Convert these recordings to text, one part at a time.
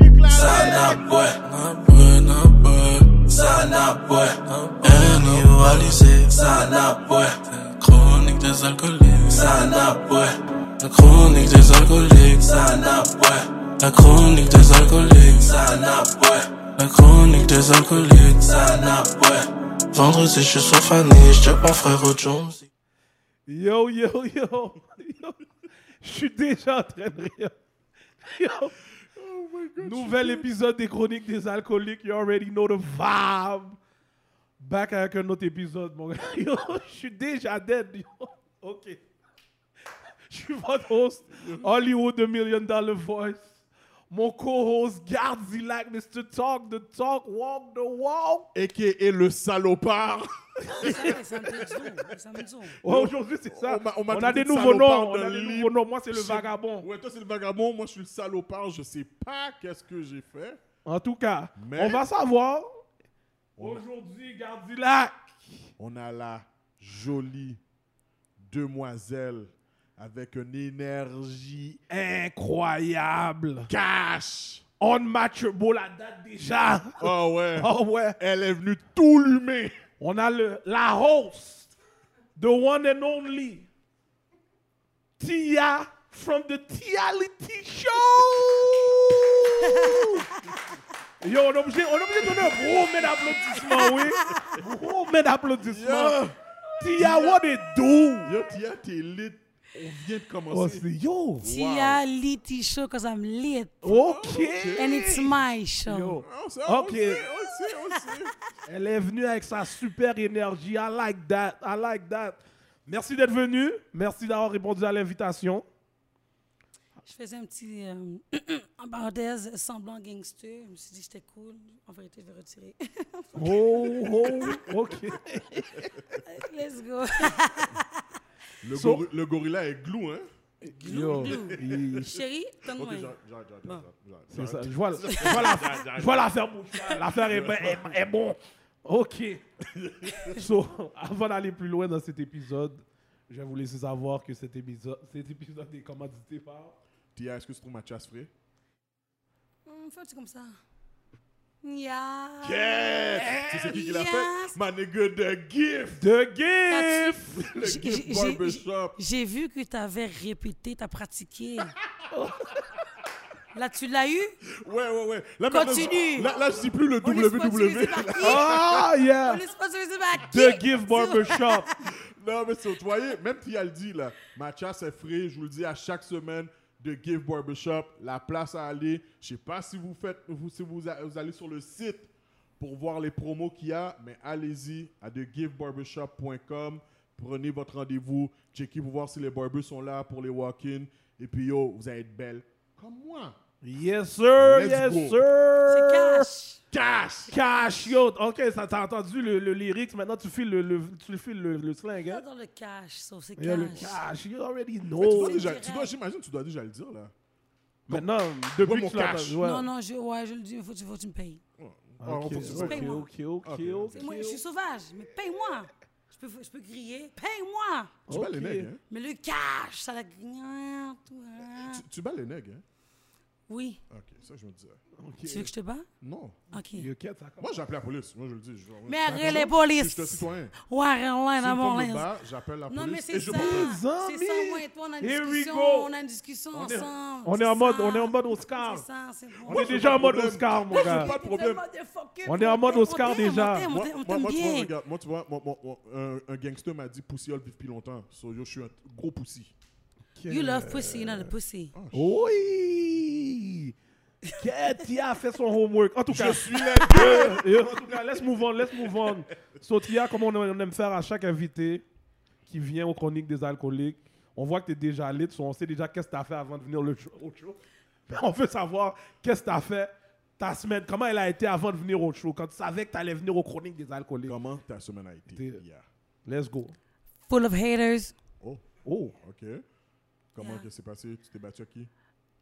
Sana boy, boy, boy, Sana boy, annualisé, Sana boy, chronique des alcooliques, Sana boy, la chronique des alcooliques, Sana boy, la chronique des alcooliques, Sana boy, la chronique des alcooliques, Sana boy. Vendredi je suis sur Fanny, je pas frère Jones. Yo, yo, yo. yo. Je suis déjà en train de rire. Yo. Oh Nouvel épisode des Chroniques des Alcooliques. You already know the vibe. Back avec un autre épisode, mon gars. Yo, je suis déjà dead. Yo. OK. Je suis votre host, Hollywood The Million Dollar Voice. Mon co-host, Gardzillac, Mr. Talk the Talk, Walk the Walk. et qui est le salopard. Ouais, aujourd'hui, c'est ça. on m'a- on On, m'a a traité des de nouveaux salopard noms. On de a des libre. nouveaux noms. Moi, c'est le Je- vagabond. Ouais, toi c'est le vagabond, moi je suis le salopard, je sais pas qu'est-ce que j'ai fait. En tout cas, Mais- on va savoir aujourd'hui, Gardilac. On a la jolie demoiselle avec une énergie Incroyable. cash. On matchable la date déjà. Ah ouais. Oh ouais. Elle est venue tout lumer. On a le, la host, the one and only, Tia from the Tiality Show. Yo, on est obligé, on est obligé de donner un gros main d'applaudissement, oui. Gros main d'applaudissement. Tia, what it do? Yo, Tia, t'es lit. On vient de Oh, commencer. c'est yo. Wow. Tia Liti show because I'm lit Ok. and it's my show. Yo. Ah, on sait, Ok. On sait, on sait, on sait. Elle est venue avec sa super énergie. I like that. I like that. Merci d'être venu. Merci d'avoir répondu à l'invitation. Je faisais un petit euh, en parenthèse semblant gangster. Je me suis dit j'étais cool. En vérité, je vais retirer. Oh, oh, ok. Let's go. Le, So- gorille- le gorilla est glou, hein? Yo, il- Chérie, donne-moi. Ok, un. j'arrête, j'arrête, j'arrête, Bon. j'arrête, c'est ça. j'arrête. Je vois, je vois la- je vois l'affaire Bouchard. L'affaire est, bonne. bon. Ok. So, avant d'aller plus loin dans cet épisode, je vais vous laisser savoir que cet épisode, cet épisode est commandité par. Tia, est-ce que tu trouves ma chasse frais? Hum, Fais un petit comme ça. Yeah. Yeah! Tu sais qui qui l'a Eh, Yes! fait? Ma nigga de gift! The T'as-tu- Gift! Le J'ai- gift j'ai- barbershop! J'ai vu que tu avais répété, tu as pratiqué. Là, tu l'as eu? Ouais, ouais, ouais. Là, Continue. maintenant, Là, là, je dis plus le On est sponsorisé WW. par qui? Ah, On yeah! est sponsorisé par qui? The Gift Barbershop! Non, mais c'est, tu voyez, même Tia le dit, là. Ma chasse est frais, je vous le dis à chaque semaine. De Give Barbershop, la place à aller. Je sais pas si vous faites, vous, si vous, a- vous allez sur le site pour voir les promos qu'il y a, mais allez-y à thegivebarbershop.com. Prenez votre rendez-vous, checkez pour voir si les barbers sont là pour les walk-in. Et puis yo, vous allez être belle comme moi. Yes, sir! Let's yes, go. sir! C'est cash. Cash! Cash, yo! Ok, ça t'as entendu le, le lyrics, maintenant tu files le, le- tu files le, le slang, hein? Pas dans le cash, sauf c'est Yo, le cash. cash, you already Oh. Tu know. dois déjà- direct. tu dois- j'imagine, tu dois déjà le dire là. Maintenant, depuis Ouais, que mon tu l'as cash. ouais. Non, non, je, ouais, je le dis, il faut, faut que tu me payes. Ah, on pense Ok, que c'est ok, vrai. Paye-moi. ok, ok, ok. Ok, ok. C'est Moi, je suis sauvage, mais paye-moi. Je peux, je peux griller, paye-moi. Tu bats les Ok. nègres, hein? Mais le cash, ça la grigne, toi. Tu, tu bats les nègres, hein? Oui. Ok, ça je me disais. Tu veux que je te bats? Non. Ok. Yo, Kat, ça commence. Moi j'appelle la police, moi je le dis. Je, Mais je- arrête les je polices. Ah, suis un citoyen. Ouais, arrête-les Si dans une mon femme me linge. bat, j'appelle la Non, mais police c'est et ça. je bats. C'est ça, moi et toi, on a une Here we discussion. go. On a une discussion est- ensemble. on est c'est en mode, ça. on est en mode Oscar. C'est ça, c'est bon. On est j'ai déjà pas en de mode problème. Oscar, mon gars. pas de problème. On est en mode Oscar déjà. Moi, On moi, t'aime moi, tu vois, bien. regarde, moi, tu vois, moi, moi, moi, un, un gangster m'a dit Poussiole vit depuis longtemps. So, yo, je suis un t- gros poussi. You love pussy, you're not a pussy. Ah. Oui! Katia a fait son homework. En tout cas, Je suis là. yo, en tout cas, let's move on, let's move on. So, Tia, comme on, on aime faire à chaque invité qui vient aux chroniques des alcooliques, on voit que tu es déjà allé, so on sait déjà qu'est-ce que tu as fait avant de venir le show- au show. Ben, On veut savoir qu'est-ce que tu as fait ta semaine, comment elle a été avant de venir au show, quand tu savais que tu allais venir aux chroniques des alcooliques. Comment ta semaine a été? T'es- Yeah. Let's go. Full of haters. Oh, Oh, ok. Comment Yeah. que c'est passé? Tu t'es battu à qui?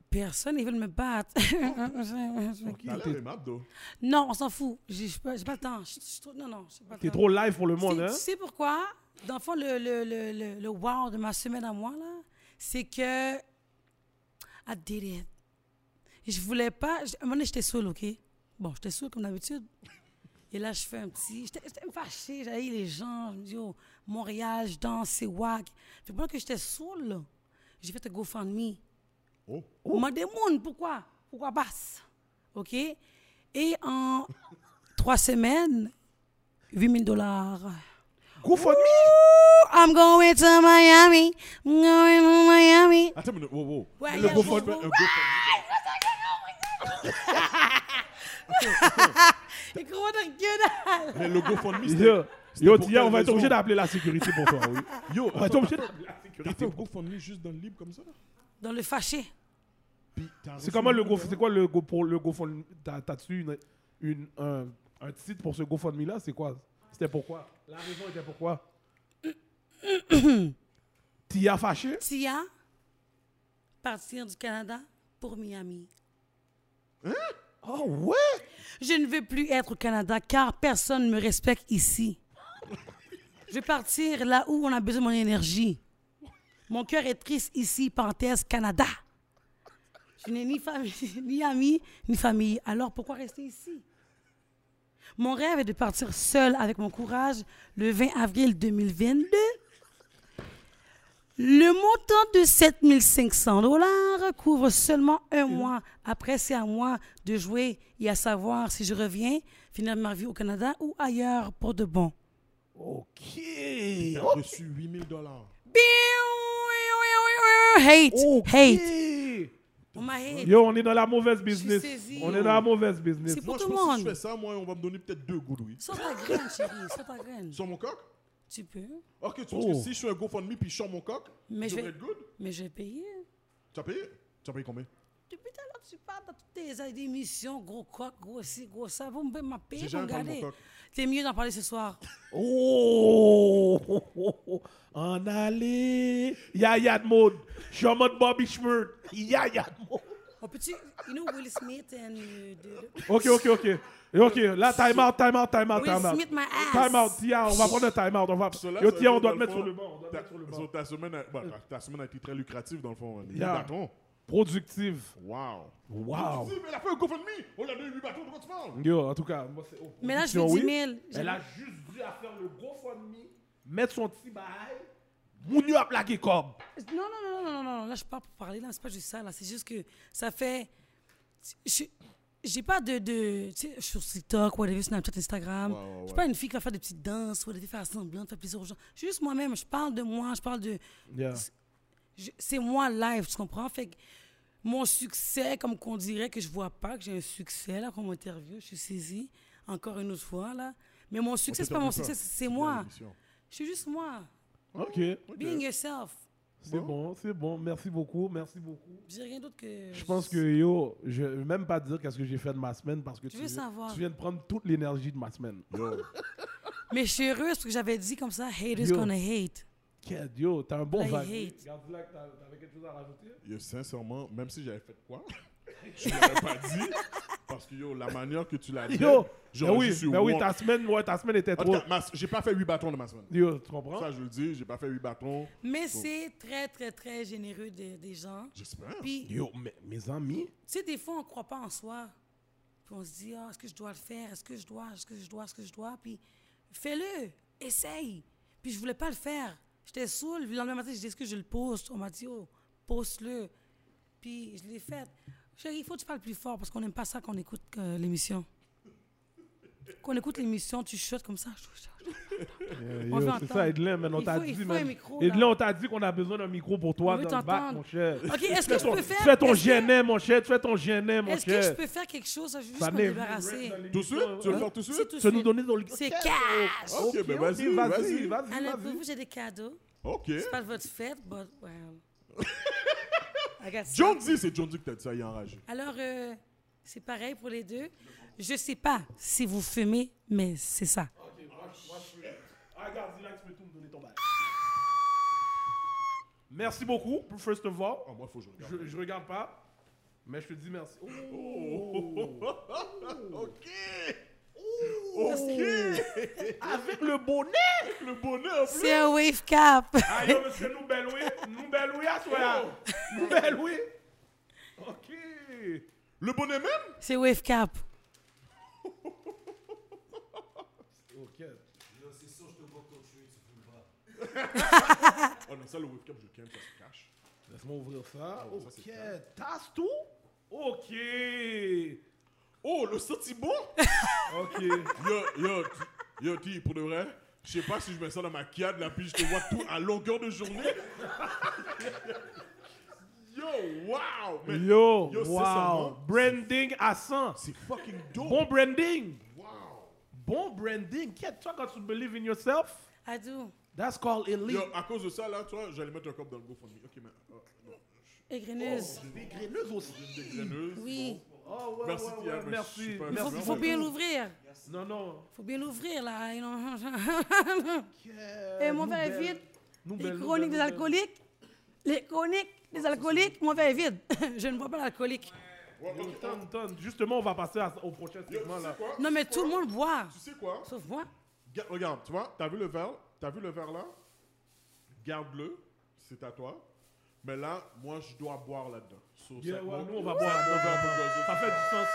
Personne, ils veulent me battre. T'as l'air aimable, though. non, on s'en fout. J'ai j'ai pas, j'ai pas le temps. Je- je suis trop- non, non, j'ai pas le t'es temps. trop live pour le Tu sais- monde, hein? Tu sais pourquoi? Dans le fond, le, le, le, le, le wow de ma semaine à moi, là, c'est que I did it. Je voulais pas. j'- À un moment donné, j'étais saoule, OK? Bon, j'étais saoule comme d'habitude. Et là, je fais un petit. J'étais j'étais fâchée, j'haïs les gens. Je me dis, oh, Montréal, je danse, c'est wack. Puis pendant que j'étais saoule, là, j'ai fait un GoFundMe. Oh. On m'a demandé pourquoi. Pourquoi basse? OK? Et en trois semaines, 8 000 dollars. hein? GoFundMe. I'm going to Miami. I'm going to Miami. Attends, mais wow, wow. Ouais, Le il y a un GoFundMe- gros- un GoFundMe. Et comment t'as gueule? Mais le GoFundMe, c'était- Yo, c'était yo pour Tia, on quelle va être raison? obligé d'appeler la sécurité pour toi. Oui. Yo, On va être attends, obligé d'appeler la t'as fait sécurité. un GoFundMe juste dans le libre comme ça Dans le fâché. Puis t'as reçu C'est comment le une- Go C'est quoi le Go pour le GoFundMe T'as- T'as-tu une, une, un, un titre pour ce GoFundMe là C'est quoi C'était pourquoi La raison était pourquoi Tia fâché Tia, partir du Canada pour Miami. Oh ouais Je ne veux plus être au Canada car personne ne me respecte ici. Je vais partir là où on a besoin de mon énergie. Mon cœur est triste ici, parenthèse, Canada. Je n'ai ni famille, ni amis, ni famille. Alors pourquoi rester ici? Mon rêve est de partir seul avec mon courage le 20 avril 2022. Le montant de 7500 dollars couvre seulement un mois. Après, c'est à moi de jouer et à savoir si je reviens finir ma vie au Canada ou ailleurs pour de bon. Ok T'as reçu 8000 dollars. Hate, Oh, Ok. hate. On m'a hate. Yo, on est dans la mauvaise business. saisie. On est dans la mauvaise business. C'est Moi, pour je tout le pense que si je monde. fais ça, moi, on va me donner peut-être deux goudouilles. Sors ta graine, chérie. Sors ta graine. Sur mon coq Tu peux, Ok, tu penses Oh. que si je fais un GoFundMe puis je sors mon coq, Mais je je devrais vais- être good mais je vais payer. Tu as payé Tu as payé combien Depuis tout à l'heure, tu parles dans toutes tes euh, émissions, gros coq, gros ci, gros ça. Vous me m'a payé J'ai pour jamais parlé de regarder. mon coq. T'es mieux d'en parler ce soir. Oh, oh, oh, oh. en aller. Yaya de mode. Je suis en mode Bobby Schmurt. Yaya de mode. On peut-tu, you know Will Smith and euh, the- the- Ok, ok, ok. Ok, là, time out, time out, time out, Will time out. Smith, my ass. Time out, Tia, on va prendre le time out. On va... Cela, Yo, ça Tia, veut dire, on doit te dans mettre le sur le banc. on doit te Ta, mettre sur le banc. sur ta semaine, a- bah, ta- ta semaine a été très lucrative dans le fond. hein. Les Yeah. bâtons. Productive. Wow. Wow. Tu dis, mais elle a fait un GoFundMe. On l'a donné 8 bâtons, de quoi tu parles Yo, en tout cas, moi, c'est aux Mais là, je productions, veux oui. 10 000. Elle a juste dû à faire le gros me, mettre son petit bail, Mounio a plaqué comme. Non, non, non, non, non, non, non, là, je parle pour parler, là, c'est pas juste ça, là, c'est juste que ça fait. je- J'ai pas de. de tu sais, je suis sur TikTok, whatever, Snapchat, Instagram. Ouais, ouais, Je ouais. suis pas une fille qui va faire des petites danses, whatever, faire semblant, faire plaisir aux gens. Je suis juste moi-même, je parle de moi, je parle de. Yeah. je- C'est moi live, tu comprends? Fait que mon succès, comme qu'on dirait que je vois pas que j'ai un succès, là, qu'on m'interview, je suis saisie, encore une autre fois, là. Mais mon succès, c'est pas mon t'interview pas. succès, c'est c'est Bien, moi. l'émission. Je suis juste moi. Ok. Being yourself. C'est bon, c'est bon. Merci beaucoup, merci beaucoup. J'ai rien d'autre que. Je pense que yo, je vais même pas dire qu'est-ce que j'ai fait de ma semaine parce que tu, veux viens- savoir. tu viens de prendre toute l'énergie de ma semaine. Yo. Mais je suis heureuse parce que j'avais dit comme ça, haters Yo. gonna hate. Ked, yo, t'as un bon I vibe. hate. Regarde là que t'as- t'avais quelque chose à rajouter. Yo, sincèrement, même si j'avais fait quoi, je l'aurais pas dit. Parce que yo, la manière que tu l'as dit, Yo, ben j'aurais oui, juste eu ben oui, one. ta semaine, ouais, ta semaine était En tout trop. cas, ma- j'ai pas fait 8 bâtons de ma semaine. Yo, tu comprends? Ça, je le dis, j'ai pas fait 8 bâtons. Mais c'est très, très, très généreux de- des gens. J'espère. Puis, tu Yo, mes, mes amis. sais, des fois, on ne croit pas en soi. Puis on se dit, ah, est-ce que je dois le faire? Est-ce que je dois? Est-ce que je dois? Est-ce que je dois? Puis, fais-le. Essaye. Puis, je voulais pas le faire. J'étais saoule. Le lendemain matin, je dis, est-ce que je le poste? On m'a dit, oh, poste-le. Puis, je l'ai fait. Chérie, il faut que tu parles plus fort parce qu'on n'aime pas ça qu'on écoute euh, l'émission. Qu'on écoute l'émission, tu chutes comme ça. Euh, Yo, veut c'est entendre. ça, Edlin, man, on Il t'a faut- il dit, faut man. un micro, là. Edlin, on t'a dit qu'on a besoin d'un micro pour toi On veut dans le bac, t'entendre. mon cher. Ok, est-ce que Fais tu ton- peux faire- Fais ton est-ce que- gênet, mon cher. Fais ton gênet, mon Est-ce que je cher. peux faire quelque chose? Je veux juste Ça me m'est- débarrasser. Tout de suite Tu veux le faire tout de C'est suite tout de Tu vas nous suite. donner dans le C'est Ok, cash. Ok, ben ok, vas-y, vas-y, vas-y. vas-y, Alors, pour vas-y. vous, j'ai des cadeaux. Ok. C'est pas de votre fête, but well. I got John some. D, c'est John D que t'as dit ça, il est enragé. Alors, euh, c'est pareil pour les deux. Je sais pas si vous fumez, mais c'est ça. Oh, Ah, Regarde, dis là que tu peux tout me donner ton bail. Merci beaucoup, first of all. Oh, moi, faut que je regarde. Je, je regarde pas, mais je te dis merci. Oh, Ok Ok avec le bonnet! Le bonheur en plus C'est un wave cap. Ah, yo, monsieur, nous Oh. beloué, nous beloué à toi! Nous beloué! Ok! Le bonnet même C'est Wave Cap. Oh non, ça, le webcam, je ken, ça se cache. Laisse-moi ouvrir ça. Oh, ça, c'est ok. clair. Tasse tout? Ok. Oh, le sentiment Ok. Yo, yo, tu- yo, T, pour de vrai, je sais pas si je mets ça dans ma Kiad, là, puis je te vois tout à longueur de journée. yo, wow mais Yo, Yo, c'est ça, wow. non? Branding à 100. C'est fucking dope. Bon branding. Wow. Bon branding. Qu'est-ce que tu believe in yourself? Adou, That's called elite. Yo, à cause de ça, là, toi, j'allais mettre un cop dans le GoFundMe. Ok, mais. euh, non. égreneuse. Oh, Des graineuses aussi. Des graineuses. Oui. Oh, ouais, Merci, ouais, Pierre, ouais, mais je merci. suis pas- Il faut, Merci. faut bien l'ouvrir. Non, non. faut bien l'ouvrir, là. you know. Et mon verre est vide. Les chroniques des alcooliques. Les chroniques Ah, des alcooliques, mon verre est vide. Je ne vois pas l'alcoolique. Ouais, ok, Attends, attends. Justement, on va passer à- au prochain Yo, segment tu sais là. quoi Non, mais tout le monde boit, Tu sais quoi sauf moi. Ga- Regarde, tu vois, t'as vu le verre T'as vu le verre là Garde-le, c'est à toi. Mais là, moi, je dois boire là-dedans. So, Yeah, ça- ouais, mon- nous, on va c'est boire. mon verre pour les Ça autres. fait du sens.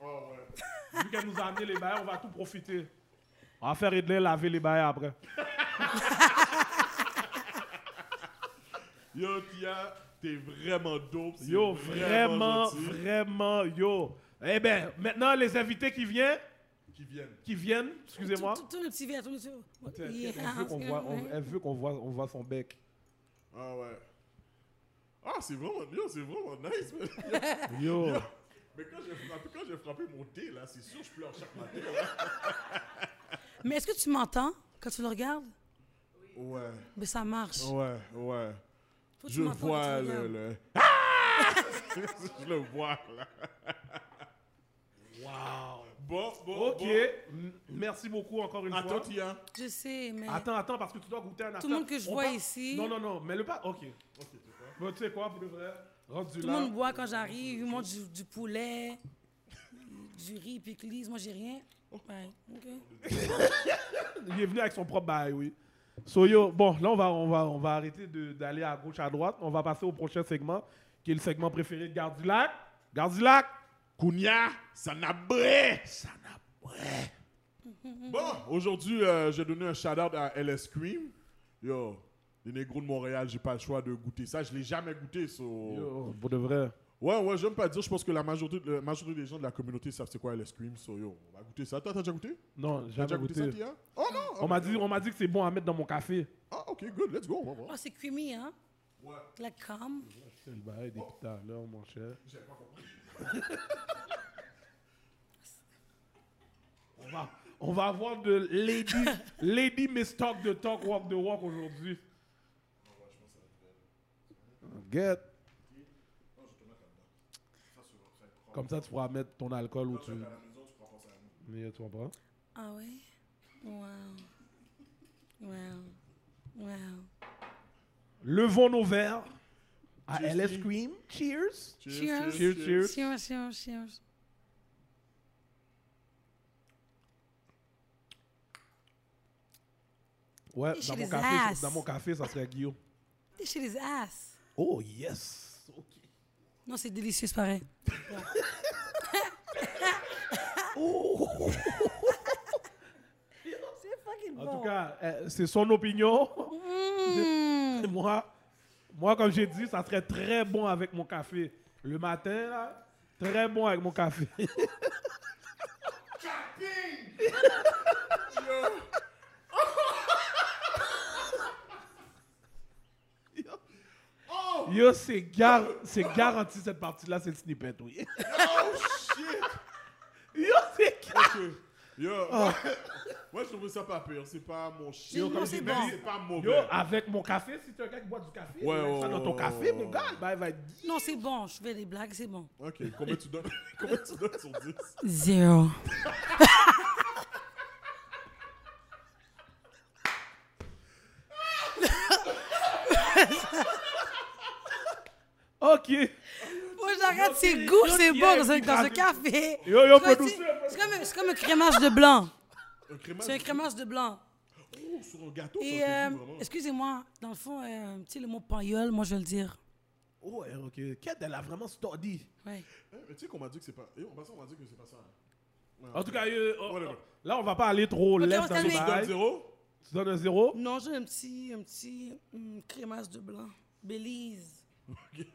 Ah, ouais. Vu qu'elle nous a amené les bails, on va tout profiter. On va faire Edler laver les bails après. Yo, Tia, t'es vraiment dope. c'est Yo, vraiment, gentil. vraiment, yo. Eh ben, maintenant, les invités qui viennent, Qui viennent. qui viennent, excusez-moi. Tout- Tout tout le petit verre, ah, tout le petit Yeah, Elle veut qu'on voit, on voit son bec. Ah, ouais. Ah, c'est vraiment, yo, c'est vraiment nice, man. Yo, Yo. Mais quand j'ai frappé, quand j'ai frappé mon thé, là, c'est sûr, je pleure chaque matin. Mais est-ce que tu m'entends quand tu le regardes? Ouais, Mais ça marche. Oh, ouais, ouais. Faut que tu Je m'entendes quand tu vois le. regardes. le... Ah! je le vois, là. Wow. Bon, bon. Ok, bon. m- merci beaucoup encore une Attends, fois. Tia. Je sais, mais. Attends, attends, parce que tu dois goûter un Tout le affaire. monde que je On vois va- ici. Non, non, non, mais le pas. Ok. Ok, c'est quoi Mais tu sais quoi, pour le vrai, rendu Tout le là. monde boit quand j'arrive. Ils montrent du, du poulet, du riz, puis glisse. Moi, j'ai rien. Oh. Ouais, ok. Il est venu avec son propre bail, oui. So yo, bon, là on va, on va, on va arrêter de- d'aller à gauche, à droite. On va passer au prochain segment, qui est le segment préféré de Gardilac. Gardilac! Kounia, ça n'a bré. Ça n'a bré. Bon, aujourd'hui, euh, j'ai donné un shout-out à LS Cream. Yo, les négros de Montréal, j'ai pas le choix de goûter ça. Je l'ai jamais goûté, so... Yo, Oh. pour de vrai. Ouais, Ouais, ouais, j'aime pas dire. Je pense que la majorité, la majorité des gens de la communauté savent c'est quoi LS Cream, so yo, on va goûter ça. Toi, t'as déjà goûté Non, j'ai T'as jamais déjà goûté. goûté ça, Tia Oh non On m'a dit, on m'a dit que c'est bon à mettre dans mon café. Ah, ok, good, let's go, on va voir. Oh, c'est creamy, hein? Ouais, La crème. C'est le bail depuis tout à l'heure, mon cher. j'ai pas compris. On va, on va avoir de Lady, Lady Miss Talk the Talk, Walk the Walk aujourd'hui. Get. Comme ça, tu pourras mettre ton alcool où tu. Mais tu comprends? Ah ouais? Wow. Wow. Wow. Levons nos verres à Cheers, LS Steve. Cream. Cheers. Cheers. Cheers, cheers. Cheers, cheers, cheers. Ouais, Fish dans mon, his café, ass. dans mon café, ça serait Guillaume. This shit is ass. Oh, yes. Ok. Non, c'est délicieux, c'est pareil. C'est fucking En bon. tout cas, euh, c'est son opinion. Mm. Et moi, moi, comme j'ai dit, ça serait très bon avec mon café. Le matin, là, très bon avec mon café. Oh, Yo, c'est gar... c'est garanti cette partie-là, c'est le snippet, oui. oh shit Yo, c'est gar- que- Yo, moi, moi, je trouve ça pas pire. C'est pas mon chien. Yo, comme c'est c'est bon. c'est pas Yo, mauvais. avec mon café, si tu un gars qui boit du café, Ouais, mets ça ouais, dans ton ouais, café, ouais, mon ouais. gars, bah, il va être dit. Non, c'est bon, je fais des blagues, c'est bon. Ok, combien tu donnes Combien tu donnes sur 10 Zéro. Ok. Moi, j'arrête, Yo, c'est c'est- goût, yo, c'est qui bon est- dans un, qui dans un traduit- café. Yo, yo, Tu vois, producer, c'est- C'est comme, un- c'est comme un crémage de blanc. Un crémage C'est un crémage de blanc. oh, sur un gâteau. ça, Et, c'est euh, bon, vraiment. excusez-moi, dans le fond, euh, tu sais, le mot pagnol, moi, je vais le dire. Oh, ok. Kate, elle a vraiment stordi. Ouais. Eh, mais tu sais qu'on m'a dit que c'est pas. eh, en passant, on m'a dit que c'est pas ça. Ouais. En tout cas, euh, oh, Whatever. oh, là, on va pas aller trop Ok, left on dans le se calme. Donne bail. zéro. Tu donnes un zéro? Non, j'ai un petit, un petit hum, crémasse de blanc. Belize.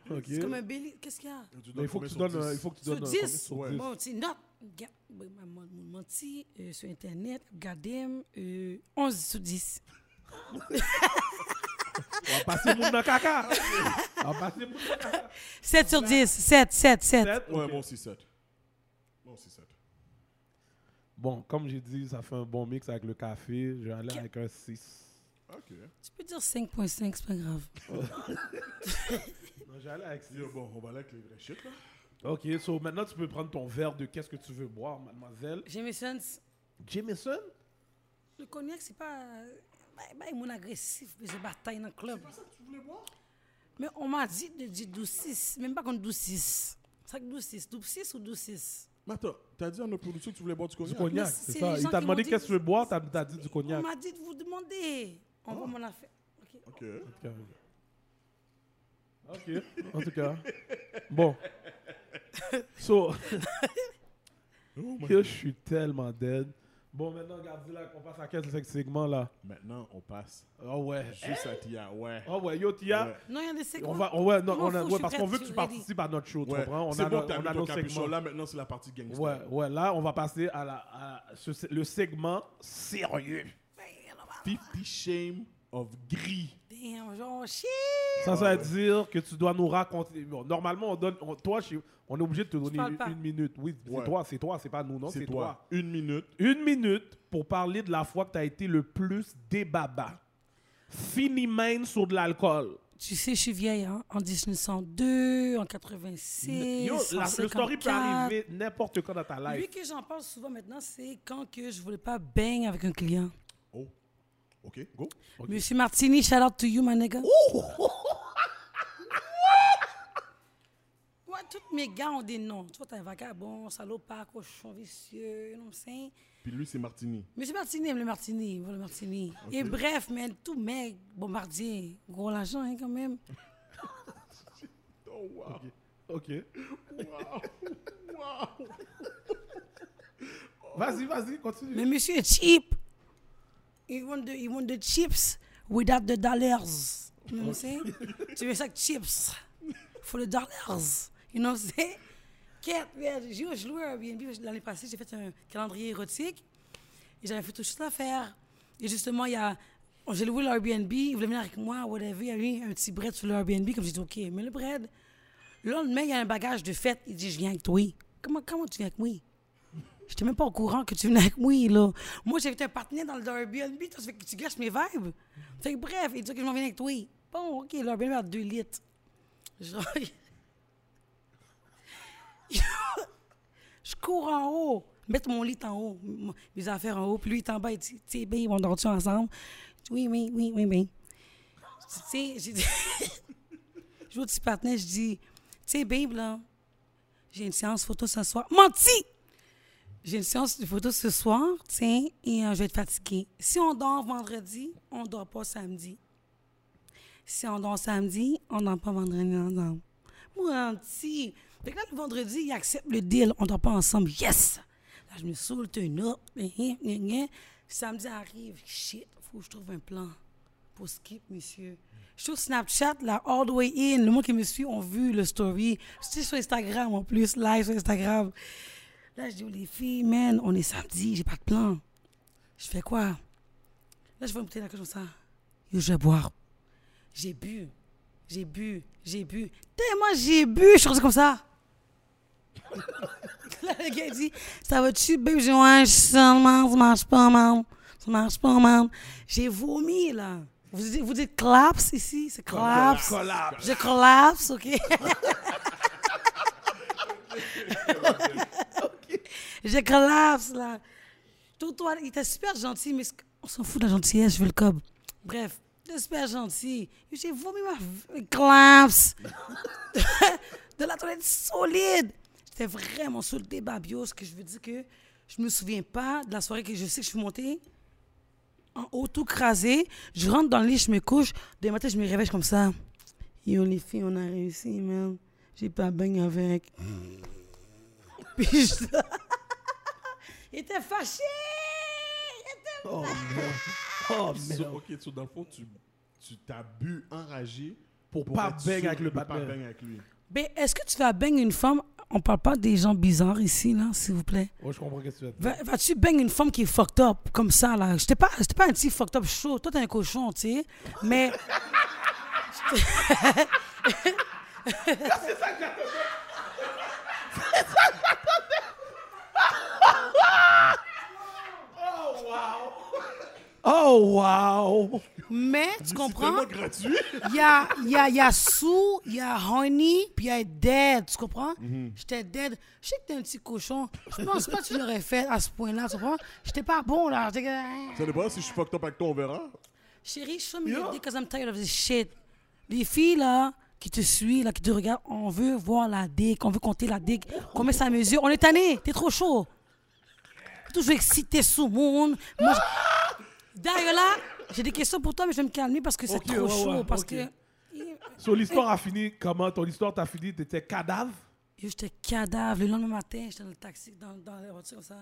Ok. C'est comme un Belize. Qu'est-ce qu'il y a? Tu Mais il faut combien que tu sur donnes. 10? euh, Il faut que tu Sur donnes. un combien 10, sur ouais. 10? mon petit note, regarde, ben, ma- ma- mon menti, euh, sur Internet, regardez, euh, 11 sur 10. On va passer mon dans caca. On va passer mon dans caca. 7 sur 10, 7, 7, 7. Sept, Ouais, ok. bon, c'est 7. Bon, c'est 7. Bon, comme j'ai dit, ça fait un bon mix avec le café. Je vais aller avec un 6. Ok. Tu peux dire 5.5, c'est pas grave. Non, j'allais avec 6. Yo, euh, bon, on va aller avec les vrais shit, là. Ok, so maintenant tu peux prendre ton verre de qu'est-ce que tu veux boire, mademoiselle. Jameson, Jameson? le cognac, c'est pas. Ben, ben, mon agressif, mais je bataille dans le club. C'est ça que tu voulais boire? Mais on m'a dit de dire 12-6, même pas contre 12-6. C'est 12-6, 12-6 ou 12-6? Mais attends, t'as dit en notre production que tu voulais boire du Du cognac? cognac, Mais c'est c'est ça. les Il gens t'a qui demandé m'ont dit- qu'est-ce que tu veux boire, t'as t'as dit du On cognac. Oh. m'a dit de vous demander. On va mon affaire. Ok. Ok. Ok, en tout cas. Bon. So, Oh my- yo, je suis tellement dead. Bon, maintenant, regardez là, on passe à quel segment là? Maintenant, on passe Ah ouais. juste à Tia. Ouais. Ah ouais, yo, Tia. Ouais. Non, il y en a c'est On quoi? va, on- ouais, non, Je m'en on a- fous, ouais, je suis parce qu'on prête, veut je que tu suis participes à notre show, tu Ouais. comprends? On C'est a, bon, nos- t'as on mis a ton nos capuchon. segments. Là, maintenant, c'est la partie gangster. Ouais, ouais, là, on va passer à, la, à ce- le segment sérieux. Fifty Shame of Gris. Damn, genre, shit! Ça, ça veut dire que tu dois nous raconter. bon, normalement, on donne, on- toi, je- on est obligé de te donner parles une, pas. une minute. Oui, c'est Ouais. toi, c'est toi, c'est pas nous, non, C'est toi. Une minute. Une minute pour parler de la fois que tu as été le plus débaba. Fini main sur de l'alcool. Tu sais, je suis vieille, hein? En 1902, en 86, Yo, en la- le story peut 54. arriver n'importe quand dans ta Lui life. que j'en parle souvent maintenant, c'est quand que je voulais pas bang avec un client. Oh. Ok, go. Monsieur Martini, shout out to you, my nigga. Oh! Ouais, tous mes gars ont des noms. Tu vois, t'as un vagabond, salopard, cochon vicieux, you know what I'm saying? Puis lui, c'est Martini. Monsieur Martini aime le Martini, voilà le Martini. Et bref, man, tout mec, bombardier, gros l'argent, hein, quand même. Oh, wow. Ok. oh. Vas-y, vas-y, continue. Mais monsieur est cheap. Il want the, he want the chips without the dollars. You know what I'm saying? tu veux ça que chips for the dollars. You know what I'm saying? Quête, man, j'ai eu- je louais un Airbnb parce que l'année passée, j'ai fait un calendrier érotique et j'avais fait tout juste l'affaire. Et justement, il y a. J'ai loué l'Airbnb, il voulait venir avec moi, whatever. Il y a eu un petit bread sur l'Airbnb, comme j'ai dit, OK, mais le bread. Le lendemain, il y a un bagage de fête, il dit, je viens avec toi. Comment, comment tu viens avec moi? J'étais même pas au courant que tu venais avec moi, là. Moi, j'avais un partenaire dans le Airbnb, toi, ça fait que tu gâches mes vibes. Fait que bref, il dit que je m'en viens avec toi. Bon, OK, l'Airbnb a 2 litres. Je... je cours en haut, mettre mon lit en haut, m- mes affaires en haut, puis lui, il est en bas, il dit, tu sais, babe, on dort-tu ensemble? Je dis, Oui, oui, oui, oui, oui. Tu sais, j'ai dit... Je vois au petit partenaire, je dis, tu sais, babe, là, j'ai une séance photo ce soir. Menti! J'ai une séance de photo ce soir, tiens, et euh, je vais être fatiguée. Si on dort vendredi, on dort pas samedi. Si on dort samedi, on dort pas vendredi ensemble. Menti! Fait que là, le vendredi, il accepte le deal. On dort pas ensemble. Yes! Là, je me saoule, turn up. gna, gna, gna, gna. Samedi arrive. Shit, faut que je trouve un plan pour skip, monsieur. Je suis sur Snapchat, là, all the way in. Le monde qui me suit ont vu le story. Je suis sur Instagram en plus, live sur Instagram. Là, je dis, oh, les filles, man, on est samedi, j'ai pas de plan. Je fais quoi? Là, je vais me bouteille la comme ça. Yo, je vais boire. J'ai bu. J'ai bu. J'ai bu. Tellement j'ai bu, je suis rendu comme ça. là, le gars il dit, ça va-tu, babe? J'ai dit, ouais, je suis seulement, ça marche pas, man. Ça marche pas, man. J'ai vomi, là. Vous dites, vous dites collapse ici? C'est collapse. Collapse. Je collapse, OK? Je collapse, là. Tout toi, il était super gentil, mais c'est- on s'en fout de la gentillesse, je veux le cob. Bref, il était super gentil. J'ai vomi ma v- collapse de la toilette solide. J'étais vraiment sur le débat bio, ce que je veux dire que je me souviens pas de la soirée que je sais que je suis montée en haut, tout crasé. Je rentre dans le lit, je me couche. Demain matin, je me réveille je suis comme ça. Yo, les filles, on a réussi, man. J'ai pas baigné avec. Puis je. Il était fâché! Il était Oh, merde. Oh, So- merde. ok, so dans le fond, tu tu t'as bu enragé Pour pas être bang sûr avec le de pas partenaire. bang avec lui. Ben, est-ce que tu vas baigner une femme? On parle pas des gens bizarres ici, là, s'il vous plaît. Oh, je comprends ce que tu veux dire. Va- Vas-tu baigner une femme qui est fucked up, comme ça, là? J'étais pas, j'étais pas un petit fucked up chaud. Toi, t'es un cochon, tu sais. Mais. Oh, wow! Mais, tu comprends? C'est tellement gratuit. Il y a, il y, a, il y a sous, il y a honey, puis il y a dead, tu comprends? J'étais dead. Je sais que t'es un petit cochon. Je pense pas que tu l'aurais fait à ce point-là, tu comprends? J'étais pas bon, là. J'étais hein? que- Ça dépend si je suis fucked up avec toi, on verra. Chérie, show me your dick 'cause I'm tired of this shit. Les filles, là, qui te suivent, là, qui te regardent, on veut voir la dick, on veut compter la dick, combien ça mesure. On est tanné, t'es trop chaud. T'es Toujours excité sous le monde. Moi, je- D'ailleurs, là, j'ai des questions pour toi, mais je vais me calmer parce que c'est Ok, trop ouais, chaud. ouais, parce ok. que. So, l'histoire a fini comment? Ton histoire t'a fini? T'étais cadavre? Yo, j'étais cadavre. Le lendemain matin, j'étais dans le taxi, dans, dans la voiture, comme ça.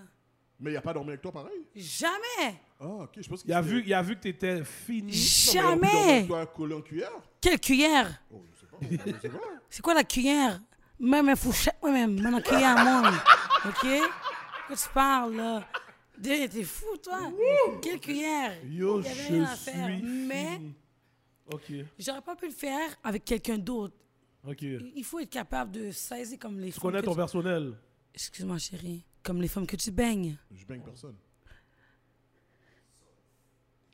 Mais il a pas dormi avec toi pareil. Jamais! Ah, ok, je pense qu'il Il a s'est- vu, il a vu que t'étais fini. Non, mais il a pu dormir avec Jamais! toi collé en cuillère. Quelle cuillère? Oh, je sais pas, je sais pas. C'est quoi la cuillère? Même un fourchette, moi-même, même en cuillère à monde. OK? Quoi tu parles, là? Dieu, T'es fou, toi? Quelle cuillère? Yo, Il y avait je rien à faire, suis mais- fini. Ok, J'aurais pas pu le faire avec quelqu'un d'autre. ok. Il faut être capable de saisir comme les Tu connais que ton tu- personnel? Excuse-moi, chérie. Comme les femmes que tu baignes. Je baigne personne.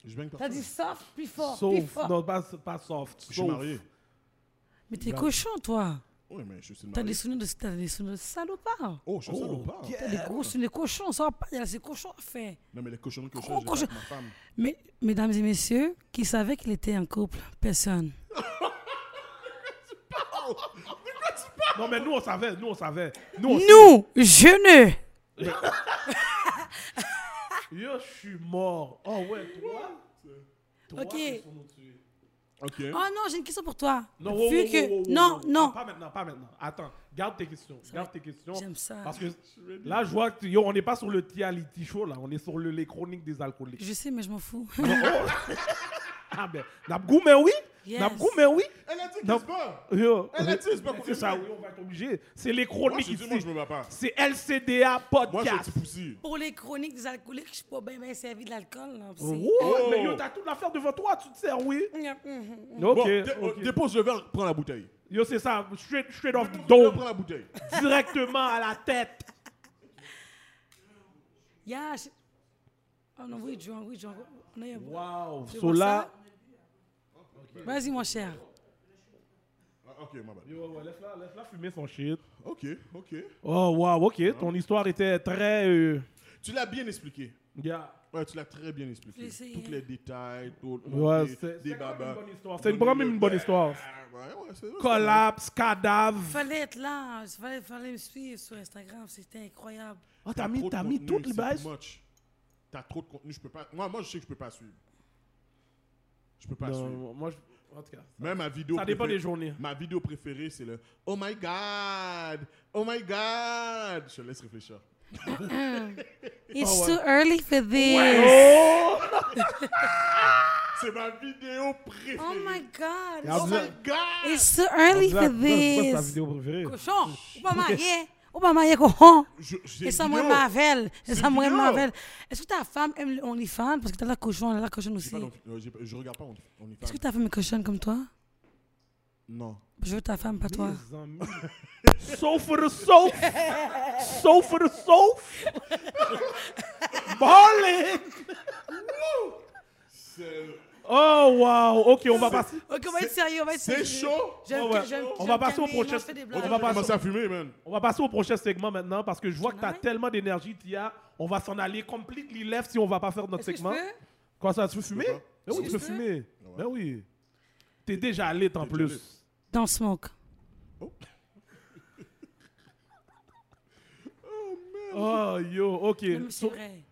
Je baigne T'as personne. dit soft, plus fort, plus Sauf, fort. non, pas, pas soft. Je suis sauf. marié. Mais t'es cochon, toi. Oui, mais je suis T'as marié. des souvenirs de, t'as des souvenirs de salopard. Oh, je suis seul ou pas T'as des gros souvenirs de cochon, ça va pas, il y a ces cochons à faire. Non, mais les cochonneries que je fais, Gros je les fais cochon- avec ma femme. Mais, mesdames et messieurs, qui savait qu'il était en couple Personne. Non, mais nous, on savait, nous, on savait. Nous, Oh, on Nous, je ne. Yo, je suis mort. Oh ouais, toi Toi, Ok. c'est son nom de tuer. Ok. Oh non, j'ai une question pour toi. Non, Vu wow, wow, que... wow, wow, non, wow. non. Ah, Pas maintenant, pas maintenant. Attends, garde tes questions. Garde tes questions. J'aime ça. Parce que là, je vois que tu- yo, on n'est pas sur le reality show, là. On est sur le, les chroniques des alcooliques. Je sais, mais je m'en fous. Ah ben, Nabgou, mais oui Yes. Nabgou, mais oui Elle a dit Non. Euh, qu'elle se bat. Yo. Elle a dit, eh, c'est pas pour C'est ça, lui. oui, on va être obligé. C'est les Moi, chroniques je dis, moi, je ici. me bats pas. C'est LCDA Moi, je suis un petit Podcast. poussi. pour les chroniques des alcooliques, je suis pas bien bien servi de l'alcool. là, Oh, c'est- Mais yo, t'as toute l'affaire devant toi, tu te sers, oui Mhm. Ok, Bon, dé- euh, ok. dépose le verre, prends la bouteille. Yo, c'est ça, straight, straight off the Donc, dome. prends la bouteille. directement à la tête. Yeah, je- Oh non, oui, John, oui, John. On a eu un- Wow. Tu So vois là. ça? Vas-y, mon cher. Ah, ok, ma bad. Yo, ouais, laisse-la laisse-la fumer son shit. Ok, ok. Oh, wow, ok. Ton histoire était très. euh, Tu l'as bien expliqué. yeah. Ouais, tu l'as très bien expliqué. J'ai essayé. Tous les détails, tout. Ouais, des- c'est- des c'est quand même babas. une bonne histoire. C'est vraiment une bonne histoire. Ouais, ouais, c'est vrai. Collapse, cadavre. Fallait être là. Fallait, fallait me suivre sur Instagram. C'était incroyable. Oh, t'as mis, Trop de t'as mis contenu, toutes les c'est bases. too much. T'as trop de contenu, je peux pas. Moi, moi, je sais que je peux pas suivre. Je peux Ah, pas suivre. Non, moi, je- en tout cas. Même ma vidéo. Ça dépend préférée- des journées. Ma vidéo préférée, c'est le Oh my God! Oh my God! Je te laisse réfléchir. It's too early for this. Oh. C'est ma vidéo préférée. Oh my God. Yeah, Oh my God! It's too early Là, for C'est ta this. vidéo préférée. Cochon, ou pas marié, ou pas marié, cochon. Je- j'ai Et ça, une moi, vidéo. Marvel. Et C'est ça, moi, vidéo. Marvel. Est-ce que ta femme aime le OnlyFans? Parce que t'as la cochon, elle a la cochonne J'ai aussi. pas d'only- euh, j'ai pas- Je regarde pas, on, on est Est-ce que ta femme est cochonne comme toi? Non. Je veux ta femme, pas toi. Mes amis. Soul for the soul. Soul for the soul. Balling. Oh wow. Ok, on va passer. Ok, on va être sérieux, on va être C'est sérieux. chaud! Je vais me- Oh, ouais. je vais me- On je va vais me passer au calmer. Non, prochain- je fais des On On blagues. va va passer- commencer à fumer, man. On va passer au prochain segment maintenant parce que je vois que t'as Tonight. tellement d'énergie, Tia. On va s'en aller completely left si on va pas faire notre Est-ce que je segment. peux? Quoi ça, tu veux fumer pas. Mais oui, tu veux peux? fumer. Mais oui. T'es déjà allé en plus. Dans Smoke. Oh yo, ok. Non, mais c'est So- vrai.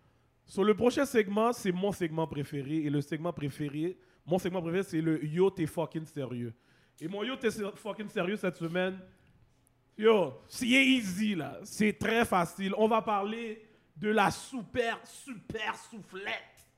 Sur le prochain segment, c'est mon segment préféré. Et le segment préféré, mon segment préféré, c'est le Yo, t'es fucking sérieux. Et mon yo, t'es ser- fucking sérieux cette semaine. Yo, c'est easy là. C'est très facile. On va parler de la super, super soufflette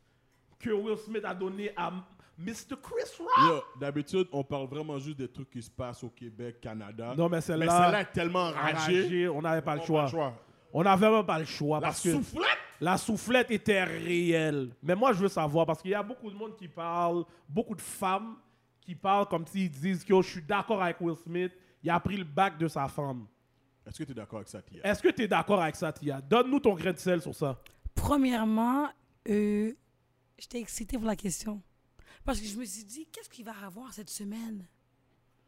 que Will Smith a donnée à M- Mr. Chris Rock. Yo, d'habitude, on parle vraiment juste des trucs qui se passent au Québec, Canada. Non, mais mais celle-là, celle-là est tellement enragée. enragée, on n'avait pas le on a choix. On n'avait vraiment pas le choix. La parce que... soufflette! La soufflette était réelle. Mais moi, je veux savoir, parce qu'il y a beaucoup de monde qui parle, beaucoup de femmes qui parlent comme s'ils disent que oh, je suis d'accord avec Will Smith, il a pris le bac de sa femme. Est-ce que tu es d'accord avec ça, Tia? Est-ce que tu es d'accord avec ça, Tia Donne-nous ton grain de sel sur ça. Premièrement, euh, j'étais excitée pour la question. Parce que je me suis dit, qu'est-ce qu'il va avoir cette semaine?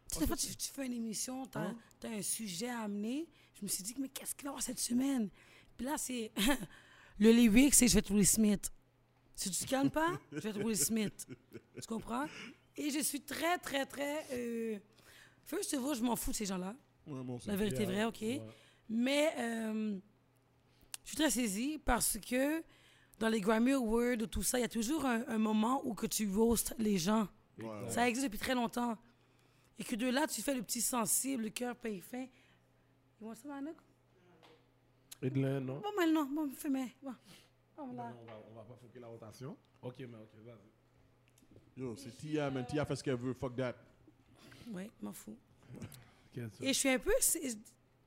Tu sais, des fois, tu, tu fais une émission, tu as, un sujet à amener. Je me suis dit, mais qu'est-ce qu'il va avoir cette semaine? Puis là, c'est. le lyric, c'est je vais être Will Smith. Si tu te calmes pas, je vais être Will Smith. Tu comprends? Et je suis très, très, très. Euh... First of all, je m'en fous de ces gens-là. Eh, Ouais, bon, c'est La vérité est clair. vraie, ok. Mais euh, je suis très saisie parce que dans les Grammy Awards ou tout ça, il y a toujours un, un moment où que tu roastes les gens. Ouais. Ça existe depuis très longtemps. Et que de là, tu fais le petit sensible, le cœur pain fin. You want some, Anouk? Edlin, non Bon, maintenant, bon, fais mais. Bon. On va pas foquer la rotation. Ok, mais ok, vas-y. Yo, c'est Tia, man. Tia fait ce qu'elle veut. Fuck that. Ouais, m'en fous. Qu'est-ce que- Et je suis un peu sé-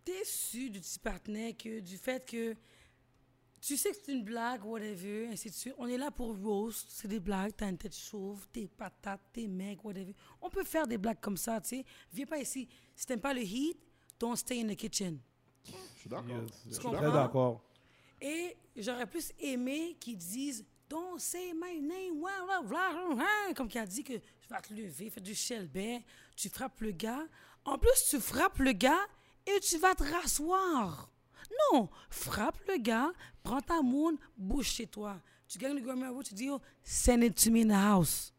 déçue du petit partenaire que du fait que tu sais que c'est une blague, whatever, ainsi de suite. On est là pour roast, c'est des blagues, t'as une tête chauve, t'es patate, t'es mec, whatever. On peut faire des blagues comme ça, tu sais. Viens pas ici. Si t'aimes pas le heat, don't stay in the kitchen. Je suis d'accord. Yes. Je suis comprends? très d'accord. Et j'aurais plus aimé qu'ils disent Don't say my name, wah, wah, wah, wah, wah. comme qu'il a dit que tu vas te lever, fais du shelbet, tu frappes le gars. En plus, tu frappes le gars et tu vas te rasseoir. Non, frappe le gars, prends ta moune, bouge chez toi. Tu gagnes le Grammy Award, tu dis oh, Send it to me in the house.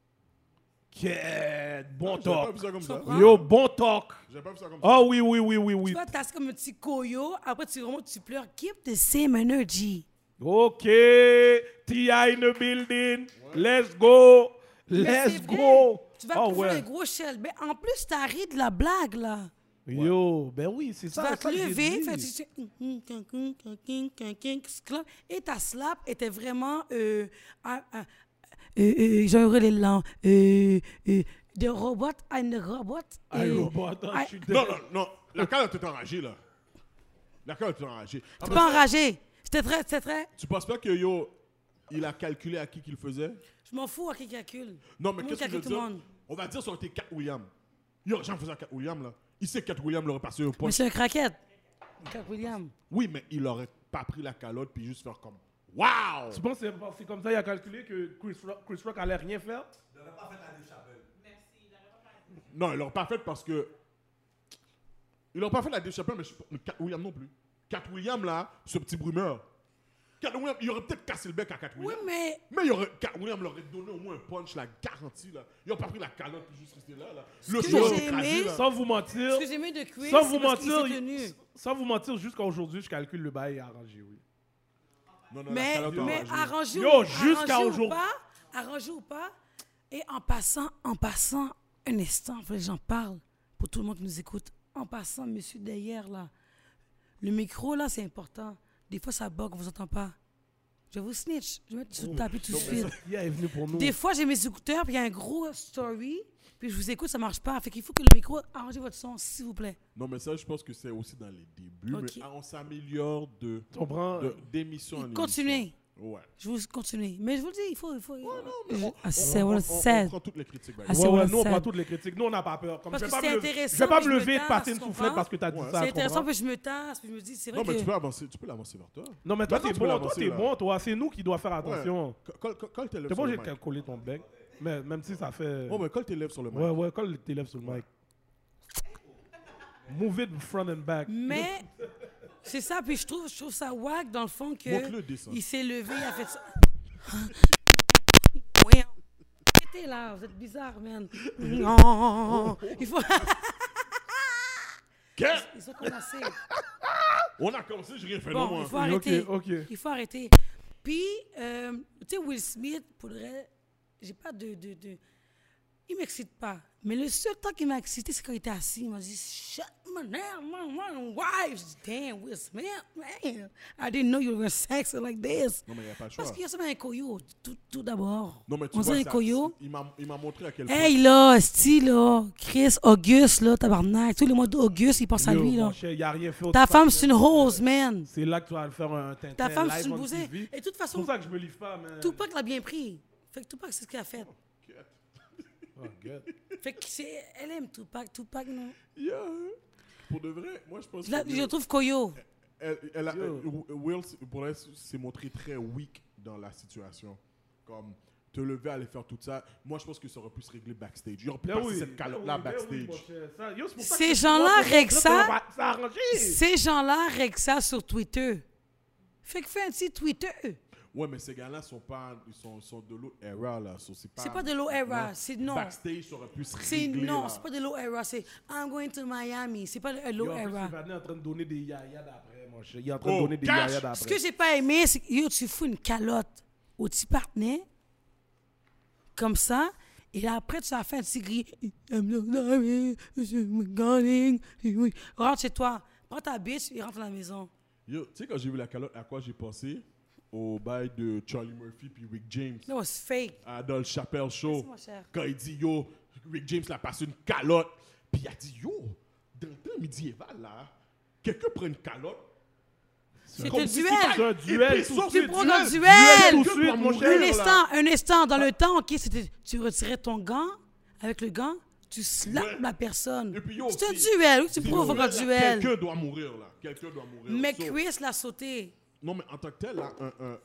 Quête, bon J'ai pas talk. vu ça comme ça. comprends? Yo, bon talk. J'ai pas vu ça comme ça. Oh oui, oui, oui, oui, oui. Tu vas tasser comme un petit coyo, après tu remontes, tu pleures. Keep the same energy. Ok, T.I. in the building. Let's go. Mais Let's c'est vrai. go. Tu vas Ah trouver un gros shelbet. En plus, t'as ri de la blague, là. Yo, ben oui, c'est Tu ça. vas te ça que j'ai lever, dit. faire du- hum, et ta slap était vraiment euh, un- un- euh, euh, j'ai un relais lent, euh, euh, de robot à une robot. Ah, euh, yo, bon, attends, ah, je suis Non, désolé. non, non. La cale était enragée, là. La cale était enragée. t'es pas enragé. C'était très, c'était très. Tu penses pas que, yo, il a calculé à qui qu'il faisait? Je m'en fous à qui calcule. Non, mais Tout le monde qu'est-ce que je calcule veux tout le dire? monde. On va dire ça aurait été 4 Williams. Yo, j'en faisais 4 Williams, là. Il sait que 4 Williams l'aurait passé au point. Mais c'est un craquette. Jack William. Oui, mais il aurait pas pris la calotte puis juste faire comme Waouh! Tu penses que c'est- c'est comme ça qu'il a calculé que Chris Rock, Chris Rock allait rien faire Non, il l'aurait pas fait parce que. Il l'aurait pas fait la Dave Chappelle, mais, je... mais Cat Williams non plus. Cat Williams, là, ce petit brumeur. Cat Williams, il aurait peut-être cassé le bec à Cat Oui, Williams. mais Mais il aurait, Cat Williams leur aurait donné au moins un punch, la garantie, là. Il aurait pas pris la calotte puis juste resté là, là. Le que show j'ai aurait été aimé, écrasé, là. Sans vous mentir, ce que j'ai aimé de Chris, sans vous c'est parce qu'il mentir, s'est il- tenu. sans vous mentir, jusqu'à aujourd'hui, je calcule le bail et arrangé, oui. Non, non, Mais, la calotte mais enragée. arrangé Yo, ou, jusqu'à arrangé ou aujourd'hui. pas, arrangé ou pas, et en passant, en passant, un instant, faut que j'en parle pour tout le monde qui nous écoute. En passant, monsieur derrière là, le micro là, c'est important. Des fois, ça bug, on vous entend pas. Je vais vous snitch, je vais vous taper tout de suite. Il est venu pour nous. Des fois, j'ai mes écouteurs, puis il y a un gros story, puis je vous écoute, ça marche pas. Fait qu'il faut que le micro, arrangez votre son, s'il vous plaît. Non, mais ça, je pense que c'est aussi dans les débuts. Ok. Mais on s'améliore de, On prend- de- d'émission en émission. Continuez, Ouais. je vous continue. Mais je vous le dis, il faut, il faut. Je- I On- said on, what I on- on said. prend toutes les critiques. by the Ah, way. c'est Ouais, ouais, what I nous, on prend said. toutes les critiques. Nous, on n'a pas peur. Comme, Parce je vais que pas c'est me lever- intéressant, Je vais pas puis me je me lever et tasse, passer une tu soufflette comprends? parce que t'as dit Ouais. ça. C'est tu comprends? intéressant, puis je me tasse, puis je me dis, c'est vrai Non, que... mais tu peux avancer, tu peux l'avancer vers toi. Non, mais toi, Maintenant, t'es tu peux bon, toi, l'avancer, t'es là. bon, toi. C'est nous qui doit faire Ouais. attention. Co- Colle colle- colle tes lèvres T'es pas sur le obligé de mic. coller ton bec. Mais même si ça fait. Oh, mais colle tes lèvres sur le mic. Ouais, ouais, colle tes lèvres sur le mic. Move it front and back. Mais c'est ça, puis je trouve, je trouve ça wack dans le fond que Montre-le, descend. il s'est levé, il a fait ça. Ouais. Arrêtez là, vous êtes bizarre, man. Non, il faut. Qu'est-ce Ils ont commencé. On a commencé, j'ai rien fait, non, Bon, moi. il faut Oui, ok, arrêter. ok. Il faut arrêter. Puis, euh, tu sais, Will Smith, pour le reste, j'ai pas de, de, de- Il m'excite pas. Mais le seul temps qu'il m'a excité, c'est quand il était assis. Il m'a dit, shut my damn, my, my wife. Je dis, damn, Will Smith, man. I didn't know you were sexy like this. Non, mais il n'y a pas le choix. Parce qu'il y a seulement un coyot, tout, tout d'abord. Non, mais tu On vois, dirait un ça- coyot. il m'a il m'a montré à quel point. Hey là, Sti là, Chris, Auguste là, tabarnak. Tous les mois d'Auguste, ils pensent à lui là. Il n'y a rien fait. Ta autrement. femme, c'est une rose, man. C'est là que tu vas le faire un Tintin. Ta femme, live c'est une on bousée. TV. Et de toute C'est façon, pour ça que je me livre pas, man. Tupac l'a bien pris. Fait que Tupac, c'est ce qu'il a fait. Oh, God. Fait que c'est, elle aime Tupac, Tupac non. Yeah. Pour de vrai, moi je pense Je, la- que je le trouve coyo. elle, elle a- Yo. euh, Will pour elle, s'est montré très weak dans la situation. Comme te lever, aller faire tout ça. Moi je pense que ça aurait pu se régler backstage. Il aurait pu Ben passer oui, cette calotte ben là oui, ben oui, mon backstage. cher. Ça, yo, c'est pour ça Ces que- Là, gens-là règlent ça. on va s'arranger. Ces gens-là règlent ça sur Twitter. Fait que fais un petit Twitter. ouais, mais ces gars-là sont pas, ils sont, sont de l'eau era là. So, c'est pas, C'est pas de l'eau era, c'est- non. Backstage ça aurait pu se C'est régler. non, là. c'est pas de low era, c'est I'm going to Miami, c'est pas de Yo, low en plus, era. Sylvain est en train de donner des yaya d'après, mon cher. Il est en train de Oh, donner des cash! yaya Ce que d'après. j'ai pas aimé, c'est que yo, tu fous une calotte au petit partenaire, comme ça, et là, après, tu as fait un petit gris. I'm not sorry, I'm going. Rentre chez toi, prends ta bitch et rentre à la maison. Yo, tu sais quand j'ai vu la calotte, à quoi j'ai pensé Au bail de Charlie Murphy puis Rick James. That was fake. à- Ah, dans le Chappelle Show, Merci, mon cher. quand il dit yo, Rick James l'a passé une calotte, puis il a dit yo, dans le temps médiéval là, quelqu'un prend une calotte. C'est comme un si duel. c'était C'est un duel, épisode, tout de c'est suite. Prends un tout duel! de suite, mon Un cher. instant, un instant, dans le temps, ok, c'était, tu retirais ton gant, avec le gant, tu slaps Ouais. la personne. Et puis, yo, C'est un si- duel, oui, tu si provoques là, un duel. Quelqu'un doit mourir là, quelqu'un doit mourir. Mais So, Chris l'a sauté. non mais en tant que tel là, un, un,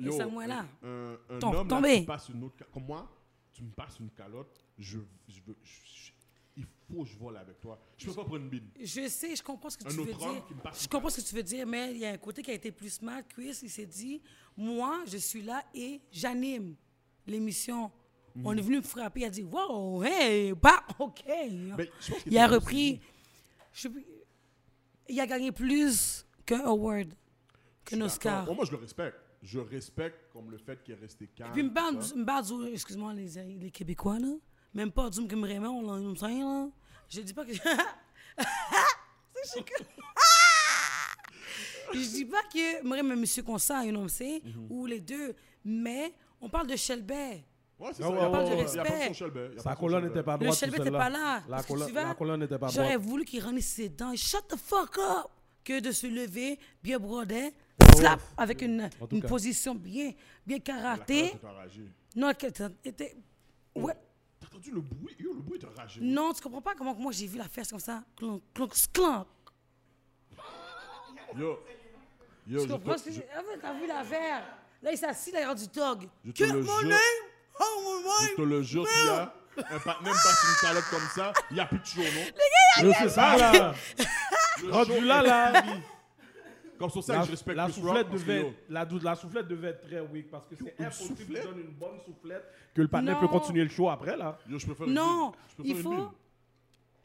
yo, Samuel, là, un, un tom- homme là, tombé. qui passe une autre, ca- comme moi, tu me passes une calotte, je, je veux, je- je- il faut que je vole avec toi, je peux pas prendre une bine. Je sais, je comprends ce que Un tu veux autre homme dire. qui me passe Je une comprends ce que tu veux dire, mais il y a un côté qui a été plus mal. Chris, il s'est dit, moi, je suis là et j'anime l'émission. Mm. On est venu me frapper, il a dit, wow, hey, bah, ok. Mais je pense que il a c'est repris. Je sais plus- il a gagné plus qu'un award, qu'un Je suis d'accord. Oh, Oscar. Moi, moi, je le respecte. Je respecte comme le fait qu'il est resté calme. Hein, Puis me tout parle, ça. me parle du- excuse-moi les, les Québécois là, même pas du que me Raymond là, nous sommes là. Je dis pas que C'est chic. Je dis pas que moi même monsieur Constant, you know what I'm saying, Mhm. ou les deux, mais on parle de Shelbert. Ouais, c'est Ah ça. Il ouais, y a ouais, pas ouais, de Il y a ouais. pas de Respect. son Shelbert. Il y a pas Sa de son colonne Shelbert. n'était pas Le droite. tout Shelbert n'était seul-là. pas là. La Parce que colonne- tu vois, La colonne n'était pas J'aurais droite. voulu qu'il renisse ses dents. Shut the fuck up! Que de se lever, bien brodé, slap, avec une, Oh. En tout une cas. position bien, bien La colonne karaté. était enragée. Non, que t'as- t'étais- Oh, Ouais. T'as entendu le bruit Yo, le bruit est enragé. Non, tu comprends pas comment moi j'ai vu la fesse comme ça. Clonk, clonk, clonk. Yo. Yo, Tu je comprends ce te- que je- j'ai. Ah ouais, t'as vu l'affaire. Là, il s'assit, là, il rend du dog. Je te Cut le mon jure. name, oh my je te le jure, qu'il y a un partenaire passe une calotte comme ça, il n'y a plus de show, non Yo, C'est ça, là. Le Rendu show là, est là. fini. Comme sur ça, La, que je respecte la Chris Rock, soufflette parce que, devait, yo, la, dou- la soufflette devait être très weak parce que c'est une impossible de soufflette? donner une bonne soufflette que le partenaire Non. peut continuer le show après là. Yo, je préfère une Non, bine. Je préfère il une faut. bine.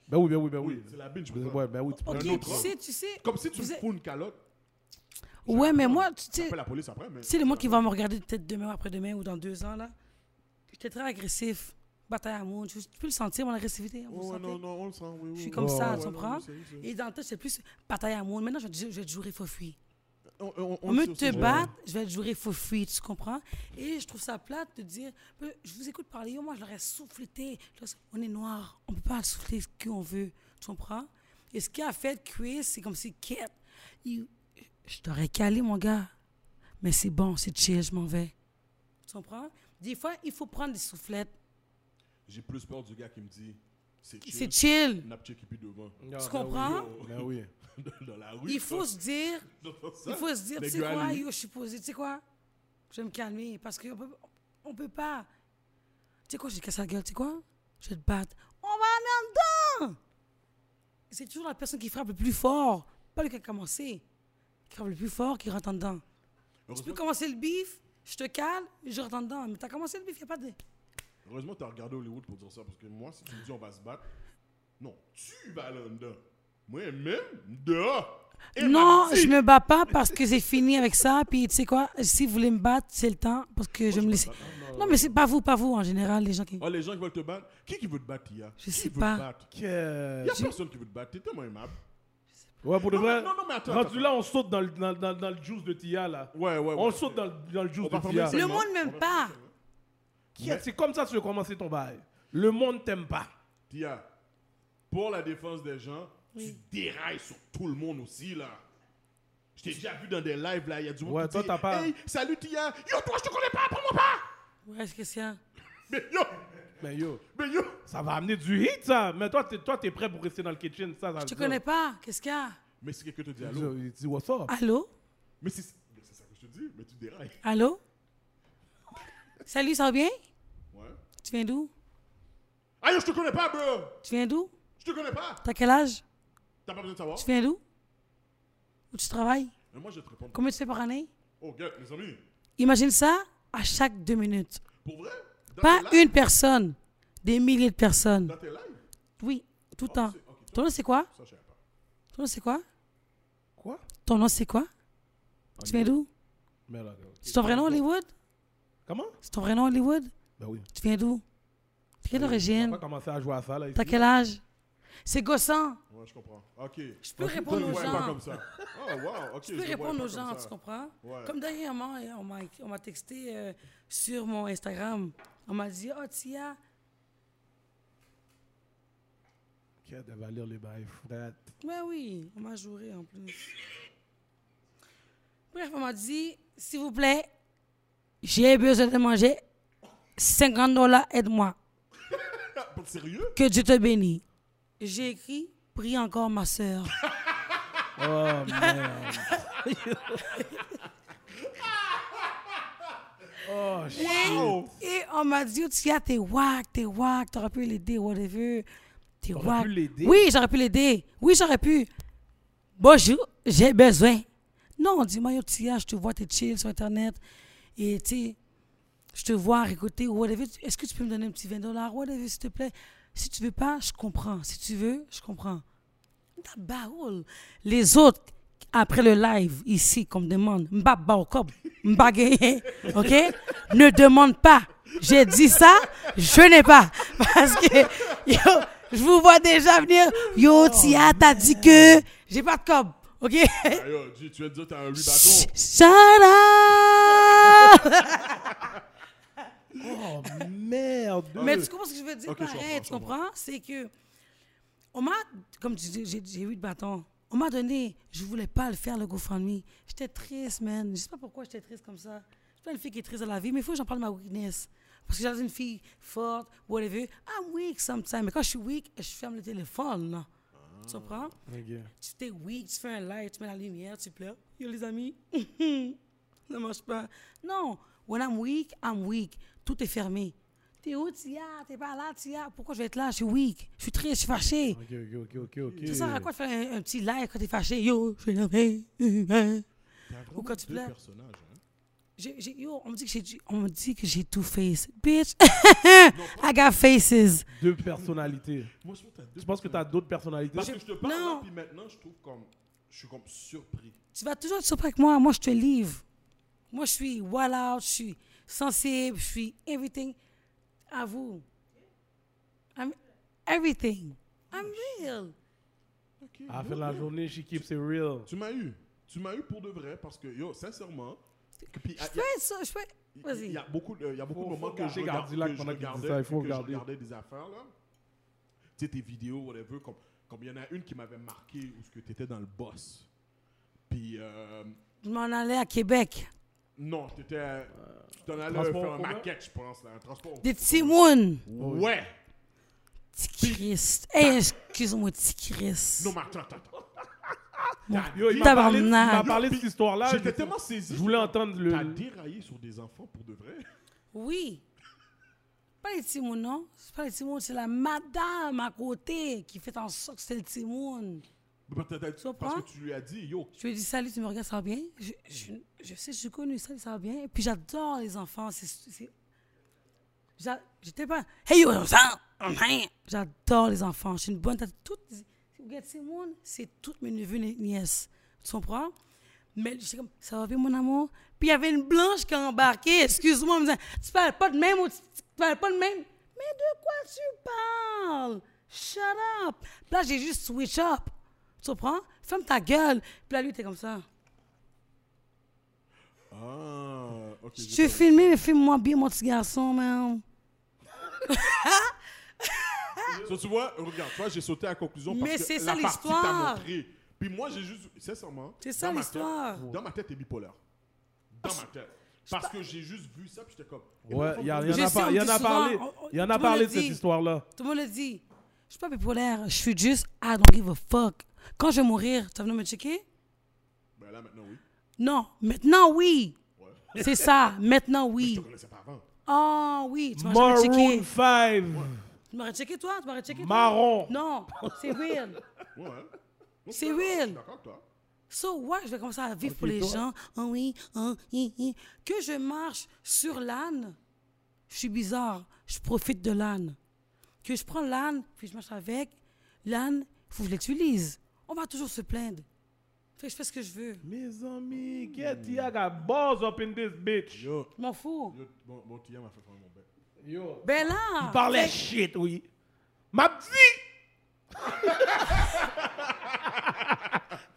Ben oui, ben oui, ben oui. Oui, c'est la bine, je préfère. Ouais, ben oui, tu peux- Ok, Un tu autre homme. sais, tu sais. Comme si tu Vous me êtes- fous une calotte, Ouais, mais moi, tu sais. appelle la police après, mais... Tu sais, le monde qui va me regarder peut-être demain ou après-demain ou dans deux ans, là. J'étais très agressif. Bataille à monde. Tu tu peux le sentir, mon agressivité. vous le Oh, ouais, sentez? non, non, on le sent, oui, oui. Je suis oui. comme Ouais, ça, ouais, tu non, comprends? oui, c'est- c'est- Et dans le temps, c'est plus bataille à monde. Maintenant, je vais te- je vais te jouer, faut fuir. On, on, On le me sait aussi, te je- battre, je vais te jouer faux fuite, tu comprends? Et je trouve ça plate de dire, euh, je vous écoute parler, yo, moi je leur ai souffleté. Je leur ai- On est noir, on peut pas souffler ce qu'on veut, tu comprends? Et ce qui a fait Chris, c'est comme si Kate, il- je t'aurais calé mon gars, mais c'est bon, c'est chill, je m'en vais. Tu comprends? Des fois, il faut prendre des soufflettes. J'ai plus peur du gars qui me dit c'est C'est chill. chill, Napchek qui est devant. Ah, tu ben oui. comprends? Ben oui. Dans- Dans la rue. Il faut se dire, Il faut se dire, tu sais quoi, yo, je suis posé, tu sais quoi, je vais me calmer parce qu'on peut, on peut pas. Tu sais quoi, je vais te casser la gueule, tu sais quoi, je vais te battre. On va aller en dedans! C'est toujours la personne qui frappe le plus fort, pas le qui a commencé. Qui frappe le plus fort, qui rentre en dedans. Tu peux Heureusement, commencer le bif, je te cale, je rentre en dedans. Mais t'as commencé le bif, y a pas de. heureusement t'as regardé Hollywood pour dire ça parce que moi, si tu me dis on va se battre, non, tu vas là dedans. Moi, même dehors. Et Non, mardi. je me bats pas parce que c'est fini avec ça. Puis tu sais quoi, si vous voulez me battre, c'est le temps parce que je me laisse. Non, mais c'est pas vous, pas vous en général, les gens qui. Oh, les gens qui veulent te battre. Qui qui veut te battre, Tia Je Qui sais veut te pas. battre Que- Il a personne qui veut te battre. T'es tellement aimable. Ouais, pour de Non, vrai. mais- non, non, mais attends, rendu attends. là, on saute dans le, dans, dans- dans le juice de Tia, là. Ouais, ouais, On ouais. saute dans, le- dans le juice va de former Tia. une Le Tellement. monde m'aime pas. Qui- C'est comme ça que tu veux commencer ton bail. Le monde t'aime pas. Tia, pour la défense des gens, tu dérailles sur tout le monde aussi, là. Je t'ai déjà vu dans des lives, là. Il y a du monde Ouais, qui toi, dit, t'as pas- Hey, salut, Tia. Yo, toi, je te connais pas, prends-moi pas. Ouais, Christian. Mais yo, Mais yo, mais yo. ça va amener du hit, ça. Mais toi, t'es, toi, t'es prêt pour rester dans le kitchen, ça. ça Je te connais pas. Ah. Qu'est-ce qu'il y a Mais si quelqu'un te dit allô, Il dit what's up. Allô mais c'est mais c'est ça que je te dis, mais tu dérailles. Allô Salut, ça va bien Ouais. Tu viens d'où Ah yo, je te connais pas, bro. Tu viens d'où Je te connais pas. T'as quel âge T'as pas besoin de savoir. Tu viens d'où Où tu travailles Mais moi, je vais te réponds. Combien tu fais par année Oh, gars, les amis, Imagine ça à chaque deux minutes. pour vrai dans Pas tes lives- une personne, des milliers de personnes. Dans tes lives Oui, tout le temps. c'est- ok, Ton nom c'est quoi Ça, je savais pas. Ton nom c'est quoi Quoi Ton nom c'est quoi Tu viens d'où Mais là, C'est ton vrai nom Hollywood Comment C'est ton vrai nom Hollywood Ben oui. Tu viens d'où T'es quelle On va origine commencer à jouer à ça, là. ici. T'as quel âge C'est gossant. Ouais, je comprends. Ok. Je peux répondre aux le voyais pas gens. comme ça. Oh, wow. Ok. Je peux le voyais pas répondre comme aux gens, ça. tu comprends? Ouais. Comme dernièrement, euh, on m'a- on m'a texté euh, sur mon Instagram. On m'a dit, oh Tia, Ok, elle va lire les bails, frère. ouais oui, on m'a juré en plus. Bref, on m'a dit, s'il vous plaît, j'ai besoin de manger 50 dollars, aide-moi. Ah, pour- Mm-hmm. Sérieux Que Dieu te bénisse. J'ai écrit, prie encore ma soeur. Oh, man. oh, shit. Oh. Et on m'a dit, oh, Tia, t'es wack, t'es wack, t'aurais pu l'aider, whatever. T'es T'aurais wack. pu l'aider? Oui, j'aurais pu l'aider. Oui, j'aurais pu. Bonjour, j'ai besoin. Non, dis-moi, yo, Tia, je te vois, t'es chill sur Internet. Et tu sais, je te vois, écouter, whatever. Est-ce que tu peux me donner un petit 20 dollars, whatever, s'il te plaît? Si tu veux pas, je comprends. Si tu veux, je comprends. Ta baoule. Les autres, après le live, ici, qu'on me demande, m'ba baokob, m'ba gagné, OK? Ne demande pas. J'ai dit ça, je n'ai pas. Parce que, yo, je vous vois déjà venir. Yo, Tia, t'as dit que j'ai pas de cob, OK? Ah, yo, dis- tu vas te dire, t'as un 8 Ch- bâtons. Shut up! Oh, merde. Mais tu comprends ce que je veux dire Ok, je pareil, comprends, je tu comprends? C'est que, on m'a, comme tu dis, j'ai- j'ai eu le bâton. On m'a donné, je voulais pas le faire, le GoFundMe. J'étais triste, man. Je sais pas pourquoi j'étais triste comme ça. Je suis pas une fille qui est triste dans la vie, mais il faut que j'en parle de ma weakness. Parce que j'étais une fille forte, whatever. I'm weak sometimes. Mais quand je suis weak, je ferme le téléphone, là. Tu comprends? tu t'es weak, tu fais un live, tu mets la lumière, tu pleures. Yo, les amis, ça marche pas. Non, when I'm weak, I'm weak. Tout est fermé. T'es où, Tia? T'es pas là, Tia? Pourquoi je vais être là? Je suis weak. Je suis triste, je suis fâché. Ok, ok, ok, ok, ok. Ça sert à quoi de faire un, un petit live quand t'es fâché? Yo, je suis nommé. hum, hum. T'as vraiment quand tu deux pleures. personnages, hein. J'ai- j'ai- Yo, on me dit que j'ai du- on me dit que j'ai two face. Bitch, Non, I got faces. Deux personnalités. Moi, je pense que t'as deux Je pense que t'as d'autres personnalités. Bah, Parce que je te parle, Non. là, puis maintenant, je trouve comme. Je suis comme surpris. Tu vas toujours être surpris avec moi. Moi, je te livre. Moi, je suis wall out, je suis sensible, je suis everything. À vous. I'm everything. I'm real. Ok. yo, À la fin de la yo. journée, she keeps it real. Tu m'as eu. Tu m'as eu pour de vrai parce que, yo, sincèrement. que- puis, Je ah, peux être ça, je peux. Il- Il Vas-y. y a beaucoup, de- euh, il y a beaucoup Faut- de moments faut que je, garder regarde, Gardilac que je pendant qu'il dit regardais, ça, il faut que je regarder. regardais des affaires là. Tu sais, tes vidéos, whatever, comme, comme il y en a une qui m'avait marqué où ce que tu étais dans le boss. Puis euh, Je m'en allais à Québec. non, tu étais tu t'en allais Euh, transport faire en un commun? Oh, maquette, je pense là, un transport. Des Timoun. Ouais. Petit Christ. Hey, excuse-moi, petit Christ. Non, mais attends, attends. attends. Yo, il m'a parlé, Tabarnak. il m'a parlé de cette histoire-là. J'étais j'ai- tellement saisi. Je voulais entendre le. T'as déraillé sur des enfants pour de vrai. Oui. Pas les Timoun, non? C'est pas les Timoun, c'est la madame à côté qui fait en sorte que c'est le Timoun. Parce que t'as- Parce comprends? que tu lui as dit, yo, Je lui ai dit salut, tu me regardes, ça va bien. Je, je, je sais, je suis connue, salut, ça va bien. Puis j'adore les enfants. c'est- c'est- j'a- J'étais pas. Hey, yo, ça, on hein? rien. J'adore les enfants. Je suis une bonne tête. Toutes, regarde, c'est mon, c'est toutes mes neveux et nièces. Tu comprends? Mais j'étais comme, ça va bien, mon amour? Puis il y avait une blanche qui a embarqué, excuse-moi, en me disant, tu parles pas de même ou tu, tu parles pas de même? Mais de quoi tu parles? Shut up! Puis là, j'ai juste switch up. Tu comprends? Ferme ta gueule. Puis là, lui, était comme ça. Ah, ok. Je suis filmé, mais filme-moi bien, mon petit garçon, man. So, tu vois, regarde, toi, j'ai sauté à la conclusion Mais parce c'est que ça, la partie t'a l'histoire. montré. Puis moi, j'ai juste, sincèrement, C'est ça, dans ma l'histoire. tête- Dans ma tête, t'es bipolaire. Dans ma tête. Parce que j'ai juste vu ça, puis j'étais comme. eh, Ouais, mais il y, en faut- Je a sais, par- on y en dit a souvent, parlé, on- y on- en tout le a parlé monde de le cette dit. histoire-là. Tout le monde le dit. Je suis pas bipolaire, je suis juste I don't give a fuck. Quand je vais mourir, tu vas venir me checker? Ben là, maintenant, oui. Non, maintenant oui. Ouais. C'est ça, maintenant Je oui. te connaissais pas avant. Oh oui, tu m'aurais jamais checké. Maroon 5, Tu m'aurais checké toi, tu m'aurais checké toi. marron. Non, c'est weird. Ouais, hein. Donc, C'est je suis weird. D'accord, avec toi. So what? Je vais commencer à vivre pour les toi. gens. Ah oui, ah, hi, hi. Que je marche sur l'âne, je suis bizarre. Je profite de l'âne. Que je prends l'âne, puis je marche avec, l'âne, il faut que je l'utilise. On va toujours se plaindre. Fait que je fais ce que je veux. Mes amis, get Hmm. I got balls up in this bitch. Yo, Je m'en fous. yo, mon, mon client m'a fait prendre mon bec. Yo. Ben là! Parlait shit, oui. M'a dit.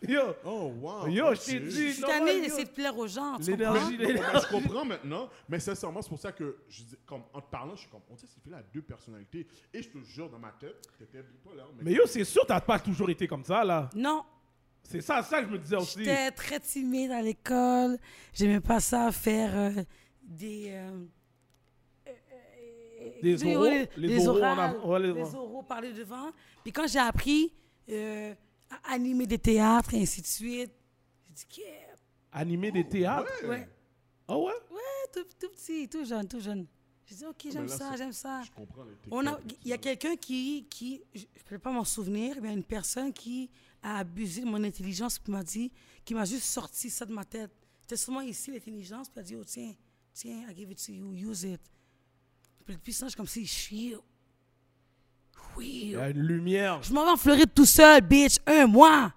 Yo, Oh, wow. yo, ok. je t'ai Je dit. suis non, tannée yo. d'essayer de plaire aux gens. tu comprends? L'énergie, Non, mais l'énergie. Ben, je comprends maintenant, mais sincèrement, c'est pour ça que, je dis, comme, en te parlant, je suis comme, on sait, c'est fait là deux personnalités. Et je te jure, dans ma tête, t'étais bipolaire. Mais yo, c'est sûr, t'as pas toujours été comme ça, là. Non, C'est ça, ça que je me disais aussi. j'étais très timide à l'école. J'aimais pas ça faire euh, des. euh, Des tu sais, oraux, ouais, les les oraux en orales, avant- ouais, les- les oraux parler devant. Puis quand j'ai appris euh, à animer des théâtres et ainsi de suite, j'ai dit, yeah. Animé des théâtres. ouais, Ah ouais? ouais, tout, tout petit, tout jeune, tout jeune. J'ai dit, ok, j'aime là, ça, c'est- j'aime ça. Je comprends les techniques. Ah. On a- et tout Il y a ça. quelqu'un qui, qui, je ne peux pas m'en souvenir, mais il y a une personne qui a abusé de mon intelligence qui m'a dit, qui m'a juste sorti ça de ma tête. C'était sûrement ici l'intelligence, puis elle a dit, oh tiens, tiens, I give it to you, use it. Puis depuis ça, je suis comme si, je suis... Oui. Il y a une lumière. Je m'en vais en Floride tout seul, bitch, un mois.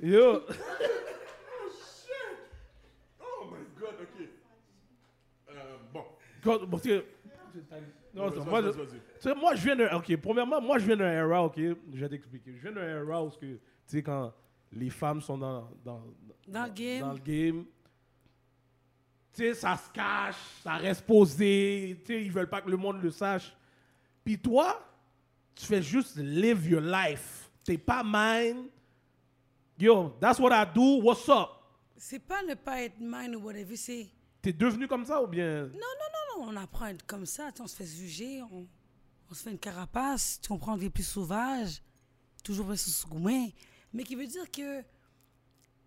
Yo. Oh my god, ok. Euh, bon. Quand- parce que- Non, Vas-y, attends, moi, je- vas-y, vas-y. tu sais, moi, je viens d'un. Ok, premièrement, moi, je viens d'un era, ok, je vais t'expliquer. Je viens d'un era où, ce que, tu sais, quand les femmes sont dans, dans, Dans le game. dans le game, tu sais, ça se cache, ça reste posé, tu sais, ils veulent pas que le monde le sache. Puis toi, tu fais juste live your life. T'es pas mine. Yo, that's what I do, what's up? C'est pas ne pas être mine ou whatever, c'est... T'es devenu comme ça ou bien. Non, non, non, non, on apprend à être comme ça. tu sais, On se fait juger, on, on se fait une carapace. Tu comprends, on devient plus sauvage, toujours plus sous gourmet. Mais qui veut dire que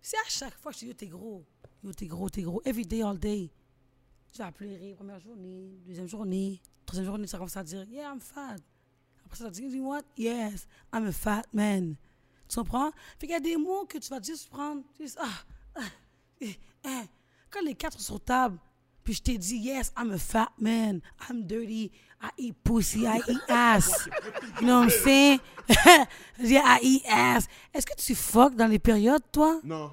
si à chaque fois je te dis, yo, t'es gros, yo, t'es gros, t'es gros, every day, all day, tu vas pleurer, première journée, deuxième journée, troisième journée, ça commence à dire, yeah, I'm fat. Après ça, tu vas dire, you know what? Yes, I'm a fat man. Tu comprends? Fait qu'il y a des mots que tu vas juste prendre, juste, ah, ah, eh, hein. Quand les quatre sont sur table, puis je t'ai dit, yes, I'm a fat man, I'm dirty, I eat pussy, I eat ass. you know what I'm saying? yeah, I eat ass. Est-ce que tu fuck dans les périodes, toi? Non.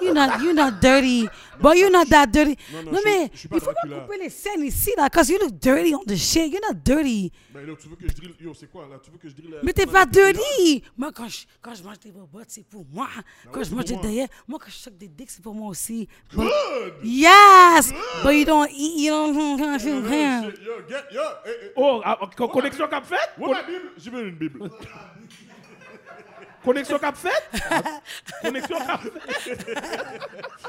You're not, you're not dirty. But you're not that dirty. Non, Non, non, je- mais je suis pas il faut pas Dracula. couper les scènes ici, là, parce que you look dirty on the shit. You're not dirty. Ben là, tu veux que je drille. Yo, c'est quoi là Tu veux que je drille. Mais t'es pas dirty. Moi, quand je, quand je mange des bobottes, c'est pour moi. ouais, Quand je Bah c'est mange des pour moi. Bah derrière, moi, quand je choque des dicks, c'est pour moi aussi. But- Good yes! Ah! But you don't eat, you don't feel Yo, rien. shit, Yo, get. Yo, eh, eh. Oh, ah, co- connexion cap faite? Où est ma Bible J'ai vu une Bible. Connexion cap faite? Connexion cap faite?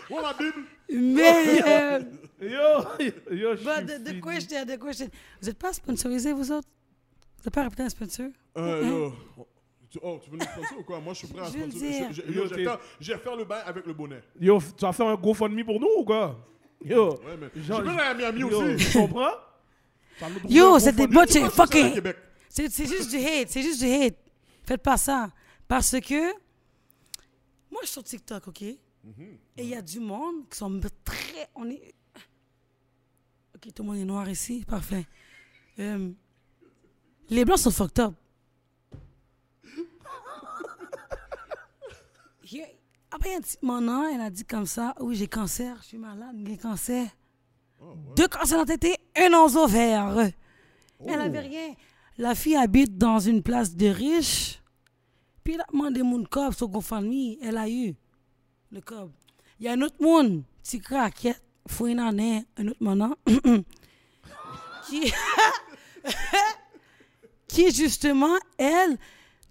Où est ma Bible Mais, euh, Yo, yo, je suis but the, the fini. question, the question. Vous êtes pas sponsorisés, vous autres? Vous êtes pas réputé un sponsor? Euh, yo. Tu- Oh, tu veux nous sponsor ou quoi Moi, je suis prêt à Hein? Je veux le sponsor. dire. Je- je- yo, Yo, Je t'es- vais faire- je vais faire le bail avec le bonnet. Yo, f- tu vas faire un GoFundMe pour nous ou quoi? Yo, Ouais, mais. J'ai Jean- vu la Miami yo, aussi. tu comprends? Tu vas nous trouver Yo, un c'est des GoFundMe. botches, Pourquoi tu fais ça à fucking. Québec C'est c'est juste du hate, c'est juste du hate. Faites pas ça. Parce que moi, je suis sur TikTok, OK? Et il y a du monde qui sont très... On est... OK, tout le monde est noir ici, parfait. Euh, les blancs sont fucked up. Puis, euh, après un petit moment, elle a dit comme ça Oui, j'ai cancer, je suis malade, j'ai cancer. Deux cancers dans la tête et un dans les ovaires. Elle avait rien. La fille habite dans une place de riche. Puis elle a demandé mon cob, son famille, elle a eu le cob. Il y a un autre monde, petit craquette, faut une année, un autre moment, qui, qui justement, elle,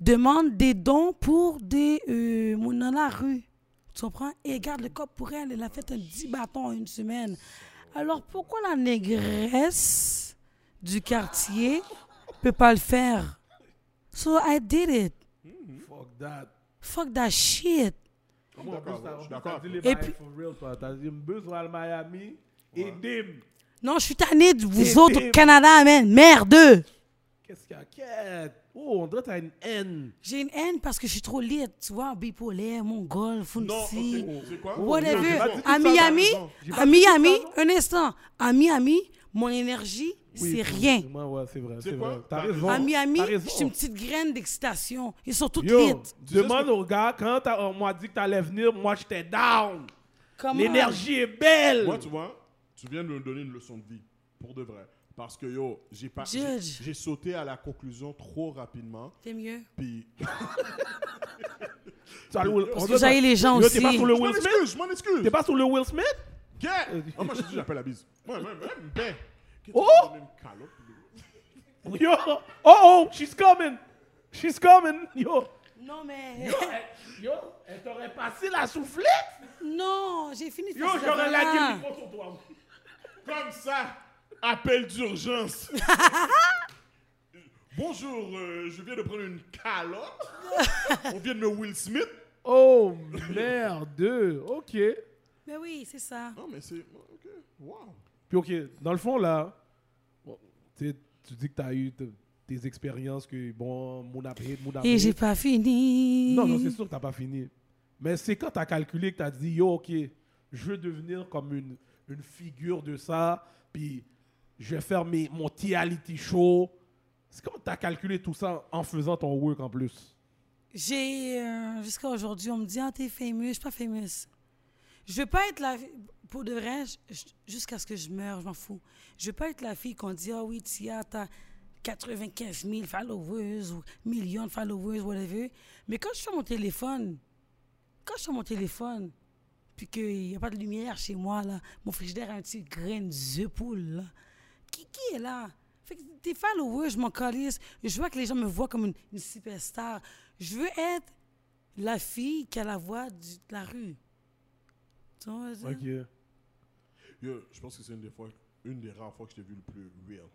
demande des dons pour des euh, moun dans la rue. Tu comprends? Et elle garde le cob pour elle, elle a fait un 10 bâtons en une semaine. Alors pourquoi la négresse du quartier peut pas le faire? So I did it. Fuck that. Fuck that shit. Je suis d'accord, je suis d'accord. dit les avec toi. Et bails puis- for real, toi. T'as dit, besoin à Miami, aidez-moi. Non, je suis tanné de vous C'est autres terrible. au Canada, man. Merde! Qu'est-ce qu'il y a? Quête. Oh, on dirait que t'as une haine. J'ai une haine parce que je suis trop lit, tu vois, bipolaire, mongol, Non, funsi. ok, c'est quoi? Whatever. Non, j'ai pas À dit tout ça, t'as raison. Miami, J'ai pas à dit tout ça, Miami, non? un instant. À Miami, mon énergie, Oui, c'est rien. Moi, ouais, c'est vrai. C'est C'est quoi? vrai. T'as T'as raison. raison. À Miami, T'as raison. je suis une petite graine d'excitation. Ils sont toutes Yo, lites. Tu sais ce demande que- au gars, quand t'as- on m'a dit que t'allais venir, moi j'étais down. Comment- L'énergie est belle. Moi, tu vois, tu viens de me donner une leçon de vie, pour de vrai. Parce que yo, j'ai pas, j'ai Judge. j'ai sauté à la conclusion trop rapidement. T'es mieux. Puis, Tu as le Will- Parce on que dirait- j'haïs les gens Yo, aussi. T'es pas sur le je m'en Will Smith? excuse, je m'en excuse. T'es pas sur le Will Smith? Yeah. Ah, moi, je te dis, j'appelle la bise. Moi, même, même, ben. Oh! Une calope, Yo, oh oh, she's coming. She's coming. Yo, Non, mais. yo, elle t'aurait passé la soufflette. Non, j'ai fini de Yo, faire cette j'aurais affaire-là. lagué le micro sur toi. Comme ça, appel d'urgence. Bonjour, euh, je viens de prendre une calope. On vient de me Will Smith. Oh merde. Ok. Mais oui, c'est ça. Non, Ah, mais c'est. Ok, wow. Puis ok, dans le fond là, bon, tu sais, tu dis que t'as eu te- tes expériences que bon, mon après, mon après. Et j'ai pas fini. Ah, Non, non, c'est sûr que t'as pas fini. Mais c'est quand t'as calculé que t'as dit, yo, ok, je veux devenir comme une, une figure de ça, puis je vais faire mes, mon reality show. C'est comme t'as calculé tout ça en faisant ton work en plus. J'ai. euh, Jusqu'à aujourd'hui, on me dit Ah, t'es famous. Je suis pas famous. Je veux pas être la. Pour de vrai, je- je- jusqu'à ce que je meure, je m'en fous. Je veux pas être la fille qu'on dit Ah oui, Tia, t'as 95 000 followers ou millions de followers, whatever. Mais quand je suis sur mon téléphone, quand je suis sur mon téléphone, puis qu'il n'y a pas de lumière chez moi, là, mon frigidaire a un petit grain de poule, là. Qui, qui est là? Fait que t'es followers, je m'en calisse. Je vois que les gens me voient comme une, une superstar. Je veux être la fille qui a la voix du- de la rue. Tu vois, je veux dire? Ok. Yo, je pense que c'est une des fois, une des rares fois que je t'ai vu le plus real.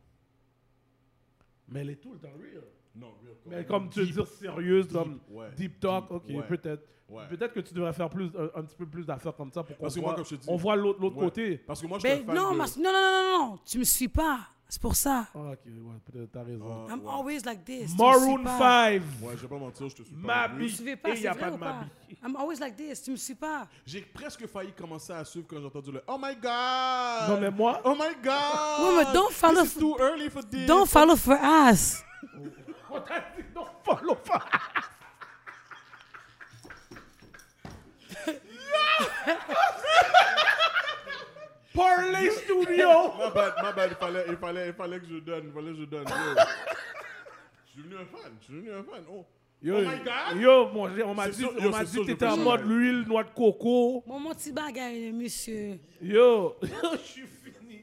Mais elle est tout le temps real. Non, real. comme- Mais comme tu veux dire sérieuse, comme ouais, deep talk, deep, ok, ouais, peut-être. ouais. Peut-être que tu devrais faire plus, euh, un, un petit peu plus d'affaires comme ça pour qu'on Parce que moi, voit, comme je te dis- on voit l'autre l'autre Ouais. côté. Parce que moi, je suis Ben, un fan non, de- mas- non, non, non, non, non, tu me suis pas. C'est pour ça. Ah, ok, ouais, peut-être t'as raison. Ah, I'm ouais. always like this. Maroon tu me suis pas. 5. Ouais, je vais pas mentir, je te suis pas. Ma non plus. bille. Tu veux Et pas, y c'est a vrai pas de ou pas? I'm always like this. Tu me suis pas. J'ai presque failli commencer à suivre quand j'ai entendu le Oh my god! Non, mais moi- Oh my god! Ouais, mais don't follow- This is too early for this! Don't follow for us. On t'a Oh, dit non, follow pas. Parley Studio. My bad, my bad, il fallait, il fallait, il fallait que je donne, il fallait que je donne. Yo. je suis devenu un fan, je suis devenu un fan. Oh, oh my god! yo, mon gé- on m'a C'est dit, sûr- on yo, m'a c'est dit sûr, que je t'étais peux en jamais. mode l'huile, noix de coco. Mon, mon petit bagage, monsieur. Yo, je suis fini.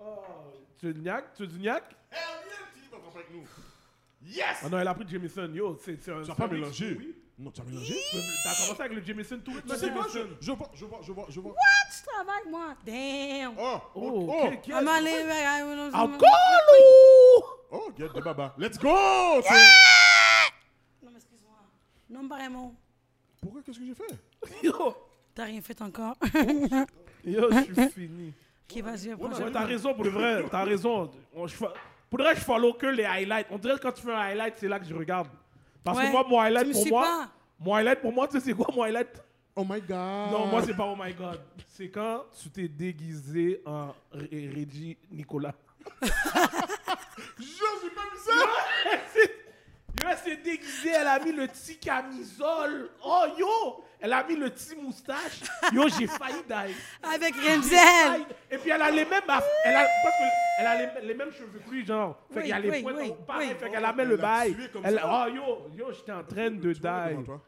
Oh, Tu veux du gnac? Tu veux du gnac? Hell yeah, tu vas comprendre avec nous! Yes! Ah non, elle a pris Jameson. Yo, c'est c'est un. tu c'est as pas un mix, mélangé? oui. Non, tu as mélangé? T'as commencé avec le Jameson tout Mais le c'est quoi? Jameson. Je, je vois, je vois, je vois, je vois. Tu travailles, moi. Damn. Ah, Oh, oh, Oh, oh, quel- quel- I'm allé, I'm- I'm- Encore lourd! oh, get the baba. Let's go! c'est- Ah Non, mais excuse-moi. Non, mais vraiment. Pourquoi, qu'est-ce que j'ai fait? Yo, T'as rien fait encore. yo, je Hein, suis fini. ok, vas-y, je Ouais, t'as raison pour le vrai, t'as raison. On- je fa- pour le vrai, je follow que les highlights. On dirait que quand tu fais un highlight, c'est là que je regarde. Parce que Ouais, moi, mon tu highlight me pour suis moi, pas. mon highlight pour moi, tu sais c'est quoi mon highlight Oh my god! Non, Euh. moi c'est pas oh my god. C'est quand tu t'es déguisé en Re- Reggie Nicolas. Je suis pas mis ça! C'est- Yo, s'est déguisée, elle a mis le petit camisole. Oh yo, elle a mis le petit moustache. Yo, j'ai failli die. Avec Failli. Renzel. Et puis elle a les mêmes, aff- elle a, parce que elle a les, les mêmes cheveux gris, genre. Fait Oui, qu'il y a les oui, points oui, pareil, oui. fait qu'elle a mis le Elle l'a bail. tué comme Elle, ça. oh yo, yo, j'étais en train de Tu vois devant die. toi.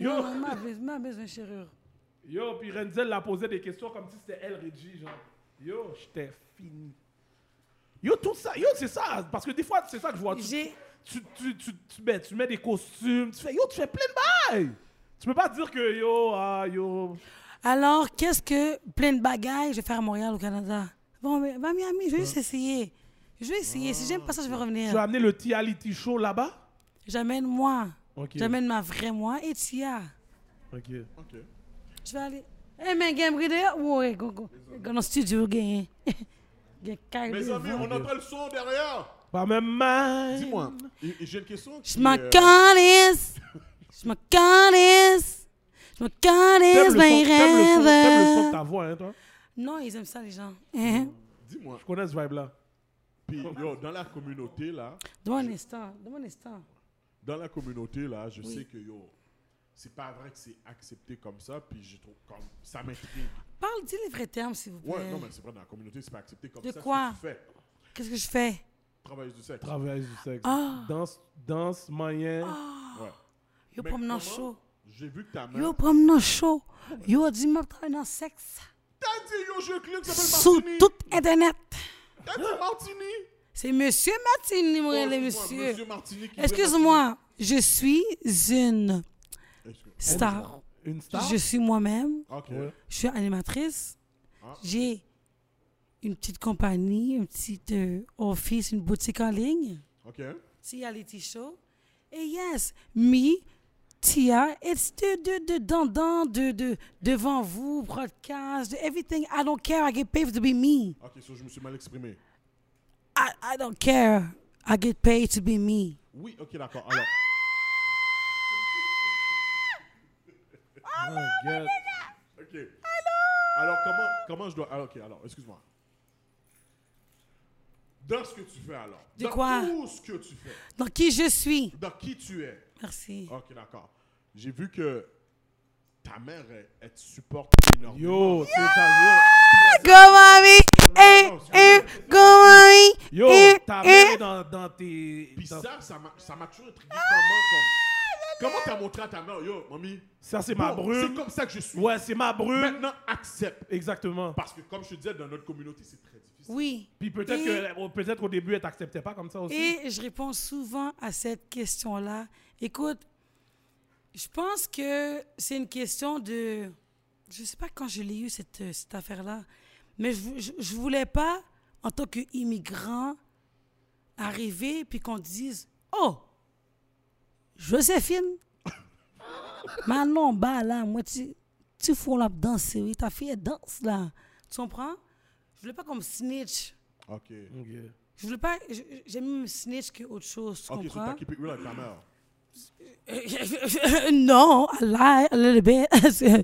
Yo, Non, ma bise- ma bise, un chérure. yo, puis Renzel l'a posé des questions comme si c'était elle, Reggie, genre. Yo, j'étais fini. Yo, tout ça, yo, c'est ça, parce que des fois, c'est ça que je vois. Oh, Tu, J'ai- tu, tu, tu, tu mets, tu mets des costumes, tu fais, yo, tu fais plein de bails. Tu peux pas dire que yo, ah, yo. Alors, qu'est-ce que plein de bagailles je vais faire à Montréal, au Canada? Bon, mais va à Miami, je vais juste essayer. Je vais essayer. Si j'aime pas ça, je vais Tu as revenir. amené le reality show là-bas? J'amène moi. Ok. J'amène ma vraie moi et Tia. Ok. Ok. Je vais aller. Eh, Hey, man, game reader? Oh, Ouais, go, go. Go dans le studio, gagne. Gagne carré Mes de amis, voix. on entend le son derrière. Pas Bah, même mal. Dis-moi, Mm. et- et j'ai une question. Je qui, m'en euh, calisse. Je m'en calisse. Je m'en T'aimes calisse, le, son- mes t'aimes le son- t'aimes le son de rêves. ta voix, hein, toi. Non, ils aiment ça, les gens. Hein? Dis-moi, Je connais ce vibe-là. puis, yo, dans la communauté là, Demande un instant. Demande un instant. dans la communauté là, je sais que yo, c'est pas vrai que c'est accepté comme ça, puis je trouve comme ça m'intrigue. Parle, dis les vrais termes, s'il vous plaît. Ouais, non mais c'est pas dans la communauté, c'est pas accepté comme De ça. ce quoi? que tu fais, Qu'est-ce que je fais? travailleuse du sexe. Travail du sexe. Ah. Danse, danse moyen. Ouais. Yo, Mais promenant comment- chaud. J'ai vu que ta mère. Yo, promenant chaud. Yo, dis-moi, travaille dans le sexe. T'as dit yo, j'ai un client qui s'appelle Sous Martini. tout Internet. T'as dit Martini. C'est Monsieur Martini, mon Oh, les excuse-moi, monsieur. Martini qui Excuse-moi, je suis une vient- Excuse- star. Une star. Je suis moi-même. Ok. Ouais. Je suis animatrice. Ah. J'ai une petite compagnie, une petite euh, office, une boutique en ligne. Ok. Tia Letty Show. Et yes, me, Tia, it's de, de, de, dans, dans, de, de, devant vous, broadcast, de everything. I don't care, I get paid to be me. Ok, so je me suis mal exprimé. I, I don't care, I get paid to be me. Oui, ok, d'accord. Ah! Alors, Oh, God. ok. Alors, comment, comment je dois. Alors, ok, alors, excuse-moi. Dans ce que tu fais, alors. De dans quoi? Tout ce que tu fais. Dans qui je suis. Dans qui tu es. Merci. Ok, d'accord. J'ai vu que ta mère, elle, elle te supporte énormément. Yo, c'est ça. Go, mommy! Eh, eh, go, mommy! Yo, yo Eh, ta mère eh. est dans, dans tes. Puis dans- ça, ça m'a- ça m'a toujours intrigué. Comment, comme, comment t'as montré à ta mère, yo, mamie? Ça, c'est ma bon, C'est brume. comme Ben, ça que je suis. Ouais, c'est ma brume. Maintenant, accepte. Exactement. Parce que, comme je te disais, dans notre communauté, c'est très difficile. Oui. Puis peut-être Et- que peut-être qu'au début, elle t'acceptait pas comme ça aussi. Et je réponds souvent à cette question-là. Écoute, je pense que c'est une question de... Je ne sais pas quand je l'ai eu, cette, euh, cette affaire-là, mais je ne voulais pas, en tant qu'immigrant, arriver puis qu'on dise, oh, Joséphine, maintenant, bas là, moi, tu, tu fous la danse, oui, ta fille, elle danse là. Tu comprends? Je voulais pas qu'on me snitch. Ok. Ok. Je voulais pas. je- J'aime mieux me snitch que autre chose, tu Ok, so t'as comprends? keep it real avec ta mère. non, I lie a little bit. a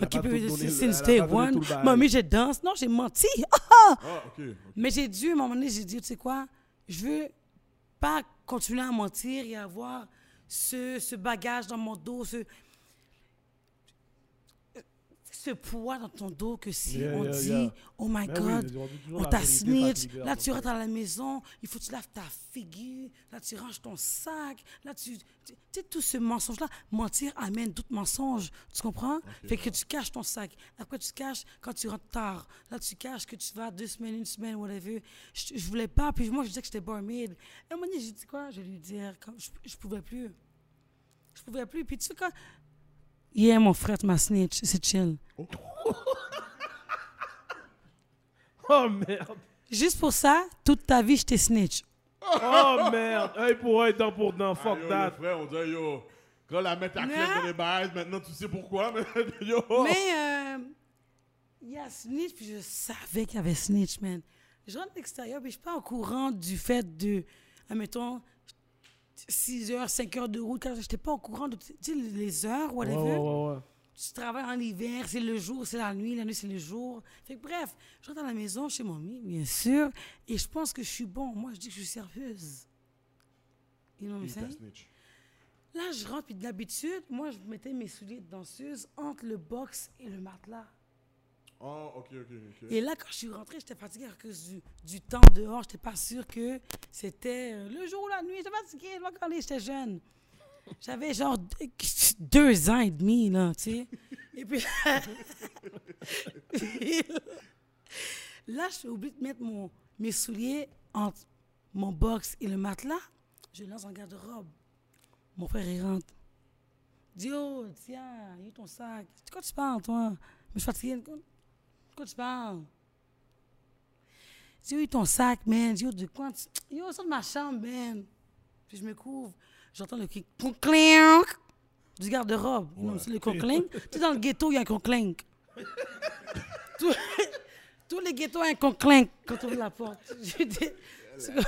Ok, pas tout donné, since elle a day pas donné one. tout le bail. Mamie, je danse. Non, j'ai menti. Ah, ok. ok. Mais j'ai dû, à un moment donné, j'ai dit, tu sais quoi, je veux pas continuer à mentir et avoir ce, ce bagage dans mon dos, ce, ce poids dans ton dos que si Yeah, on yeah, dit, yeah. oh my Ben oui, God, on dit toujours on la t'a vérité, ça snitch, libère, là ça tu fait. rentres à la maison, il faut que tu laves ta figure, là tu ranges ton sac, là tu... Tu tu sais, tout ce mensonge-là, mentir amène d'autres mensonges, tu comprends? Fait que tu caches ton sac. Après, tu caches quand tu rentres tard. Là, tu caches que tu vas deux semaines, une semaine, whatever. Je, je voulais pas, puis moi, je disais que j'étais barmaid. Et un moment donné, j'ai dit quoi? Je vais lui dire, comme, je, je pouvais plus. Je pouvais plus. Puis tu sais, quand... Yeah, mon frère, tu m'as snitch, c'est chill. Oh merde. Juste pour ça, toute ta vie, je t'ai snitch. Oh merde. Œil pour œil, dent pour dent. Ah, Fuck yo, that. Le frère, on dirait, yo, quand la mettre à clé Non. dans les barrages, maintenant tu sais pourquoi, mais yo. Mais euh, Oh. il y a snitch, puis je savais qu'il y avait snitch, man. Je rentre de l'extérieur, puis je suis pas au courant du fait de, admettons, 6 heures, 5 heures de route. Quand j'étais pas au courant de tu sais, les heures, Ouais, whatever. ouais, ouais, ouais. Tu travailles en hiver, c'est le jour, c'est la nuit, la nuit, c'est le jour. Fait que bref, je rentre à la maison chez mamie, bien sûr, et je pense que je suis bon. Moi, je dis que je suis sérieuse. You know what I'm Il t'a saying? snitch. Là, je rentre, puis d'habitude, moi, je mettais mes souliers de danseuse entre le box et le matelas. Oh, ok, ok, ok. Et là, quand je suis rentrée, j'étais fatiguée à cause du, du temps dehors. J'étais pas sûre que c'était euh, le jour ou la nuit. J'étais fatiguée, moi, quand j'étais jeune. J'avais genre deux, deux ans et demi, là, tu sais. Et puis là, j'ai oublié de mettre mon, mes souliers entre mon box et le matelas. Je lance en garde-robe. Mon frère, il rentre. Dis, oh, tiens, il y a eu ton sac. De quoi tu parles, toi? Mais je suis fatiguée. De quoi- de quoi tu parles? Dis, oui, ton sac, man. Dis, yo, de quoi tu... Yo, sors de ma chambre, man. Puis je me couvre. J'entends le clink, clink du garde-robe. Non, c'est le conclink. Tu sais, dans le ghetto, il y a un conclink. tous, tous les ghettos ont un conclink quand on ouvre la porte. Je dis, c'est comme-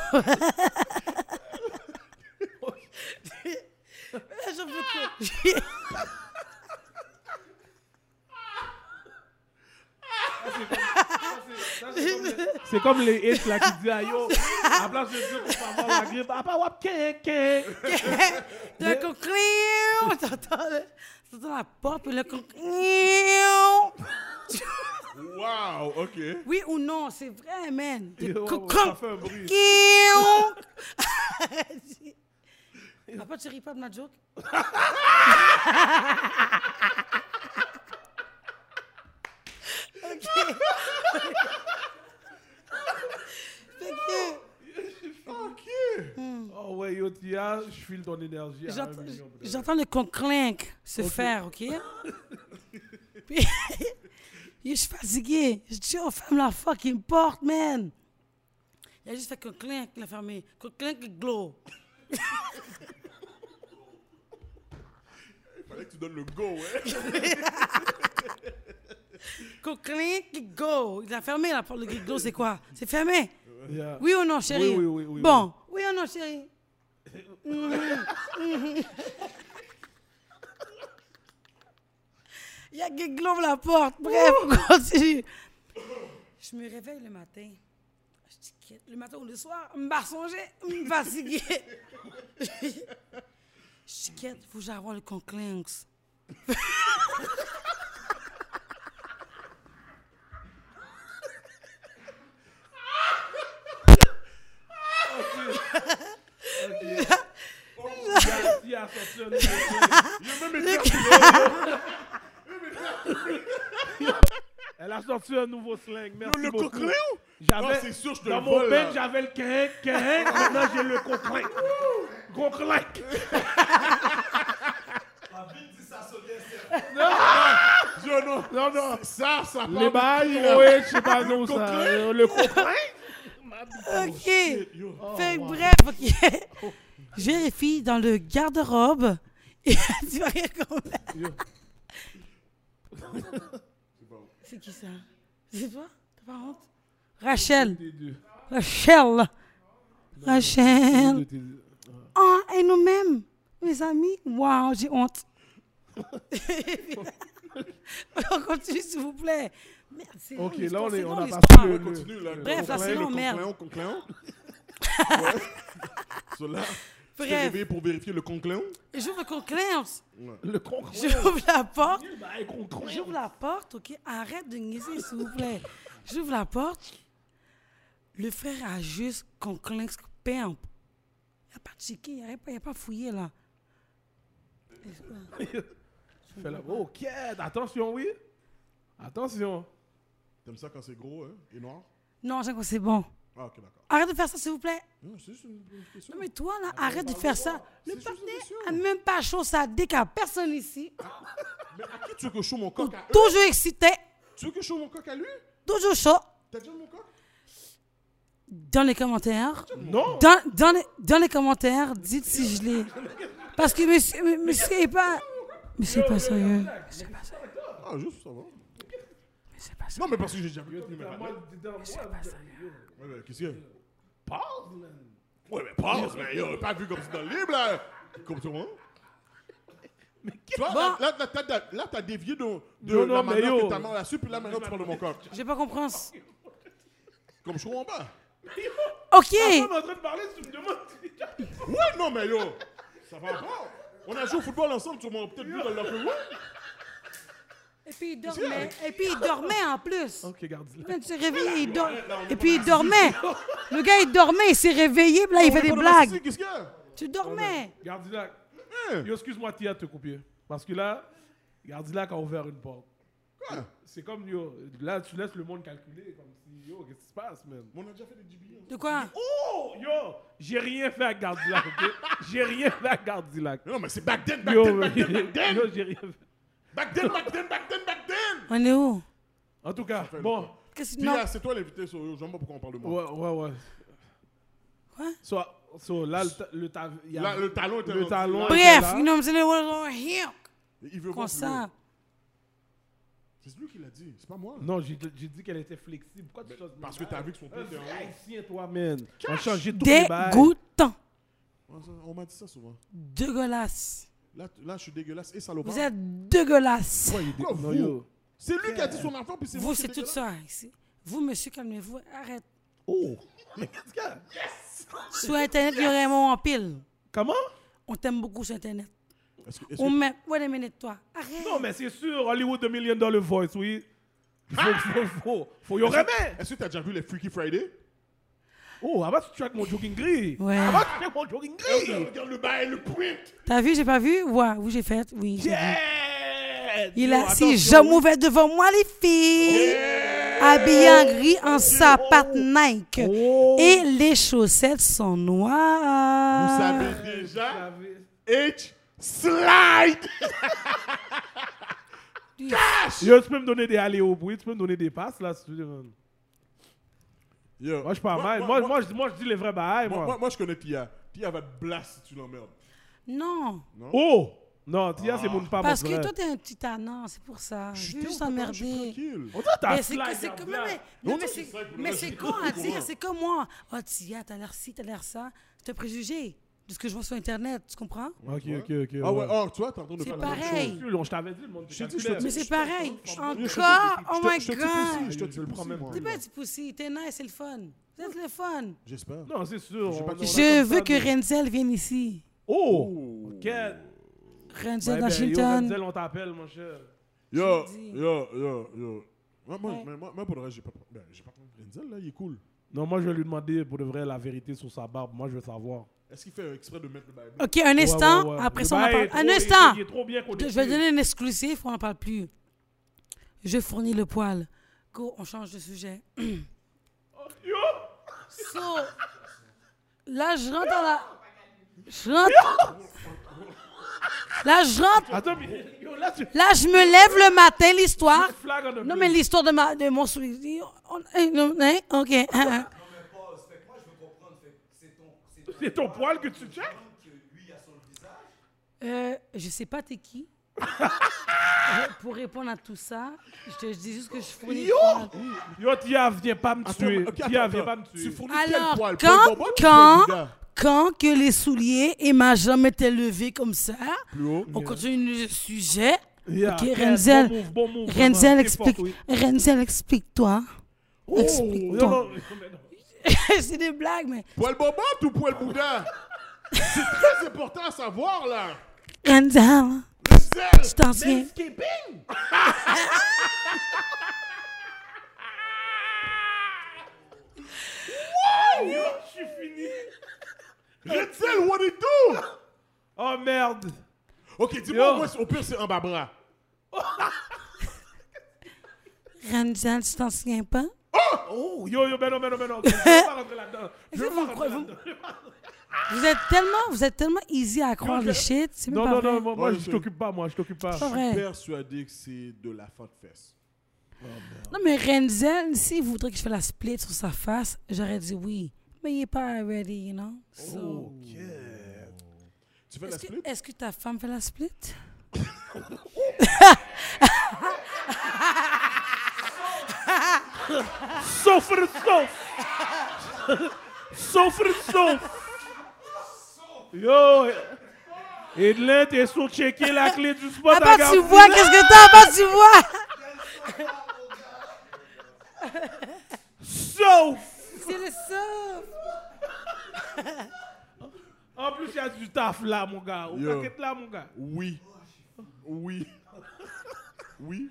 Là, je me cou- C'est comme les hits là qui disent ah, yo, à place de dire pour pas avoir la grippe, ah pas wap ken ken. T'as un conclink. T'entends le- t'entends la porte, puis le conclink. Wow, ok. Oui ou non, c'est vrai, man. De Yo, co- Ça comme- fait un bruit. Kiong. Papa, tu ris pas de ma joke Ok. Fait que- Oh ouais, yo, Tia, je file ton énergie. à un J'entends- million, bro. J'entends le conclinque se faire, OK? Puis, je suis fatiguée. Je dis, oh, ferme la fucking porte, man. Il a juste fait conclinque, il a fermé. Conclinque et glow. Il fallait que tu donnes le go, hein. Conclinque et go. Il a fermé la porte. Le glow, c'est quoi? C'est fermé. Yeah. Oui ou non, chérie? Oui, oui, oui, oui, Bon, oui, ou non, chérie? Il y a qui globe la porte. Bref, on continue. Je me réveille le matin. Je dis, Quitte, le matin ou le soir, je me songer, je me fatiguer. Je dis, il faut que j'aille avoir le conclinx. Tia- Tia a sorti un numéro. Elle a sorti un nouveau slang. Merci Le beaucoup. coquelin J'avais- Non, c'est sûr, je te Dans le mon vole, bec, là. j'avais le quin, quin. Maintenant, j'ai le conclin. Conclin. Yo, non, non, non. Ça, ça Les part bails, de toi. ouais, je sais pas nous ça. Euh, Le conclin. Oh, OK. Yo. Fait que bref, OK. Vérifie dans le garde-robe. Et tu vas rien comprendre. C'est qui ça C'est toi T'as pas honte Rachel. Rachel. Rachel. Ah, et nous-mêmes, mes amis. Waouh, j'ai honte. on continue, s'il vous plaît. Merde, c'est Ok, long, là, on, l'histoire, est, c'est on long, a l'histoire. passé le. On Ah, continue, là. Bref, là, c'est long, merde. Concléon, concléon. Cela. Tu t'es Bref. réveillé pour vérifier le concléon Et J'ouvre le conclin. Le, le conclin. J'ouvre la porte. Le bail conclin. J'ouvre la porte, ok? Arrête de niaiser, s'il vous plaît. J'ouvre la porte. Le frère a juste conclin pimp. Il a pas checké, il a pas, il a pas fouillé là. Fais la- Ok, attention, oui. Attention. T'aimes ça quand c'est gros hein, et noir Non, Jean, c'est bon. Ah, ok, d'accord. Arrête de faire ça, s'il vous plaît. Non, c'est juste une une question. Non, mais toi, là, Ah, arrête de faire ça. Le bah, C'est juste une partenaire question. a même pas chaud sa dick à personne ici. Mais à qui tu veux que je show mon coq à eux Toujours excité, Tu veux que je show mon coq à lui toujours chaud. T'as déjà mon coq Dans les commentaires. Non. Dans, dans, les, dans les commentaires, dites si je l'ai. Parce que monsieur, m- monsieur est pas. Monsieur est pas sérieux. Monsieur est pas sérieux. Ah, juste pour savoir. Monsieur est pas sérieux. Non, mais parce que j'ai déjà vu le numéro. Moi, dedans, moi, Pas sérieux. Ouais, mais qu'est-ce qu'il y a Pause, là. Ouais, mais pause, mais yo, pas vu comme ça dans le livre, là. Comme tout le monde. Tu vois, là, là, là, t'as- t'as- là, t'as dévié de, de Non, non, la mais manière yo. que t'as mal là-dessus, puis là, maintenant, tu parles de mon coq. J'ai pas compris. Comme je en bas. Ok. On est en train de parler, tu me demandes. Ouais, non, mais yo, ça va pas. On a joué au football ensemble, tu m'as peut-être vu dans le locker room. Et puis il dormait. Et puis il dormait en plus. Ok, garde-le. Quand tu te réveilles, il dort. Et puis il dormait. Le gars, il dormait, il s'est réveillé, puis là, il fait des On est pas dans la blagues. cité, Qu'est-ce qu'il y a? Tu dormais. Gardilac. Hein? Yo, excuse-moi, Tia, de te couper. Parce que là, Gardilac a ouvert une porte. Quoi? C'est comme, yo, là, tu laisses le monde calculer. Comme si, yo, qu'est-ce qui se passe, man? Mais On a déjà fait des jubilés. De quoi? Oh, yo, j'ai rien fait à Gardilac, ok? j'ai rien fait à Gardilac. Non, mais c'est back then, back Yo, then, back then, back then. yo, j'ai rien fait. Back then, back then, back then, back then. On est où? En tout cas, fait bon. longtemps. Qu'est-ce que. Non. Tia, c'est toi l'invité sur Yo. J'aime pas pourquoi on parle de moi. Ouais, ouais, ouais. Quoi? So, so, là, le, ta- le, ta- y a- Là, le talon était le rendu talon là. était Bref, là. you know what I'm saying? What was on here? Il veut Comme voir plus ça. haut. C'est lui qui l'a dit, c'est pas moi. Non, j'ai j'ai dit qu'elle était flexible. Pourquoi tu changes Euh, Parce que t'as vu que son pied était en haut. Haïtien, toi, man. On a changé tous les bails. Dégoûtant. Ouais, ça, On m'a dit ça souvent. Dégueulasse. Là, t- là, je suis dégueulasse et salopard. Vous êtes dégueulasse. Pourquoi Non, vous? yo. C'est lui qui a dit son enfant, puis c'est moi Euh, Vous, qui c'est étais tout là. ça hein, ici. Vous, monsieur, calmez-vous. Arrête. Oh. Mais qu'est-ce qu'il y a? Sur Internet, il y aurait un mot en pile. Comment? On t'aime beaucoup sur Internet. Est-ce que, est-ce On que- met. Wait a minute, toi. Arrête. Non, mais c'est sûr, Hollywood The Million Dollar Voice, oui. Faut, Ah! faut, faut, faut y aurait mais. est-ce que t'as déjà vu les Freaky Friday? Oh, avant tu track mon jogging gris. Ouais. Avant tu track mon jogging gris. Regarde le bail, le print. T'as vu, j'ai pas vu? Ouais, oui, j'ai fait. Oui. j'ai vu. Yeah! Il Yo, a ses attention. jambes ouvertes devant moi, les filles. Eh, Habillé en gris, en sapate Nike. Oh. Et les chaussettes sont Vous noires. savez déjà, J'avais- H slide. Yo, tu peux me donner des allées au bruit, tu peux me donner des passes là. si tu veux. hein. Yo. Moi, je suis pas mal. Moi, moi, je- moi, je dis les vrais bails, moi- moi. moi, moi, je connais Tia. Tia va te blast si tu l'emmerdes. Non. Oh! Non, Tia, Ah. c'est mon pas Parce mon frère. que toi, t'es un petit tannant, c'est pour ça. Ah, Je vais juste emmerder. tranquille. On dirait ta Mais c'est slide, c'est comme Gardilac. mais, Non, mais, non, c'est- c'est ça, pour mais moi, c'est c'est con à pour moi. dire, c'est comme moi. Oh Tia, t'as l'air ci, t'as l'air ça. C'est un préjugé de ce que je vois sur internet, tu comprends? Ok, ok, ok. Ah ouais, oh, tu vois, t'es en train de C'est faire la même pareil. chose. Je t'avais dit, le monde. Je te dis, je te calculaire. dis. Mais c'est pareil. Yo, je te- Encore? Oh je te- my je te dis god! aussi, Je te dis Je le aussi, prends même moi. pas. T'es pas du poussi, t'es nice, c'est le fun. Vous êtes le fun. J'espère. Non, c'est sûr. Je sais on- pas on qui a Je comme veux ça, que mais- Renzel vienne ici. Oh! Ok. Renzel ben, Yo, Washington. Denzel, on t'appelle, mon cher. Yo, Je dis. yo, yo, yo. Moi, moi, Ouais. mais moi, moi, pour le reste, j'ai pas. Ben, j'ai pas compris. Renzel, là, il est cool. Non, moi, je vais lui demander pour de vrai la vérité sur sa barbe. Moi, je veux savoir. Est-ce qu'il fait exprès de mettre le bail Ok, un instant. Ouais, ouais, ouais. Après Le ça, on en bail parle. est trop- Un il est- instant. il est trop bien Je connecté. je vais donner un exclusif, on n'en parle plus. Je fournis le poil. Go, on change de sujet. Yo! So, là, je rentre dans la. Je rentre. Là, je rentre. Attends, mais. Yo, là, tu. Là, je me lève le matin, l'histoire. Flag on the Ah! Non, plane. mais l'histoire de, ma, de mon sourire. On- eh, non, hein, Ok. hein, Non hein. mais pause, fait que moi je veux comprendre, fait que c'est ton, c'est C'est ton poil que tu check? homme que lui a sur le visage. Euh, je sais pas t'es qui. Euh, Pour répondre à tout ça, je te dis juste que je fournis. le poil. Yo, Tia, viens pas me Attends, tuer. ok, Tia, attends, viens pas attends. me Tu tuer. fournis Alors, quel poil? Poil quand, bonbon, quand, poil gars? quand que les souliers et ma jambe étaient levés comme ça, haut. on continue le sujet. Yeah, Ok, yeah, Renzel, bon move, bon move, Renzel, vraiment, explique, t'es fort, oui. Oh, Renzel, explique-toi. Non, Explique-toi. non, mais non. C'est des blagues, mais Poil bonbon ou poil boudin C'est très important à savoir, là. Renzel, Renzel, je t'en tiens. Je suis fini. Renzel, what it do? Oh merde. Ok, dis-moi, Yo. au moins, au pire, c'est en bas bras. Renzel, je t'en tiens pas. Oh, yo, yo, ben non, ben non, ben non. Je vais pas rentrer là-dedans. Je Est-ce vais que pas vous rentrer croyez- là-dedans. Vous êtes tellement, vous êtes tellement easy à croire je- le shit. C'est même Non, pas non, vrai. non, moi, moi, Ouais, je c'est- t'occupe pas, moi, je t'occupe pas. C'est pas vrai. Persuadé que c'est de la fin de fesse. Non, mais Renzel, s'il voudrait que je fasse la split sur sa face, j'aurais dit oui. Mais il est pas ready, you know? Oh, So- Tu fais la Est-ce que, split? est-ce que ta femme fait la split? Sauf le sauf. Sauf le sauf. Yo. Edlin, t'es sous-checké la clé du spot. Ah, à pas tu Garfield. vois, qu'est-ce que t'as? Pas tu vois! Sauf. C'est le sauf! En plus, il y a du taf là, mon gars. Ou Yo. t'inquiète là, mon gars. Oui. Oui. Oui.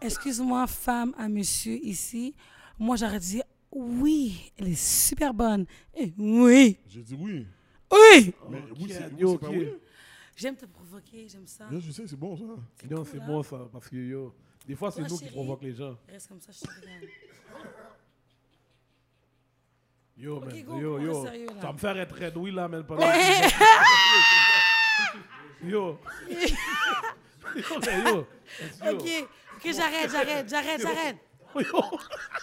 Excuse-moi, femme à monsieur ici. Moi, j'aurais dit oui, elle est super bonne. Et oui, J'ai dit oui. oui. Mais oui, c'est oui, yo, c'est pas ok. oui. J'aime te provoquer, j'aime ça. Là, je sais, c'est bon ça. Non, c'est bon ça, parce que yo, des fois, c'est Toi, nous qui chérie. provoquons les gens. Reste comme ça, je te regarde. Yo, man, go, yo, on est yo. sérieux, là. Tu vas me faire être red oui là, man, pendant Yo. yo, mais yo. yo. ok, ok, j'arrête, j'arrête, j'arrête, j'arrête. Yo. Oh.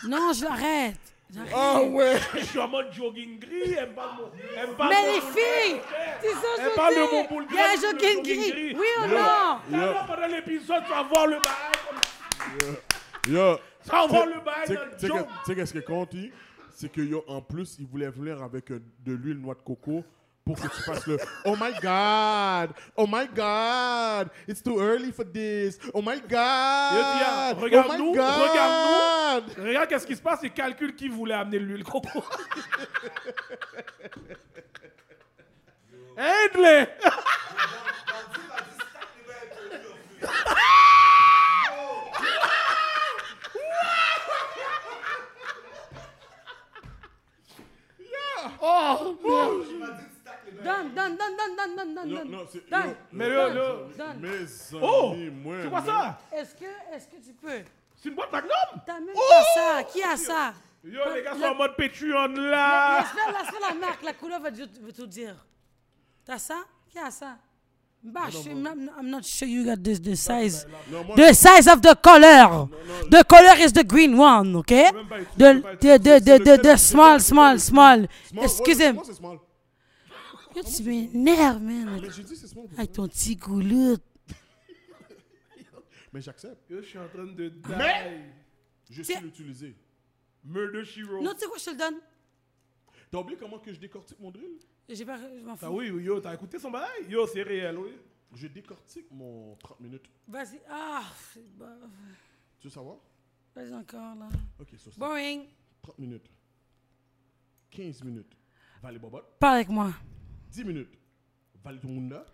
Non, je l'arrête. J'arrête. Ah Je suis en mode jogging gris, elle me parle mon- elle me parle Mais mon les boule- filles, tu sais ce que Elle je parle dis. de mon boule Il y a un gris, le jogging jogging gris. gris. Oui ou non Tout à l'heure, pendant l'épisode, tu vas voir le bail. comme- Yo. Tu vas voir le bail Tu dans le sais joke. que- tu sais qu'est-ce que compte, il? c'est que yo, en plus, il voulait venir avec euh, de l'huile noix de coco pour que tu fasses le Oh my God! Oh my God! It's too early for this! Oh my Yo, Dia, God! regarde-nous, oh my God! regarde-nous. Regarde qu'est-ce qui se passe, il calcule qui voulait amener l'huile coco. Aide-les Donne, donne, donne, donne, donne, donne, donne, Yo, donne. non, c'est- Donne. yo, Mais yo, yo, yo. Donne. Mes Oh amis, moi, C'est quoi man. ça Est-ce que, est-ce que tu peux C'est une boîte magnum T'as même pas ça. Qui a ça Oh! Yo, les gars sont La- en mode Patreon La Ah. là sphère, la sphère, la marque, la couleur va tout, va tout dire. T'as ça Qui a ça Bah, je suis même- I'm not sure you got this, the size. Bah, Non, moi, The size of the color. The color is the green one, ok même pas étudier, je The, peux pas the, étudier. the, C'est the, the, lequel the small, C'est small, lequel small. small. Ouais, Excusez-moi. moi, c'est small. Yo, Tu m'énerves, man. Mais j'ai dit c'est small. Avec ton petit gouloute. Mais j'accepte. Yo, je suis en train de die. Je sais Tiens. l'utiliser. Murder She Wrote. Non, tu sais quoi, je te le donne. T'as oublié comment que je décortique mon drill? J'ai pas, je m'en Ah fous. oui, oui, yo, t'as écouté son bail Yo, c'est réel, oui. Je décortique mon 30 minutes. Vas-y. Ah, c'est bon. Tu veux savoir? Vas-y encore, là. Ok, sur ça. Boring. 30 minutes. 15 minutes. Valet Bobotte. Parle avec moi. 10 minutes. Valet Tumunda.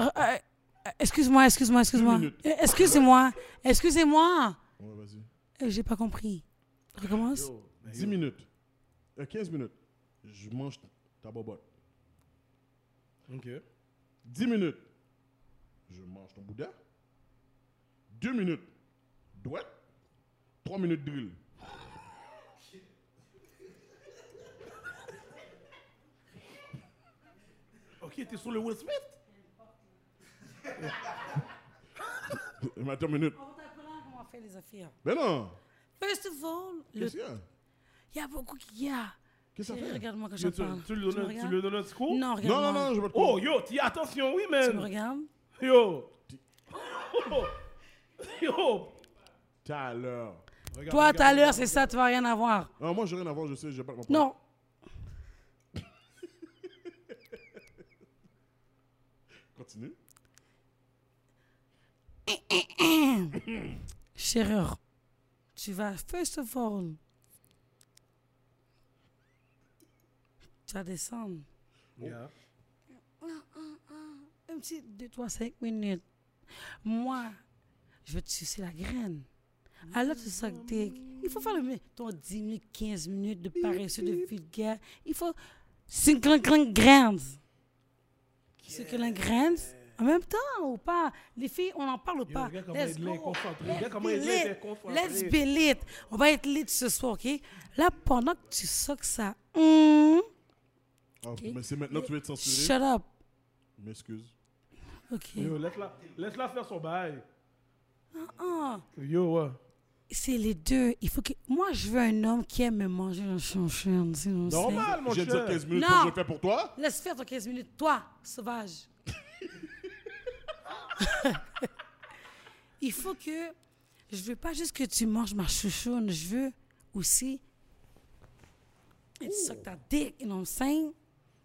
Euh, euh, euh, excuse-moi, excuse-moi, excuse-moi. minutes. Euh, Excusez-moi, excusez-moi. Ouais, vas-y. Euh, J'ai pas compris. Recommence. 10 minutes. Euh, 15 minutes. Je mange ta bobotte. Ok. 10 minutes. Je mange ton bouddha. 2 minutes. Douette. 3 minutes drill. Ok, t'es sur le Will Smith Euh, mais Attends une minute. On t'apprend comment faire les affaires. Mais non. First of all, il Qu'est-ce qu'il y a? y a beaucoup qui y a. Euh, Qu'est-ce que ça fait? Regarde-moi quand je Yo, tu, parle. tu lui me donnes, tu regardes? lui donnes un discours Non, Non, non, regarde-moi. non, je vais te Oh, yo, t'y attention, oui, man. Tu me regardes Yo. Oh. Yo. Tout à l'heure. Toi, tout à l'heure, c'est ça, tu vas rien avoir. Ah, moi, j'ai rien à voir, je sais, j'ai pas de ma Non. Continue. Chéreur, tu vas, first of all, tu vas descendre. Yeah. Un petit 2, 3, 5 minutes. Moi, je vais te sucer la graine. Alors, tu sens que t'es- Il faut faire le mi- ton 10 minutes, 15 minutes de paresseux, de vulgaire. Il faut 50 graines. C'est que la graine, en même temps ou pas? Les filles, on n'en parle pas. regarde comment Let's il est go. concentré. Let's Regarde comment be il est lit. concentré. Let's be lit. On va être lit ce soir, OK? Là, pendant que tu sens que ça... hum, Ah, Mais c'est maintenant que tu veux être censuré. shut up. M'excuse. OK. Yo, laisse-la laisse -la faire son bail. Ah. Yo, ouais. C'est les deux. Il faut que moi je veux un homme qui aime me manger dans son chien, sinon c'est- Normal, mon J'ai cher. dit 15 minutes, Non. moi, je le fais pour toi. Laisse faire ton 15 minutes, toi, sauvage. Il faut que je veux pas juste que tu manges ma chouchoune, je veux aussi tu suck ta dick, you know what I'm saying?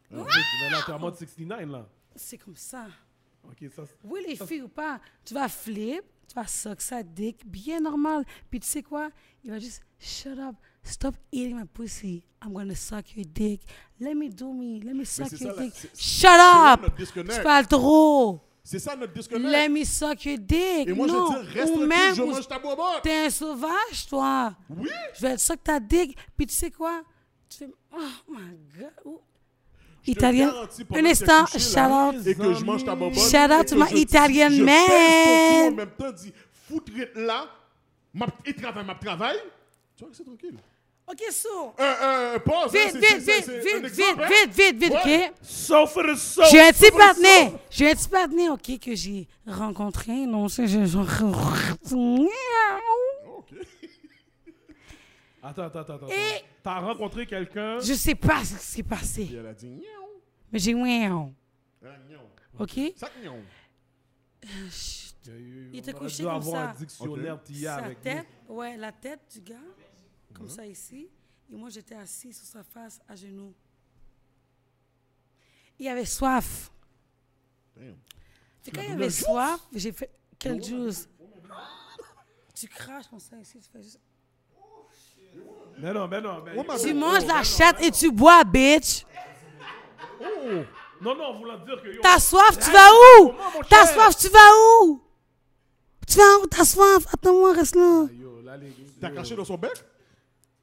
Mais là, t'es en mode 69, là. C'est comme ça. Ok, ça, c'est- Oui les filles ou pas, tu vas flip, Tu vas suck sa dick, bien normal. Puis tu sais quoi? Il va juste, shut up, stop eating my pussy. I'm gonna suck your dick. Let me do me, let me suck c'est your ça, la- dick. c'est- Shut là up! notre Tu disconnect. parles trop. C'est ça notre disconnect. Let me suck your dick. Et moi, non. je dis, reste Ou tranquille, même, je ou- mange ta bobotte. T'es un sauvage, toi. Oui. Je vais être suck ta dick. Puis tu sais quoi? Tu fais, oh my god. Ouh. Italien. Un instant, shout out. Et que je mange ta bobotte. Shout out et to que my je dis- Italian je pèse ton man. cou en même temps, dis, foutre là, ma et travaille, ma travaille. Tu vois que c'est tranquille. OK, so. Euh, euh, pause. hein, Vite, c'est- vite, c'est- vite, c'est- c'est un vite, vite, exemple, hein. vite, vite, vite, Ouais. OK? Sauf for the soul. J'ai un petit partenaire. J'ai un petit partenaire, OK, que j'ai rencontré. Non, c'est je- je- Ok. Attends, attends, attends. attends. Et- T'as rencontré quelqu'un. Je sais pas ce qui s'est Et passé. elle a dit, Niaou. Mais j'ai wow. Ah, Niaou. OK? Sac Niaou. Il était couché euh, doit comme avoir ça. un dictionnaire TIA Sa avec nous. tête, ouais, la tête du gars, Mhm. comme ça ici. Et moi, j'étais assis sur sa face, à genoux. Il avait soif. Damn. Fait quand il avait soif, j'ai fait Oh quel juice Tu craches comme ça ici, tu fais juste. Mais non, mais non, mais Oh, ma Tu belle. manges la chatte et tu bois, bitch. Non, non, voulant dire que. yo, T'as soif, tu vas où T'as soif, tu vas où Tu vas où T'as soif Attends-moi, reste là. oh. yo, là, les- T'as yo. craché dans son bec?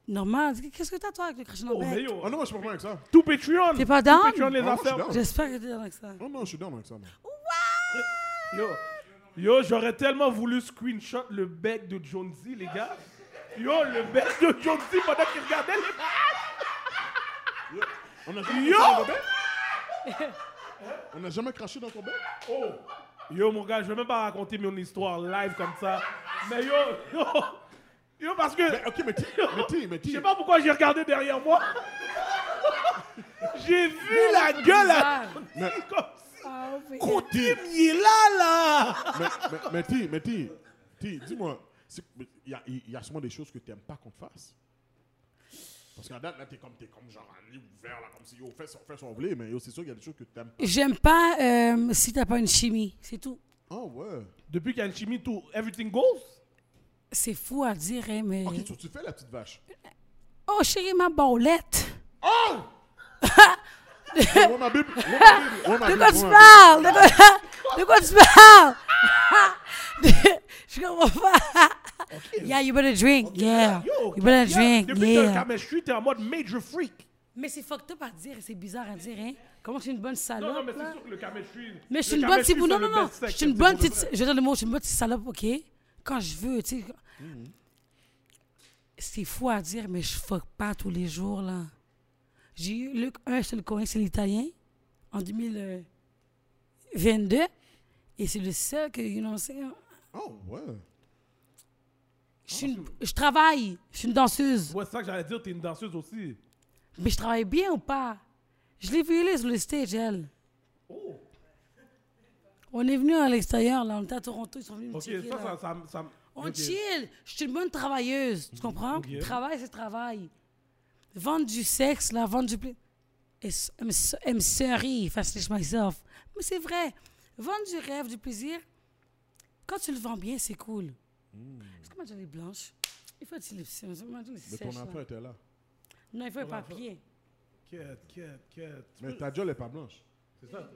Normal. Qu'est-ce que t'as toi avec le crachin dans Oh, le mais bec yo, Ah non, moi, je suis pas bon avec ça. Tout Patreon. T'es pas Tout down Patreon, les Ah, moi, je suis affaires. down. J'espère que t'es dans ça. Oh non, je suis down avec ça. moi. Yo, yo j'aurais tellement voulu screenshot le bec de Jonesy, les gars. Yo, le bec de Jonesy pendant qu'il regardait les. On a jamais Yo! craché dans ton bec? On a jamais craché dans ton bec? Yo, mon gars, je vais même pas raconter mon histoire live comme ça. Mais yo, yo, yo, parce que. Mais, ok, mais t'es, mais t'es, mais t'es. Je sais pas pourquoi j'ai regardé derrière moi. j'ai vu la gueule à. Mais- Comme si. Ah, oui. T'es- Il est là, là. mais, mais, mais Ti, mais Ti, Ti, dis-moi, c'est- il y a, il y a sûrement des choses que tu n'aimes pas qu'on te fasse. Parce qu'à date, là, t'es comme, t'es comme genre un lit ouvert, là, comme si, yo, fais son, fais son blé, mais yo, c'est sûr qu'il y a des choses que t'aimes pas. J'aime pas euh, si t'as pas une chimie, c'est tout. Oh, ouais. Depuis qu'il y a une chimie, tout, everything goes. C'est fou à dire, hein, mais. Ok, tu, tu fais la petite vache. Oh chérie, ma bolette! Oh! ouais, ma Bible, ouais, ma Bible, ouais, ma Bible, De quoi tu ouais, ma parles? De quoi, de quoi tu parles? Je comprends pas. Yeah, you better drink. Yeah. Yo, you better yeah, drink. Depuis que t'as le Yeah. Cameron Street, t'es en mode major freak. Mais c'est fucked up à dire, c'est bizarre à dire, hein? Comment tu es une bonne salope? Non, non, mais là? c'est sûr que le camel suis. Mais je suis une bonne petite bou- Non, non, non. Je suis une bonne petite. Je veux dire le mot, je suis une bonne petite salope, OK? Quand je veux, tu sais. C'est fou à dire, mais je fuck pas tous les jours, là. J'ai eu le, un seul coin, c'est l'italien, en 2022. Et c'est le seul que, you know, c'est. Oh, ouais. Je, suis Ah, une- je travaille, je suis une danseuse. Ouais, c'est ça que j'allais dire, t'es une danseuse aussi. Mais je travaille bien ou pas? Je l'ai violée sur le stage, elle. Oh. On est venu à l'extérieur, là, on était à Toronto, ils sont venus me Ok, checker, ça, ça, là. ça, ça- On ok. chill. Je suis une bonne travailleuse. Tu comprends? Travail, c'est travail. Vendre du sexe, là, vendre du plaisir. I'm, so- I'm sorry if I slash myself. Mais c'est vrai. Vendre du rêve, du plaisir, quand tu le vends bien, c'est cool. Est-ce que ma jolie blanche? Il faut être lipsy. Hmm. Mais ton enfant était là. Non, il faut un papier. Quête, quête, quête. Mais ta gueule est pas blanche. C'est ça.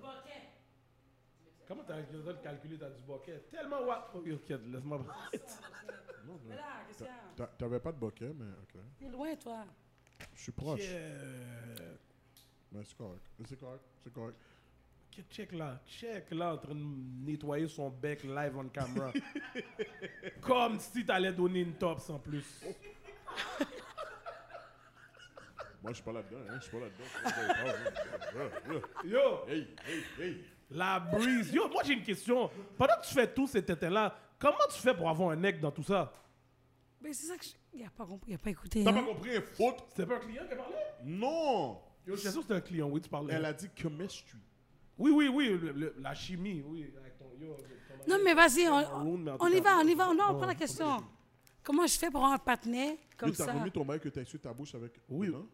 Comment t'as t'as le calculé, t'as du boquet? Tellement wa... Ok, ok, laisse-moi. T'a- T'avais pas de boquet, mais ok. T'es loin, toi. Je suis proche. Yeah. Mais c'est correct. C'est correct. C'est correct. Ok, Check là, check là, en train de nettoyer son bec live on camera. Comme si t'allais donner une top sans plus. Oh. Moi, je suis pas là-dedans. Hein. Je suis pas là-dedans. Ah, Yo, hey, hey, hey. la brise. Yo, moi j'ai une question. Pendant que tu fais tout cet été là, comment tu fais pour avoir un nec dans tout ça? Mais Ben, c'est ça que je. Il n'a pas compris, il n'a pas écouté. T'as hein. pas compris, faute? C'était pas un client qui parlait? Non! Yo, j'étais sûr que c'était un client, oui, tu parlais. Elle a dit chemistry. Oui, oui, oui, le- le- la chimie, oui. avec ton- yo, ton- Non, mais vas-y, round, mais on, en tout on y cas- euh, va, on y va. Non, on prend la question. Comment je fais pour avoir un partenaire comme Tu ça? t'as remis ton mari que t'as essuyé ta bouche avec. Oui. Non?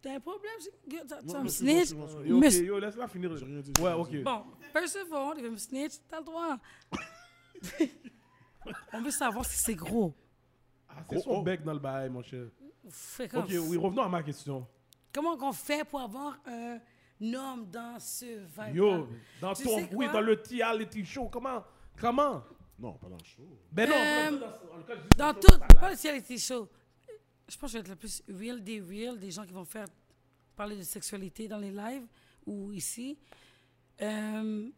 T'as un problème? c'est- Yo, t'as- Tu vas Non, me excuse-moi, snitch? excuse-moi, excuse-moi. Yo, ok, Mais- yo, laisse-la finir. J'ai rien dit, j'ai Ouais, rien ok. dit. Bon, first of all, tu veux me snitch? T'as le droit. On veut savoir si c'est gros. Ah, c'est son oh. bec dans le bail, mon cher. Fait qu'on- Ok, oui, revenons à ma question. Comment qu'on fait pour avoir un homme dans ce vibe Yo, dans Tu ton, sais oui, quoi? dans le reality show, comment, comment? Non, pas dans le show. Ben non, Euh, dans- dans- dans le cas, je dis Dans show, tout, ça l'a- pas le reality show. Je pense que je vais être le plus real des real, des gens qui vont faire parler de sexualité dans les lives ou ici. Euh,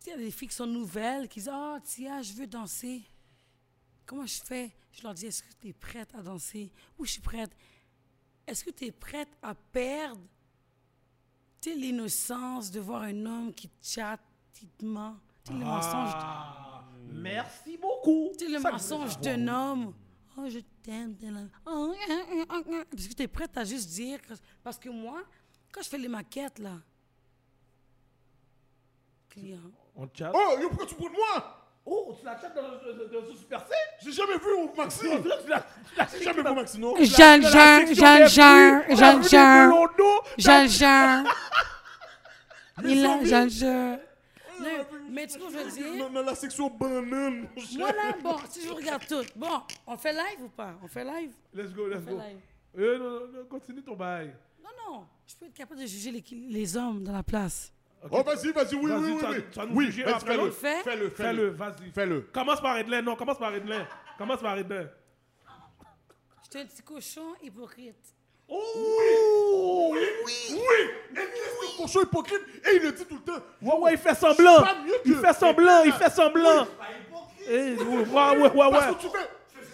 tu sais, il y a des filles qui sont nouvelles, qui disent Ah, Tia, je veux danser. Comment je fais Je leur dis Est-ce que tu es prête à danser Oui, je suis prête. Est-ce que tu es prête à perdre tu sais, l'innocence de voir un homme qui te chatte, qui te ment Tu sais, le mensonge. Ah, Hmm. merci beaucoup. Tu sais, le Ça, mensonge je- d'un homme. Oh, je t'aime. t'es là. Oh, hein, hein, hein, hein. Parce que tu es prête à juste dire. que- Parce que moi, quand je fais les maquettes, là. Client. On chat. Oh, yo, pourquoi tu bois de moi Oh, tu la chattes dans le dans le Super C J'ai jamais vu au Maxi. Tu l'as- tu l'as- tu l'as- J'ai jamais vu au Maxino. dans la Jean, Jean, section Jean, des Jean, fruits, on a Jean, vu des Jean, melons d'eau. Jean, Jean. Il a, Jean, J'ai Jean. Non, jamais vu- Mais tu vois, je veux dire. Dans dans la section banane, mon cher. Moi, là, bon, si je vous regarde tout. Bon, on fait live ou pas On fait live Let's go, let's On fait go. live. Euh, non, non, non, continue ton bail. Non, non. Je peux être capable de juger les, les hommes dans la place. Oh, vas-y, vas-y, oui, Vas-y, oui, tu oui. vas- tu vas oui. nous Oui, juger vas-y, après fais-le. l'autre. Fais. Fais-le, Fais-le, fais-le. vas-y. Fais-le. Commence par Edlin, non, commence par Edlin. Commence par Edlin. Je suis un petit cochon hypocrite. Oh, oui, oui. Oui. Et qu'est-ce que cochon hypocrite Et il le dit tout le temps. Ouais, ouais, il fait semblant. pas mieux Il que- fait semblant, il fait semblant. Pas hypocrite. Eh, ouais, ouais, ouais, Ah ouais. Parce que tu fais. Oh, Je veux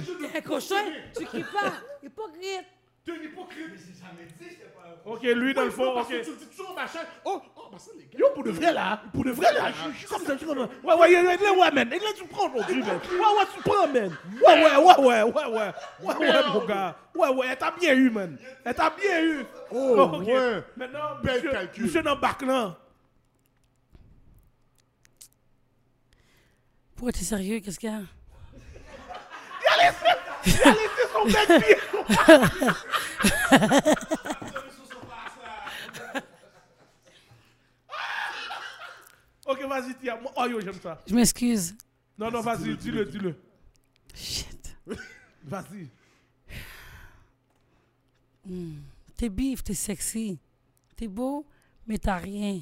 juste pas crier. Un cochon, tu cries pas. Hypocrite. T'es un hypocrite. Mais j'ai jamais dit que j'étais pas un Ok, lui dans le fond, Parce ok. que tu le dis toujours, machin. Oh, oh, bah ça, les gars. Yo, pour de vrai là, pour de vrai là, je je suis comme ça, je suis comme ça. Ouais, ouais, yeah, yeah, Edlin, ouais, man. Edlin, tu prends aujourd'hui, man. Ouais, ouais, tu prends, man. Ouais, ouais, ouais, ouais, ouais, ouais. Ouais, ouais, mon gars. Ouais, ouais, elle t'a bien eu, man. Elle t'a bien eu. Oh, Ok. ouais. Maintenant, Bel monsieur, calcul. monsieur n'embarque là. Pourquoi t'es sérieux? Qu'est-ce qu'il y a? Ok, vas-y, Tia. Moi- Oh, yo, j'aime ça. Je m'excuse. Non, non, vas-y, dis-le, dis-le. Shit. Vas-y. T'es bif, t'es sexy. T'es beau, mais t'as rien.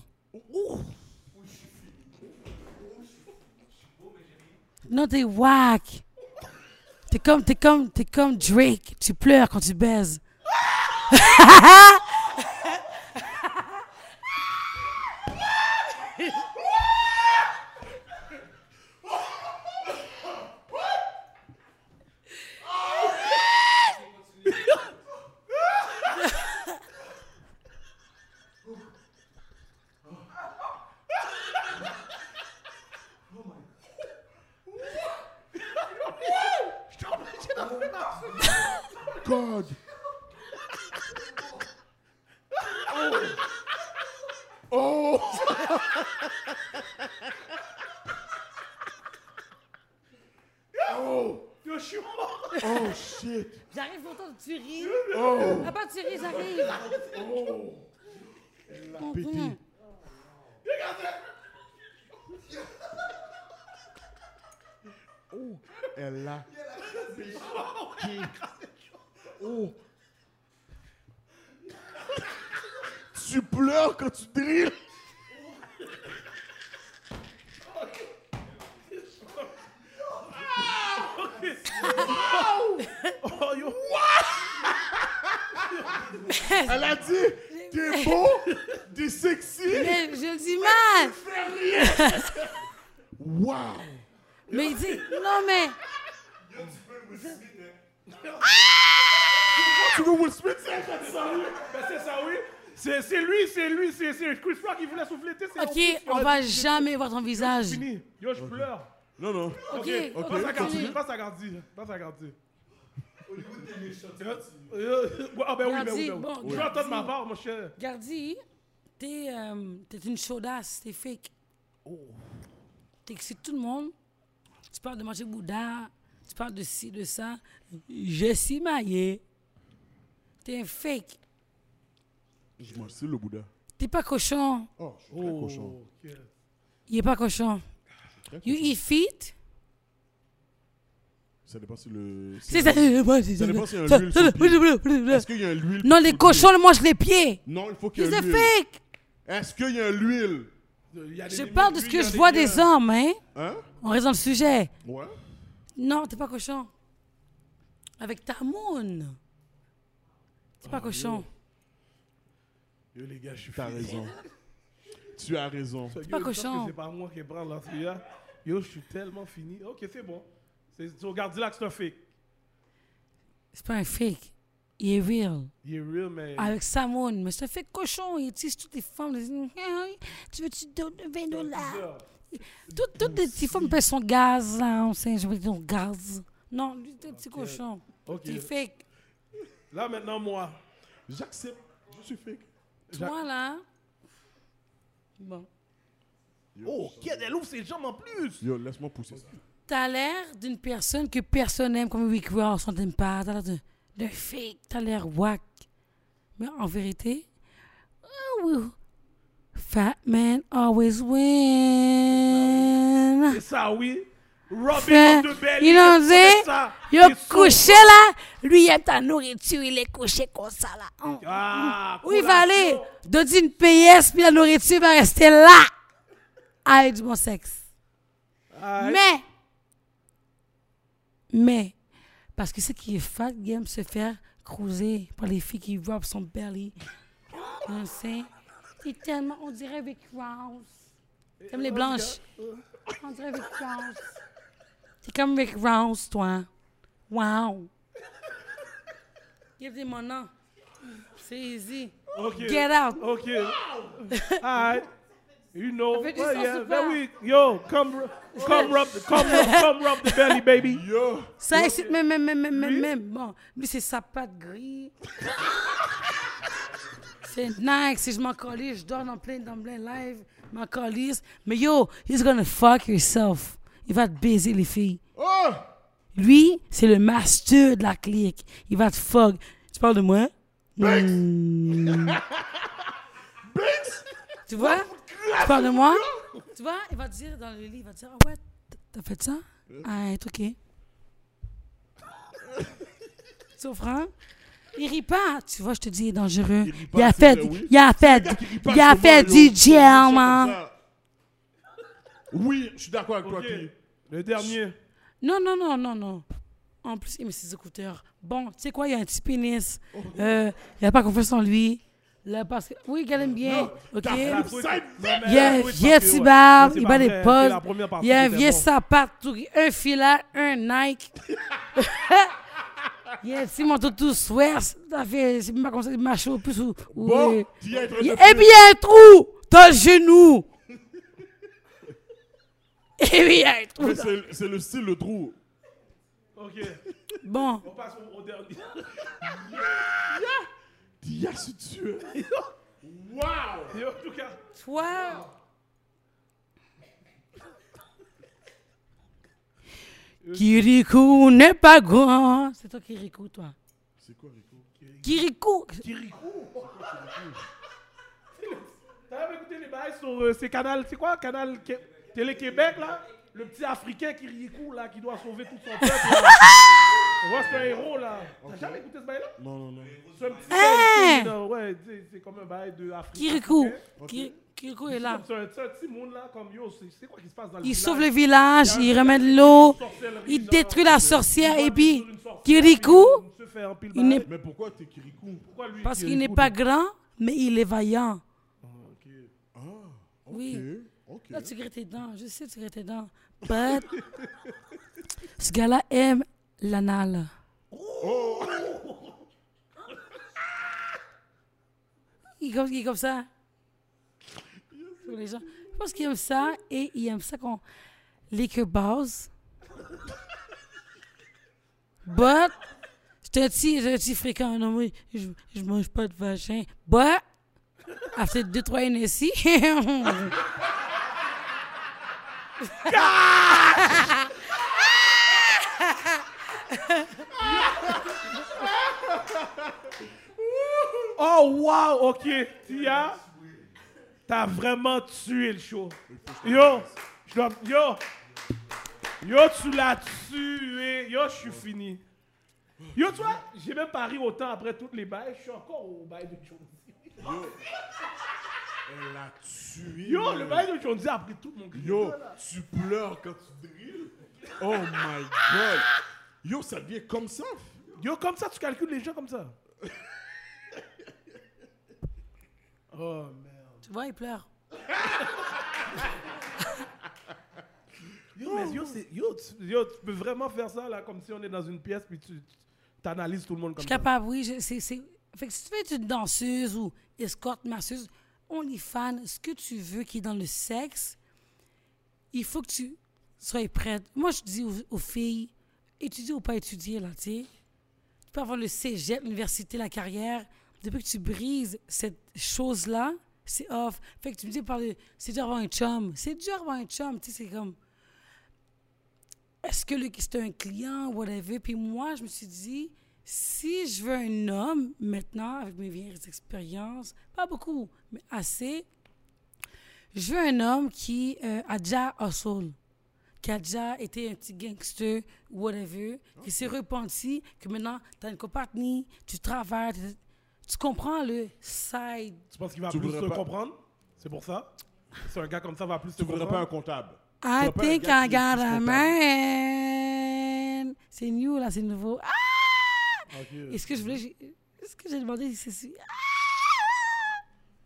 Non, t'es whack. T'es comme, t'es comme, t'es comme Drake. Tu pleures quand tu baises. God. Oh. Oh. oh. Yo, je suis mort. Oh shit. J'arrive pourtant, tu ris. Oh. Ah pas tu ris, j'arrive. Pété. Oh, elle a. pété. Oh. Tu pleures quand tu drilles. Oh, yo. Elle a dit t'es beau, t'es sexy. Mais je le dis mal. Wow. Mais il dit, non mais, Tu veux Will Smith c'est elle qui a dit ça, oui. Ben, c'est ça, oui. C'est c'est lui, c'est lui, c'est c'est Chris Rock qui voulait souffler. tu sais, c'est- ok, on va jamais voir ton visage. Fini. Yo, je pleure. Non non. Ok, ok, Passe à ok, Gardi, continue. passe à Gardi, passe à Gardi. Hollywood, t'es méchant. tu Euh, continues. euh, ouais, Ah ben oui, ben oui, Gardi, ben bon, oui. Je vais Gardi. entendre ma part, mon cher. Gardi, t'es euh, t'es une chaudasse, t'es fake. Oh. T'excites tout le monde. Tu parles de manger Bouddha, tu parles de ci, de ça. Je suis maillé. T'es un fake. Je mange c'est le Bouddha. T'es pas cochon. Oh, je suis très cochon. Ok. Il est pas cochon. You eat feet? Ça dépend si le. C'est le- ça. Ça dépend s'il y a un huile sur le Est-ce qu'il y a l'huile Non, les cochons, ils mangent les pieds. Non, il faut qu'il y ait C'est l'huile. fake. Est-ce qu'il y a l'huile Je parle de ce que je vois des hommes, hein. Hein On raisonne le sujet. Ouais. Non, t'es pas cochon. Avec ta moune. T'es Ah, pas cochon. Yo, les gars, je suis T'as fini. raison. tu as raison. Yo, pas je pense cochon. que C'est pas moi qui prends l'entrée. Yo, je suis tellement fini. Ok, c'est bon. C'est- Tu regardes là que c'est un fake. C'est pas un fake. Il est real. Il est real, mais. Avec sa moune. Mais c'est un fake cochon. Il utilise toutes les femmes. Il dit, Tu veux-tu donner 20 dollars? Toutes, toutes les petites femmes paient son gaz. là, on sait, je veux dire, gaz. Non, lui, c'est un petit cochon. Ok. Il est fake. Là, maintenant, moi. J'accepte. Je suis fake. Toi, là. Bon. Oh, ok, elle ouvre ses jambes en plus. Yo, laisse-moi pousser ça. T'as l'air d'une personne que personne n'aime, comme Rick Ross, on t'aime pas. T'as l'air de- d'un fake, t'as l'air wack. Mais en vérité, oh, oui. fat man always win. C'est ça, oui. Robin Fait- de belly. You know what I'm saying? Yo, couché là, lui il aime ta nourriture, il est couché comme ça là. Hum. Ah, Où il va aller? Donner une PS, puis la nourriture va rester là. Avec du bon sexe. Mais, mais, parce que ce qui est fat, il aime se faire cruiser par les filles qui voient son belly. On sait. C'est tellement, on dirait avec Rouse. Comme les blanches. On dirait avec Rouse. C'est comme avec Rouse, toi. Wow. Give them mon nom. C'est easy. Ok. Get out. Ok. Alright. You know. fait du well, sens yeah, ou pas? ben oui. Yo, come, ru- come rub, come rub, come rub the belly, baby. Yo, Ça excite même, même, même, même, même, même. Bon, lui, c'est sa patte gris. c'est nice. Si je m'en calisse, je dors dans plein, dans plein live, je m'en calisse. Mais yo, he's gonna fuck yourself. Il va te baiser, les filles. oh, Lui, c'est le master de la clique. Il va te fuck. Tu parles de moi? Hmm. Tu vois? Tu parles de moi? Tu vois? Il va te dire dans le lit, il va te dire, ah ouais, t'as fait ça? Ah, être ok. Sauf franc. Il rit pas, tu vois, je te dis, il est dangereux. rit pas, Il a c'est fait, vrai, oui. il a fait, gars qui rit pas il a souvent, fait yo. DJ, C'est ça, man. c'est ça. Oui, je suis d'accord avec toi, Ok. Kiri. Le dernier. Non, non, non, non, non. En plus, il met ses écouteurs. Bon, tu sais quoi, il y a un petit pénis. Oh. Euh, il n'a pas confiance en lui. Là, parce que... Oui, il aime bien. OK? La fruit- side Non, mais Il y a la un fruit, vieux parce que, petit ouais, barbe, ça, c'est il pas bat des vrai. C'est poches. la première partie Il y a un qui était vieux bon. sapate, tout- un filaire, un Nike. Il y a un petit manteau tout swerse. Ça fait- C'est pas comme ça, il marche au plus. Ou, ou- Bon, euh, t'y es, il- Eh bien, un trou dans le genou. Eh bien, un trou. Mais dans- c'est c'est le style, le trou. Ok. Bon. On passe au, au dernier. T'y as si tu es. Wow! Yo, en tout cas. Toi. Kirikou n'est pas grand. C'est toi Kirikou, toi. C'est quoi, Rico? Kirikou. T'as même écouté les bails sur euh, ces canals, c'est quoi Canal Qué- Télé-Québec là Le petit Africain qui rit court, là, qui doit sauver tout son peuple. là. On voit, c'est un héros là. T'as jamais écouté ce bail là Non, non, non. C'est un petit Hein bail, euh, ouais, c'est- c'est comme un bail de Afrique. Kirikou. africain. Ki- Kirikou est là. C'est un, c'est un petit monde là, comme yo, c'est- c'est quoi qui se passe dans le Il village? sauve le village, il remet de l'eau, il détruit la sorcière et puis Une sorcière, Kirikou, il se fait un pile il n'est- Mais pourquoi t'es Kirikou? Pourquoi lui, parce qu'il Kirikou, n'est pas grand, mais il est vaillant. Oui. Ok. Là, tu grilles tes dents. Je sais, que tu grilles tes dents. But, ce gars-là aime l'anal. Il est comme, il est comme ça. Pour les gens. Je pense qu'il aime ça et il aime ça qu'on. Les que base. But, j'étais un petit, j'étais un petit fréquent. Non, moi, je, je mange pas de vagin. But, après deux, trois NSI. Oh wow, ok. Tia, t'as vraiment tué le show. Yo, Je dois- Yo! Yo, tu l'as tué! Yo, je suis fini. Yo, toi, j'ai même pas ri autant après toutes les bails. Je suis encore au bail de Jonesy. Elle l'a tué. Yo, le man. bail de Jonesy a pris tout mon cul. Yo, tu pleures quand tu drilles. Oh my god. Yo, ça devient comme ça. Yo, comme ça, tu calcules les gens comme ça. oh, merde. Tu vois, il pleure. Yo, mais yo, c'est- yo, tu, yo, tu peux vraiment faire ça, là, comme si on est dans une pièce, puis tu tu- t'analyses tout le monde Je comme suis ça. capable, oui. je- c'est- c'est- Fait que si tu veux être une danseuse ou escorte, masseuse, on est fan. Ce que tu veux qui est dans le sexe, il faut que tu sois prête. Moi, je dis aux, aux filles, étudier ou pas étudier, là, tu sais. Tu peux avoir le cégep, l'université, la carrière. Depuis que tu brises cette chose-là, c'est off. Fait que tu me dis, par le- c'est dur avoir un chum. C'est dur avoir un chum, tu sais, c'est comme est-ce que le- c'est un client, whatever. Puis moi, je me suis dit, si je veux un homme maintenant, avec mes vieilles expériences, pas beaucoup, mais assez, je veux un homme qui euh, a déjà hustle, qui a déjà été un petit gangster, whatever, qui s'est repenti, que maintenant, tu as une compagnie, tu travailles, tu- tu comprends le side. Tu penses qu'il va Tu plus voudrais se pas- comprendre C'est pour ça C'est un gars comme ça va plus se Tu voudrais pas un comprendre comptable. I Tu vois pas think un gars qui est I got plus a comptable. man. C'est new, là, c'est nouveau. Ah! Ok. Est-ce que je voulais. j'ai- Est-ce que j'ai demandé si c'est. Ah,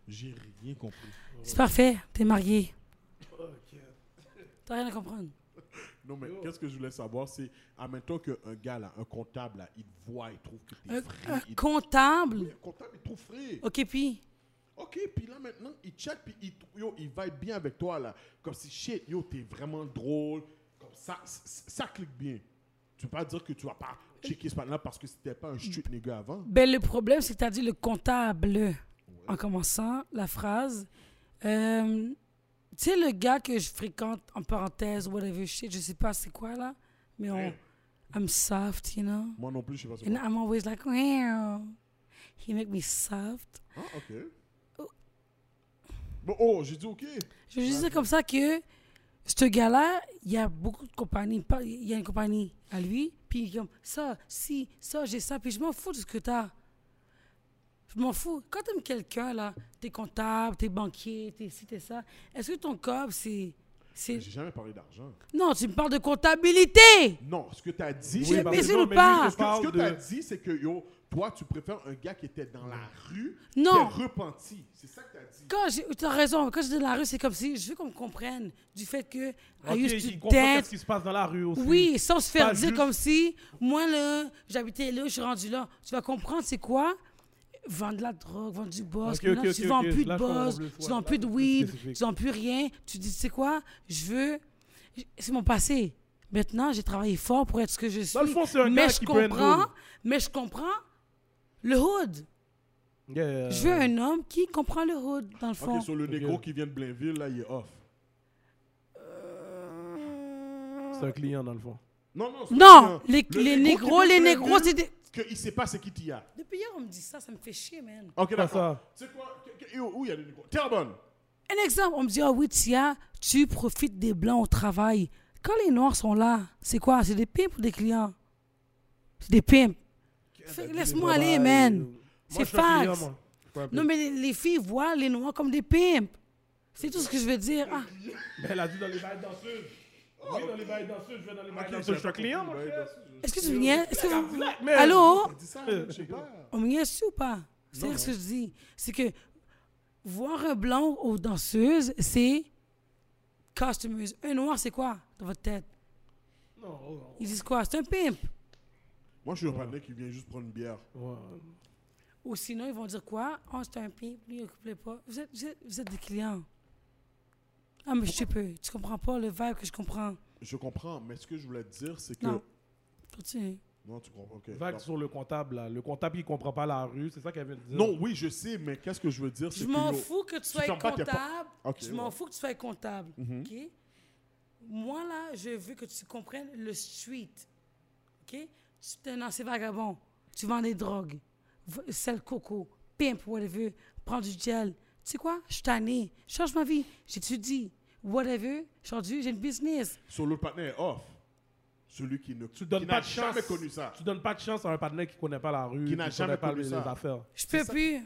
J'ai rien compris. C'est parfait, t'es marié. Ok. T'as rien à comprendre. Non, mais qu'est-ce que je voulais savoir, c'est, admettons qu'un gars, là, un comptable, là, il te voit, il trouve que t'es Un, frais. un il- Oui, comptable. un comptable, il trouve frais. Ok, puis. OK, puis là, maintenant, il check, puis il, t- yo, il vibe bien avec toi, là. Comme si, shit, yo, t'es vraiment drôle. Comme ça, c- c- ça clique bien. Tu peux pas dire que tu vas pas checker ce patin-là parce que c'était pas un street nigga avant. Ben, le problème, c'est que t'as dit le comptable. En commençant la phrase. Euh, tu sais, le gars que je fréquente, en parenthèse, whatever shit, je sais pas c'est quoi, là. Mais on. I'm soft, you know? Moi non plus, je sais pas ce And que... I'm always like, wow. He make me soft. Ah, Oh. OK. Bon, oh, j'ai dit OK. Je veux juste dire comme ça que ce gars-là, il y a beaucoup de compagnies. pas- Il y a une compagnie à lui, puis il est comme ça, si, ça, j'ai ça, puis je m'en fous de ce que t'as. Je m'en fous. Quand t'aimes quelqu'un, là, t'es comptable, t'es banquier, t'es ci, t'es ça, est-ce que ton corps, c'est. c'est- J'ai jamais parlé d'argent. Non, tu me parles de comptabilité! Non, ce que t'as dit... J'ai parce mais baisé non, ou mais lui, pas? il que ce que parle t'as de- dit, c'est que, yo, toi, tu préfères un gars qui était dans la rue, Non. qui est repenti. C'est ça que t'as dit. Quand j'ai. T'as raison, quand je dis dans la rue, c'est comme si. Je veux qu'on me comprenne du fait que. Ok, I used to il comprend dance, ce qui se passe dans la rue aussi. Oui, sans se faire Pas dire juste- comme si, moi là, j'habitais là, je suis rendu là. Tu vas comprendre c'est quoi Vendre de la drogue, vendre du boss. Ok, puis là, ok, tu ok, vends ok. plus de Là, je comprends boss, plus, tu ouais, vends là, plus de c'est plus weed, spécifique. tu vends plus rien. Tu dis, tu sais quoi Je veux. C'est mon passé. Maintenant, j'ai travaillé fort pour être ce que je suis. Dans le fond, c'est un gars mais je qui peut être comprends, hood. mais je comprends le hood. Yeah. euh, Je veux un homme qui comprend le hood dans le fond. OK, sur le Ok. négro qui vient de Blainville, là, il est off. C'est un client dans le fond. Non, non. c'est Non, pas ça. les, Le les négro négros, qui les veut négros, Blainville, c'est des... Que il sait pas c'est qui t'y a. Depuis hier, on me dit ça, ça me fait chier, man. Ok, d'accord. ça. C'est quoi que- que- yo, Où il y a les négros Terrebonne. Un exemple, on me dit, ah oui, Tia, tu profites des blancs au travail. Quand les noirs sont là, c'est quoi C'est des pimps ou des clients C'est des pimps. Fait que Laisse-moi aller, man. C'est fax. Non, mais les, les filles voient les noirs comme des pimps. C'est tout ce que je veux dire. Ah, Mais elle a dit dans les bails danseuses. Oui, dans les bails danseuses, je vais dans les bails danseuses. Je suis un client, mon frère. Est-ce que tu me niaises Est-ce que vous- Black man. Allô Dis ça, je sais pas. On me niaise ou pas C'est ce que je dis. C'est que voir un blanc aux danseuses, c'est customers. Un noir, c'est quoi dans votre tête Non, oh, Ils disent quoi C'est un pimp. Moi, je suis un panneau qui vient juste prendre une bière. non. Ouais. Ou sinon, ils vont dire quoi? Oh, c'est un pimp, lui, il ne plaît pas. Vous êtes, vous, êtes, vous êtes des clients. Ah, mais je sais peu. Tu comprends pas le vibe que je comprends. Je comprends, mais ce que je voulais te dire, c'est que. Non. Continue. Non, tu comprends. ok. Vague Non. sur le comptable, là. Le comptable, il comprend pas la rue. C'est ça qu'elle vient de dire. Non, oui, je sais, mais qu'est-ce que je veux dire, c'est Je que. m'en yo, fous que tu sois fermes pas tes comptable. portes. Ok, je m'en ouais. Mhm. fous que tu sois comptable. OK? Moi, là, je veux que tu comprennes le street. OK? Tu es un ancien vagabond. Tu vends des drogues. V- Sel coco, pimp, whatever. Prends du gel. Tu sais quoi? Je suis tanné. Change ma vie. J'étudie. whatever. Aujourd'hui, j'ai une business. Sur l'autre partenaire est off. Celui qui ne Tu donnes qui pas n'a de chance. jamais connu ça. Tu donnes pas de chance à un partenaire qui connaît pas la rue, Qui n'a connaît jamais pas connu les, ça. les affaires. Je peux plus.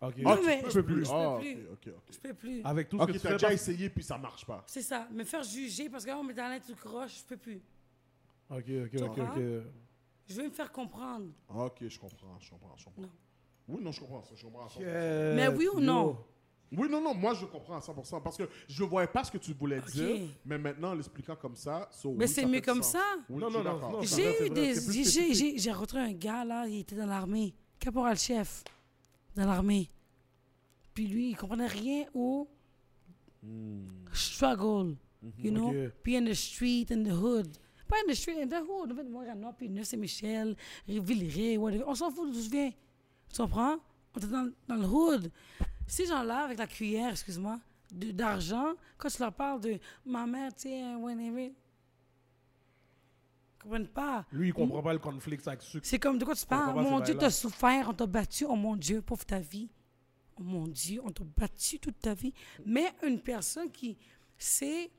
Ok. Non, mais- Ah, tu peux plus. je peux Ah, plus. ok, ok, ok. Je peux plus. Avec tout ce Ok, que tu t'as fais. déjà pas- essayé puis ça marche pas. C'est ça. Me faire juger parce que oh, mais t'as l'air tout croche, je peux plus. Ok, ok, ok, comprends? ok. Je veux me faire comprendre. Ok, je comprends, je comprends, je comprends. Non. Oui, non, je comprends, ça, je comprends. à 100%. Mais oui ou non? Yo. Oui, non, non, moi je comprends à 100% parce que je ne voyais pas ce que tu voulais Ok. dire, mais maintenant en l'expliquant comme ça, so, Mais oui, c'est ça mieux fait du comme sens. ça. Oui, Non, je suis non, non, d'accord. non, ça- J'ai c'est vrai, eu des. c'est plus J'ai spécifique. j'ai- j'ai retrouvé un gars là, il était dans l'armée, caporal-chef, dans l'armée. Puis lui, il comprenait rien au struggle, you know? Ok. Puis in the street, in the hood. Pas in the street, in the hood. En fait, moi, Ranoir, puis Neuf-Saint-Michel, Villeray, whatever. On s'en fout d'où je viens. Tu comprends? On était dans, dans le hood. Ces gens-là, avec la cuillère, excuse-moi, de- d'argent, quand tu leur parles de ma mère, tu sais, whatever, ils comprennent pas. Lui, il comprend pas le conflit avec sucre. C'est comme de quoi tu comprend parles. pas Mon ces Dieu, bails-là. t'as souffert, on t'a battu. Oh mon Dieu, pauvre ta vie. Oh mon Dieu, on t'a battu toute ta vie. Mais une personne qui sait,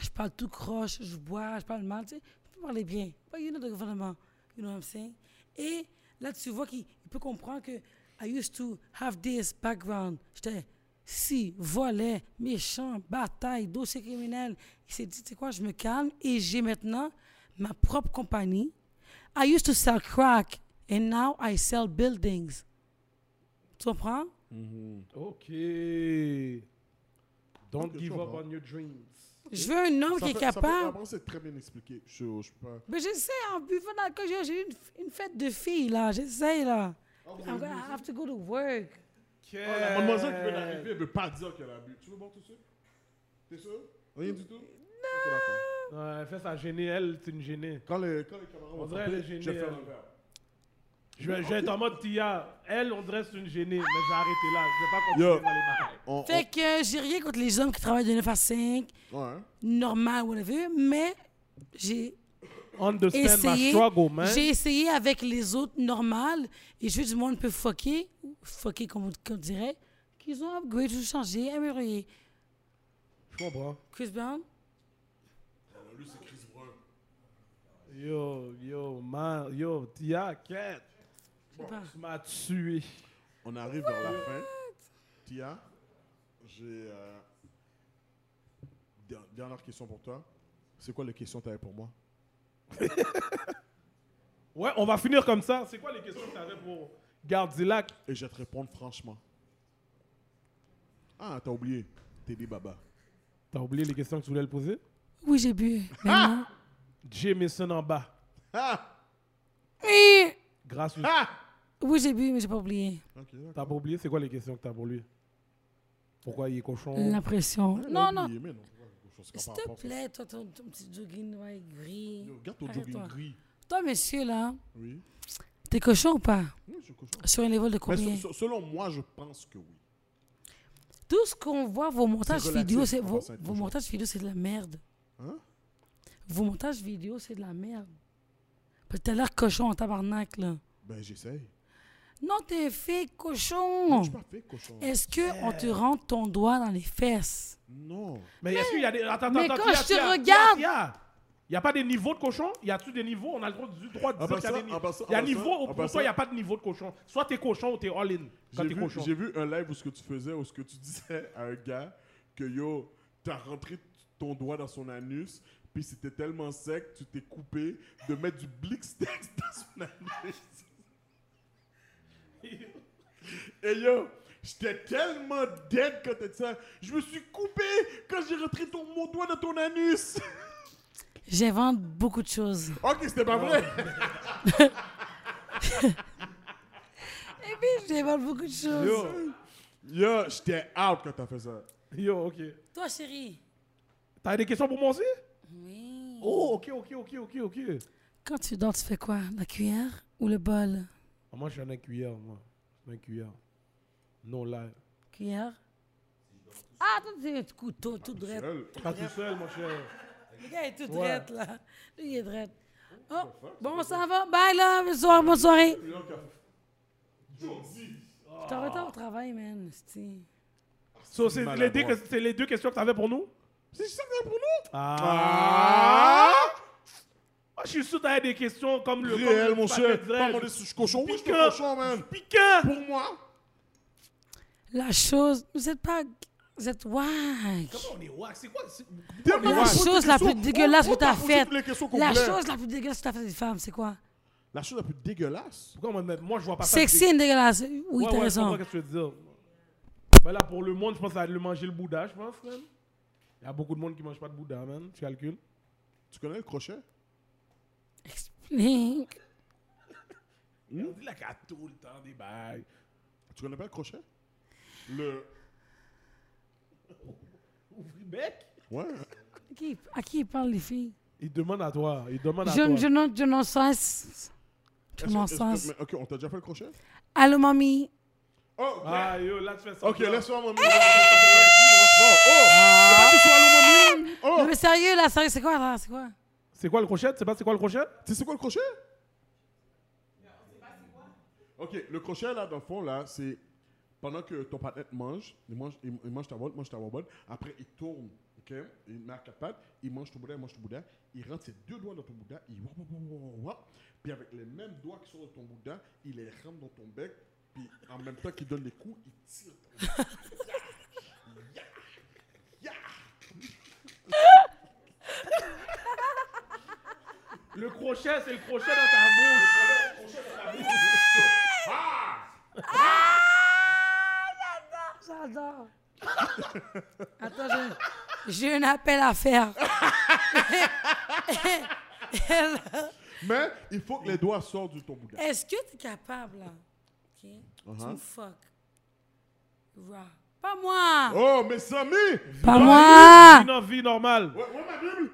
je parle tout croche, je bois, je parle mal, tu sais, je peux parler bien. Pas une autre gouvernement. You know what I'm saying? Et là, tu vois qu'il il peut comprendre que I used to have this background. J'étais si, volet, méchant, bataille, dossier criminel. Il s'est dit, tu sais quoi, je me calme et j'ai maintenant ma propre compagnie. I used to sell crack and now I sell buildings. Tu comprends? Ok. hein. Don't Ok, je give up comprends. on your dreams. Je veux un homme Ça qui est fait- ça fait- capable. apparemment, c'est très bien expliqué. Je, je peux pas. Mais je sais, en buvant dans l'alcool, j'ai- j'ai eu une, une fête de filles, là. J'essaie, là. Ah, Ah, I'm gonna have to go to work. Oh, la mademoiselle qui vient d'arriver, elle veut pas dire qu'elle a bu. Tu veux boire tout de suite T'es sûr Rien du tout Non Ouais, fais ça gêner, elle, c'est une gênée. Quand les, quand les camarades On vont dirait s'appeler, elle est je vais gênée, faire elle. un verre. Je vais, je vais être en mode Tia. Elle, on dresse une gênée, mais j'ai arrêté là. Je vais pas continuer Yo. dans les batailles. On- Fait que euh, j'ai rien contre les hommes qui travaillent de 9 à 5, on- ouais. normal, whatever, mais j'ai Understand my essayé. struggle, man. J'ai essayé avec les autres normales et je veux du monde un peu fucké, ou fucké comme on comme on dirait, qu'ils ont upgrade, ou changé, amélioré. Je comprends. Chris Brown, Yo, yo, man. Yo, Tia, quête. je sais pas. Tu m'as tué. On arrive vers la fin. Tia, j'ai. euh, der- Dernière question pour toi. C'est quoi les questions que tu avais pour moi Ouais, on va finir comme ça. C'est quoi les questions que t'avais pour Gardilac? Et je vais te répondre franchement. Ah, t'as oublié. T'es des babas. T'as oublié les questions que tu voulais le poser? Oui, j'ai bu. mais non. Jameson en bas. Ah Eh, Grâce au... Oui, j'ai bu, mais j'ai pas oublié. Ok, d'accord. T'as pas oublié, c'est quoi les questions que t'as pour lui? Pourquoi il est cochon? L'impression. On Non, a non. oublié, mais non, pourquoi quelque chose qui S'il en parle te pas, ça. plaît, toi, ton, ton petit jogging noir et gris. Yo, Regarde ton Arrête-toi. jogging gris. Toi, monsieur, là, Oui. t'es cochon ou pas? Oui, je cochon. Sur un niveau de Mais combien? se- se- selon moi, je pense que oui. Tout ce qu'on voit, vos montages relatif, vidéo, c'est on vos, va s'être vos cochon. montages vidéo, c'est de la merde. Hein Vos montages vidéo, c'est de la merde. Parce que t'as l'air cochon en tabarnak, là. Ben, j'essaye. Non, t'es fake Non, cochon. Je suis pas Eh. fait cochon. Est-ce que on te rentre ton doigt dans les fesses? Non. Mais est-ce qu'il y a des. Attends, Mais attends, quand Tia, je te Tia, regarde- Tia, Tia, Il n'y a pas des niveaux de cochon Y a-tu des niveaux On a le droit du droit de En dire qu'il y passant, a des en niveaux. passant, Il y a en niveau, passant, en pour toi, passant. il n'y a pas de niveau de cochon. Soit t'es cochon ou t'es all-in quand J'ai t'es vu, cochon. j'ai vu un live où ce que tu faisais, où ce que tu disais à un gars que yo, t'as rentré ton doigt dans son anus, puis c'était tellement sec, tu t'es coupé de mettre du Blixtex dans son anus. Et yo, j'étais tellement dead quand t'as dit ça. Je me suis coupé quand j'ai rentré ton, mon doigt dans ton anus. J'invente beaucoup de choses. ok, c'était pas vrai. Et puis, j'invente beaucoup de choses. Yo, Yo, j'étais out quand t'as fait ça. yo, ok. Toi, chérie. T'as des questions pour moi aussi Oui. Oh, ok, ok, ok, ok, ok. Quand tu dors, tu fais quoi? La cuillère ou le bol? Ah, moi, je suis un cuillère, moi. Je suis un cuillère. Non, là. Cuillère? Ah, toi, t'es un couteau, tout droit. Seul. Pas tout seul, mon cher. Le gars est tout Ouais. droit, là. Lui, il est droit. Oh, bon, on s'en va. Bye, là. Bonne soirée. Bonne soirée. T'es en retard au travail, man. esti. So, c'est les, Maladroit. deux que- c'est les deux questions que t'avais pour nous C'est Justin Bruno? Ah! Moi, Ah, je suis sûr que t'avais des questions comme le. Réel, mon cher. Pas mon Piquant! dessus cochon. Oui, je suis Piquant. un cochon, man. Piquant! Pour moi, La chose, vous êtes pas. Vous êtes wack. Comment on est wack? C'est quoi? c'est- Tellement La pas de chose questions. la plus dégueulasse On- que on t'as t'a posé faite. toutes les questions qu'on La voulait. chose la plus dégueulasse que t'as faite des femmes, c'est quoi La chose la plus dégueulasse. Pourquoi moi, même- moi, je vois pas ça. Sexy et dégueulasse. Oui, Ouais, t'as ouais, je comprends raison. ce que tu veux dire. Ben là, pour le monde, je pense à le manger le Bouddha, je pense, man. Il y a beaucoup de monde qui mange pas de Bouddha, man. Tu calcules. Tu connais le crochet? Explique. On dit là qu'à tout le temps des bails. Tu connais pas le crochet? Le. Ouvre bec. Ouais. À qui, à qui ils parlent, les filles Il demande à toi. Il demande à Je, toi. je n'en je n'en sens. Est-ce Je que- n'en est-ce que- sens. mais- Ok, on t'a déjà fait le crochet? Allô, mamie. Oh, Ah, yo, là, tu fais ça. Ok, là. laisse-moi mon. Oh! C'est Oh! pas tout sur Allo, mamie. Non, Oh! mais sérieux, là, sérieux, c'est quoi, là C'est quoi C'est quoi le crochet? Tu sais pas c'est quoi le crochet? Tu sais c'est quoi le crochet? Ok, le crochet là, dans le fond, là, c'est pendant que ton partenaire mange, il mange, il, il mange ta bonne, mange ta bonbonne, après il tourne, ok? Il marque quatre pattes, il mange ton boudin, il mange ton boudin, il rentre ses deux doigts dans ton boudin, il wap, wap, wap, wap, wap, puis avec les mêmes doigts qui sont dans ton boudin, il les rentre dans ton bec, puis en même temps qu'il donne les coups, il tire. Ya! Ya! Le crochet, c'est le crochet dans ta bouche. J'adore. Attends, j'ai- j'ai un appel à faire. Mais il faut que les doigts sortent de ton boudin. Est-ce que tu es capable, là Ok. Eh, Tu Uh-huh. me fuck. Raw. Pas moi. Oh, mes amis! Pas moi. Une envie normale. Ouais, ouais, ma Bible!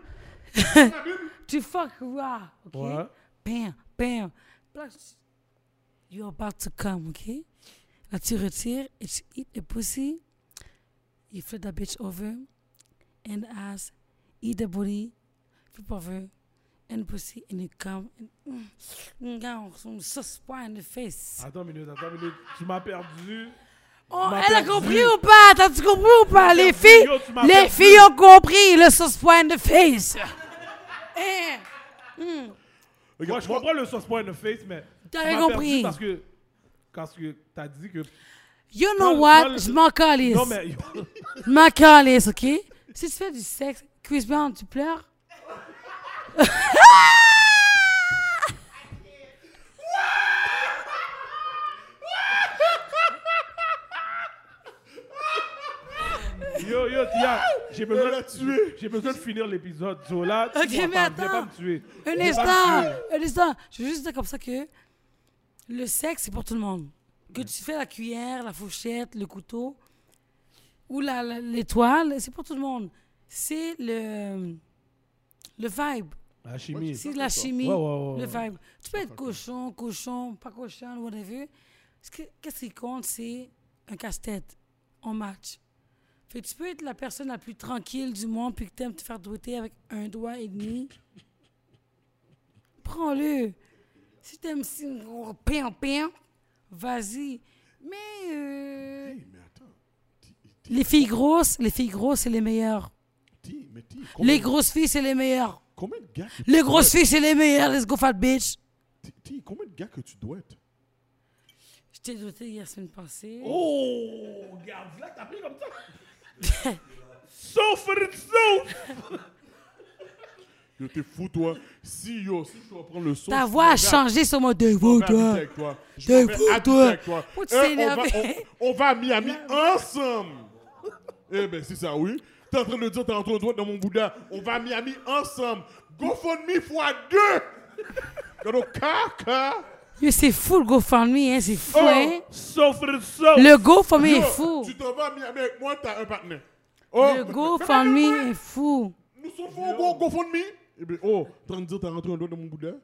ma Bible! Tu fuck raw. Ok. Ouais. Bam, bam. Là, tu- You're about to come, ok? Là, tu retires et tu eat a pussy. You flip that bitch over and ass. Eat the booty. Flip over and pussy and you come. And, mm, mm, now, some sauce point in the face. Attends une minute, attends une minute. Tu m'as perdu. Oh, Ah, m'as elle a perdu. compris ou pas? T'as-tu compris ou pas? Les perdu, filles, yo, tu m'as les perdu. filles ont compris le sauce point in the face. Hein? Moi, Regarde, je moi- comprends le sauce point in the face, mais. T'as tu m'as perdu compris. Parce que. Parce que t'as dit que. You Dans know le- dans what? le- Je m'en calisse. Non, mais. Je m'en calisse, OK? Si tu fais du sexe, Chris Brown, tu pleures? Yo, yo, Tia, j'ai besoin, l'a tué. j'ai besoin de finir l'épisode. Zola, tu m'en Ok, mais parles, viens attends. pas me tuer. Un Viens pas me instant, tuer. un instant. Je veux juste dire comme ça que le sexe, c'est pour tout le monde. Que tu fais la cuillère, la fourchette, le couteau ou la- la- l'étoile, c'est pour tout le monde. C'est le, le vibe. La chimie. C'est la chimie, hein, Ouais, ouais, ouais, le ouais. vibe. Tu peux être cochon, cochon, pas cochon, whatever. Ce que- Qu'est-ce qui compte, c'est un casse-tête en match. Fait que tu peux être la personne la plus tranquille du monde puis que t'aimes te faire douter avec un doigt et demi. Prends-le. Si t'aimes si pain, pain, vas-y. Mais euh, Hey, mais attends. Ti, ti, les filles grosses, les filles grosses, c'est les meilleures. ti, mais ti, Les combien, grosses filles, c'est les meilleures. combien de gars que tu Les grosses filles, c'est les meilleures. Let's go, fat bitch. ti, ti, combien de gars que tu dois être? Je t'ai doté hier semaine passée. Oh, regarde, là, t'as pris comme ça. Sauf for the sauce. Yo, t'es fou, toi. Si, yo, si je dois prendre le son. Ta je voix a m'en vais changé sur moi. T'es fou, à- je m'en vais habiter toi. avec toi. Je T'es m'en vais fou, habiter toi. avec toi. Faut que tu Hein, on, va, t'énerves. on- on va à Miami ensemble. eh ben, c'est ça, oui. T'es en train de dire, t'es en train de droite dans mon boudin. On va à Miami ensemble. GoFundMe fois deux. Dans nos cas, cas. Yo, c'est fou le GoFundMe, hein. C'est fou, Oh, hein. Sauf for the sauce. Le GoFundMe Yo, est fou. Tu t'en vas à Miami avec moi, t'as un partenaire. Oh. Le GoFundMe est fou. Nous sommes au go, GoFundMe. Et bien, oh, train de dire, t'as rentré un doigt dans mon boudin.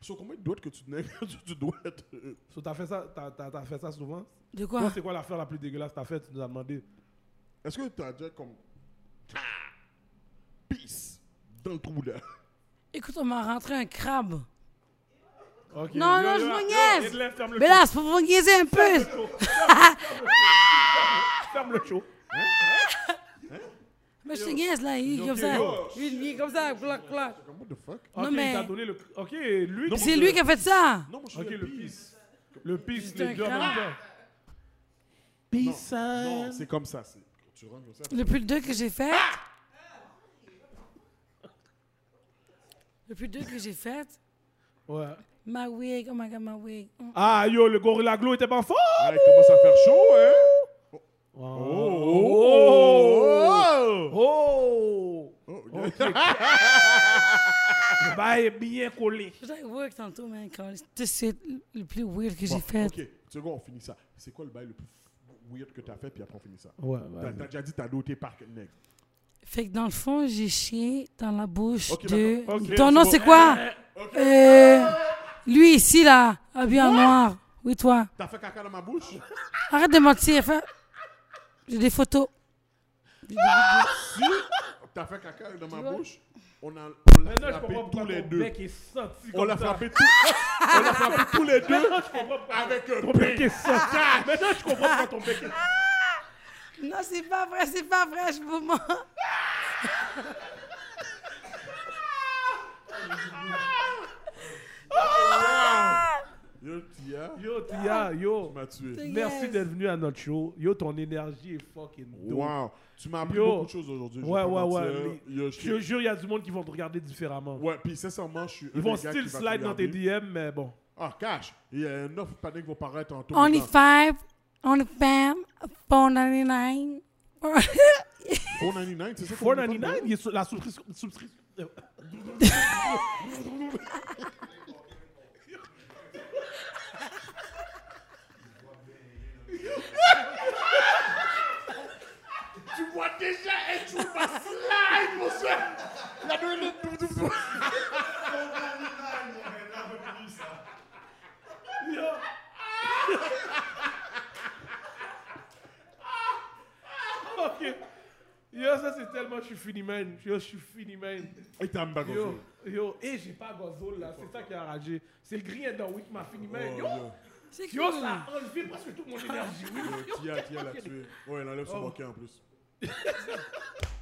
Sur combien de doigts que tu tenais que tu dois être. euh, So, t'as fait ça, t'as, t'as, t'as fait ça souvent. De Toi, quoi c'est quoi l'affaire la plus dégueulasse que t'as faite Tu nous as demandé. Est-ce que t'as déjà comme. Ah, Peace dans le trou boudin. Écoute, on m'a rentré un crabe. Ok, Non, yo, non, yo, je yo, me yo, niaise. Edlin, ferme le Mais show. là, c'est pour vous niaiser un peu. Ferme le show. Mais Mais je te niaise, là. Il est comme ça. Il est comme ça. clac, clac. Comme, what the fuck? Ok, Non, il mais- t'a donné le. Ok, lui. qui- C'est lui qui a fait ça. Non, moi, je suis Ok, le le pire. pisse. Le pisse, C'est un les deux en même crack. temps. Peace Non, out. Oh, c'est comme ça. c'est- Tu rentres comme ça. Depuis le 2 que j'ai fait. Ah! Depuis le 2 que j'ai fait. Ouais. Ma wig, oh my god, ma wig. Mm. Ah, yo, le gorilla glow était pas en forme. Ah, il commence à faire chaud, hein? Oh! Oh! Ok. Le bail est bien collé. J'étais work tantôt, man. quand- C'était c'est le plus weird que Bon, j'ai fait. Ok, second, on finit ça. C'est quoi le bail le plus weird que t'as fait, puis après on finit ça? Ouais, T'as t'as déjà dit t'as noté par nègre. Fait que dans le fond, j'ai chié dans la bouche Ok, de. d'accord. Ok, Ton nom, c'est Eh, c'est quoi? Euh, lui ici, là, habillé en noir. Oui, toi. T'as fait caca dans ma bouche? Arrête de mentir. fais- J'ai des photos. si t'as fait caca dans ma vois? bouche, on a on l'a Maintenant, je frappé comprends tous pourquoi les ton deux. bec est senti On comme l'a ça. frappé tous on l'a frappé tous les deux Maintenant, je comprends pas. avec un Ton bec. bec est senti. Maintenant, je comprends pourquoi ton bec est Non, c'est pas vrai, c'est pas vrai, je vous mens. Yo, Tia, Yo, Tia, yo. tu m'as tué. Merci Yes. d'être venu à notre show. Yo, ton énergie est fucking dope. Wow. Tu m'as appris Yo. beaucoup de choses aujourd'hui. je vais Ouais, pas ouais, ouais. mentir. Les- Yo, Je te je- jure, il y a du monde qui vont te regarder différemment. Ouais, puis sincèrement, je suis. un Ils vont des gars still qui va te slide dans tes regarder. DM, mais bon. Ah, cash. Il y a un offre panique qui va paraître tantôt. Only dedans. five, only fam, 499. 499, c'est ça qu'on dit pas, 499, non? il est sur la souscription. souscription- euh, Tu vois déjà, et tu vas slide, mon soeur. Il a donné le tout, tout, tout. Ah! Ah! Ok. Yo, ça c'est tellement, je suis fini, man. Yo, je suis fini, man. Et t'as un bagage. Yo, yo. Et j'ai pas gozole là, c'est ça qui a ragé. C'est le green dans Wick m'a fini, man. Yo, C'est yo, ça a enlevé presque toute mon énergie. oui. Yo, Euh, Tia, Tia l'a tué. Ouais, elle enlève son banquet en plus.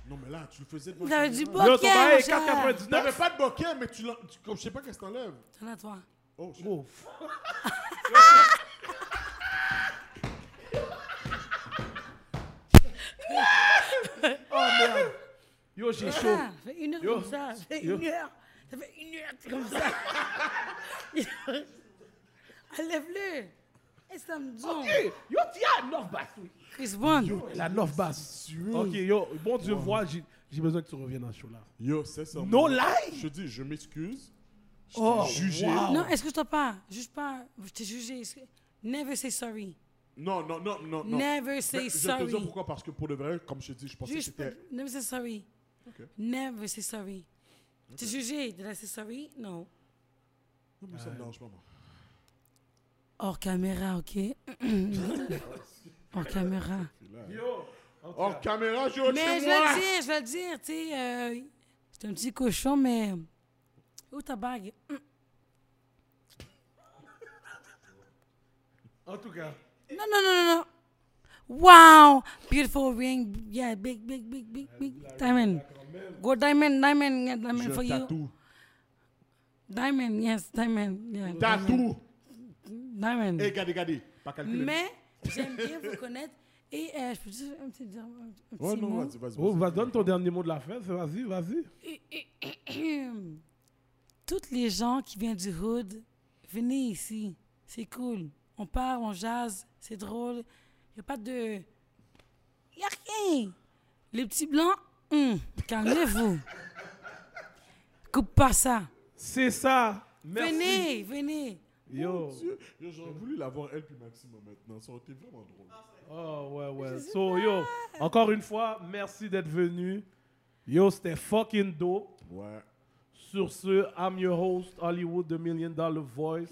Non, mais là, tu le faisais devant Vous avez tout du le monde. bon ton bail est Tu 4,99. n'avais pas de banquet, mais tu l'en. tu- Comme je sais pas qu'est-ce que t'enlèves. T'en as toi. Oh, shit. Oh, Oh, merde. Yo, j'ai chaud. Ah, fait une heure Yo. comme ça. Ça fait Yo. une heure. Ça fait une heure t'es comme ça. Enlève-le. Et ça me donne. Hey, Yo, Tia, 9 basses. oui. Chris Brown. La 9 basses. Ok, yo, bon Dieu, moi, j'ai j'ai besoin que tu reviennes dans ce show là. Yo, c'est ça. No moi. lie. Je dis, je m'excuse. Je t'ai Oh, jugé. wow. Non, est-ce que je t'en pas? Juge pas. Je t'ai jugé. Est-ce que- Never say sorry. Non, non, non, non. non. Never say Mais Je vais te sorry. dire pourquoi, parce que pour de vrai, comme je te dis, je pensais que Juge pas. c'était. Never say sorry. Never say sorry. T'es jugé. Did I say sorry? Non. Non, mais ça me dérange pas, moi. Hors caméra, OK? Hors caméra. Yo, Hors caméra, je suis Mais chez je vais moi. le dire, je vais le dire, tu sais, euh, c'est un petit cochon, mais où ta bague? en tout cas. Non, non, non, non, non. Wow, beautiful ring, yeah, big, big, big, big, big diamond. Go diamond, diamond, yeah, diamond for Je you. tatoue. Diamond, yes, diamond, yeah, diamond, Tatoue. Eh, diamond. regardez, regardez. Pas calculé. Mais j'aime bien vous connaître et euh, je peux juste un petit, dire- un petit Ouais, non, mot. vas-y, vas-y. Oh, vas-y. va donne ton dernier mot de la fin, c'est- vas-y, vas-y. Toutes les gens qui viennent du hood, venez ici. C'est cool. On parle, on jase, c'est drôle. Il a pas de... Il a rien. Les petits blancs, hum, calmez-vous. Coupe pas ça. C'est ça. Merci. Venez, venez. Yo. Dieu, yo, j'aurais voulu l'avoir elle puis Maxime maintenant. Ça aurait été vraiment drôle. Oh, ouais, ouais. So, yo, encore une fois, merci d'être venu. Yo, c'était fucking dope. Ouais. Sur ce, I'm your host, Hollywood, The Million Dollar Voice.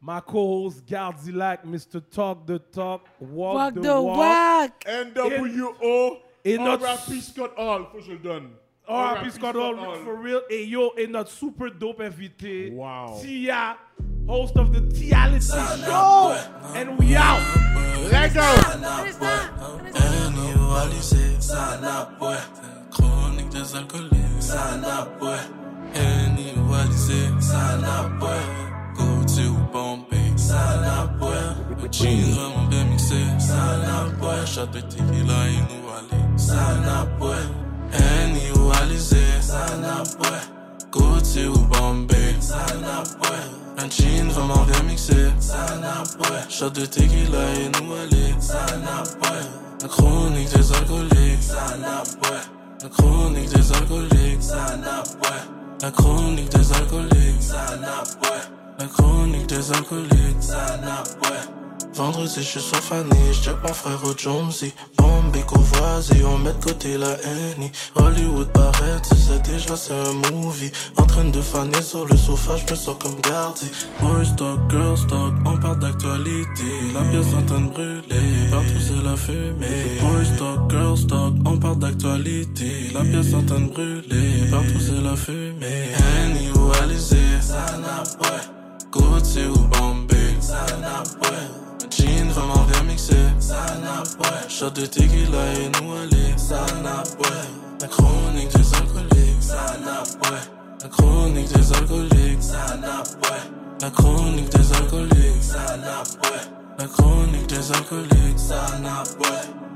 My co-host, Gardilac, Mr. Talk the Talk, Walk, Walk the, the Walk. walk. NWO. Et notre- R.I.P. Scott Hall. Faut que je le donne. R.I.P. Scott Hall, for real. Et yo, et notre super dope invité, Wow. Tia, host of the Tiality Show. And we out. Let go. Venez ça, venez ça. And you all you say, sign up, boy. des alcooliques. Ça n'a pas. Anybody say, ça n'a pas. Go to Bombay, ça n'a pas. Jira, mon bien mixé, ça n'a pas. Shot de tequila, et nous aller, ça n'a pas. Anybody say, ça n'a pas. Go to Bombay, ça n'a pas. Un jean vraiment bien mixé, ça n'a pas. Shot de tequila, et nous aller, ça n'a pas. La chronique des alcooliques, ça n'a pas. La chronique des alcooliques, ça n'a pas. La chronique des alcooliques, ça n'a pas. La chronique des alcooliques, ça n'a pas. Vendredi, je suis sur Fanny, je pas frérot Jonesy. Bombay, courvoisier, on met de côté la haine. Hollywood paraît, tu sais déjà, c'est un movie. En train de faner sur le sofa, je me sens comme Gardi. Boys talk, girls talk, on parle d'actualité. La pièce en train de brûler, partout c'est la fumée. Boys talk, girls talk, on parle d'actualité. La pièce en train de brûler, partout c'est la fumée. Annie ou Alizé, ça n'a pas. Gucci ou Bombay, ça n'a pas. Jean vraiment bien mixé, ça n'a pas. Shot de tequila et nous aller, ça n'a pas. La chronique des alcooliques, ça n'a pas. La chronique des alcooliques, ça n'a pas. La chronique des alcooliques, ça n'a pas. La chronique des alcooliques, ça n'a pas.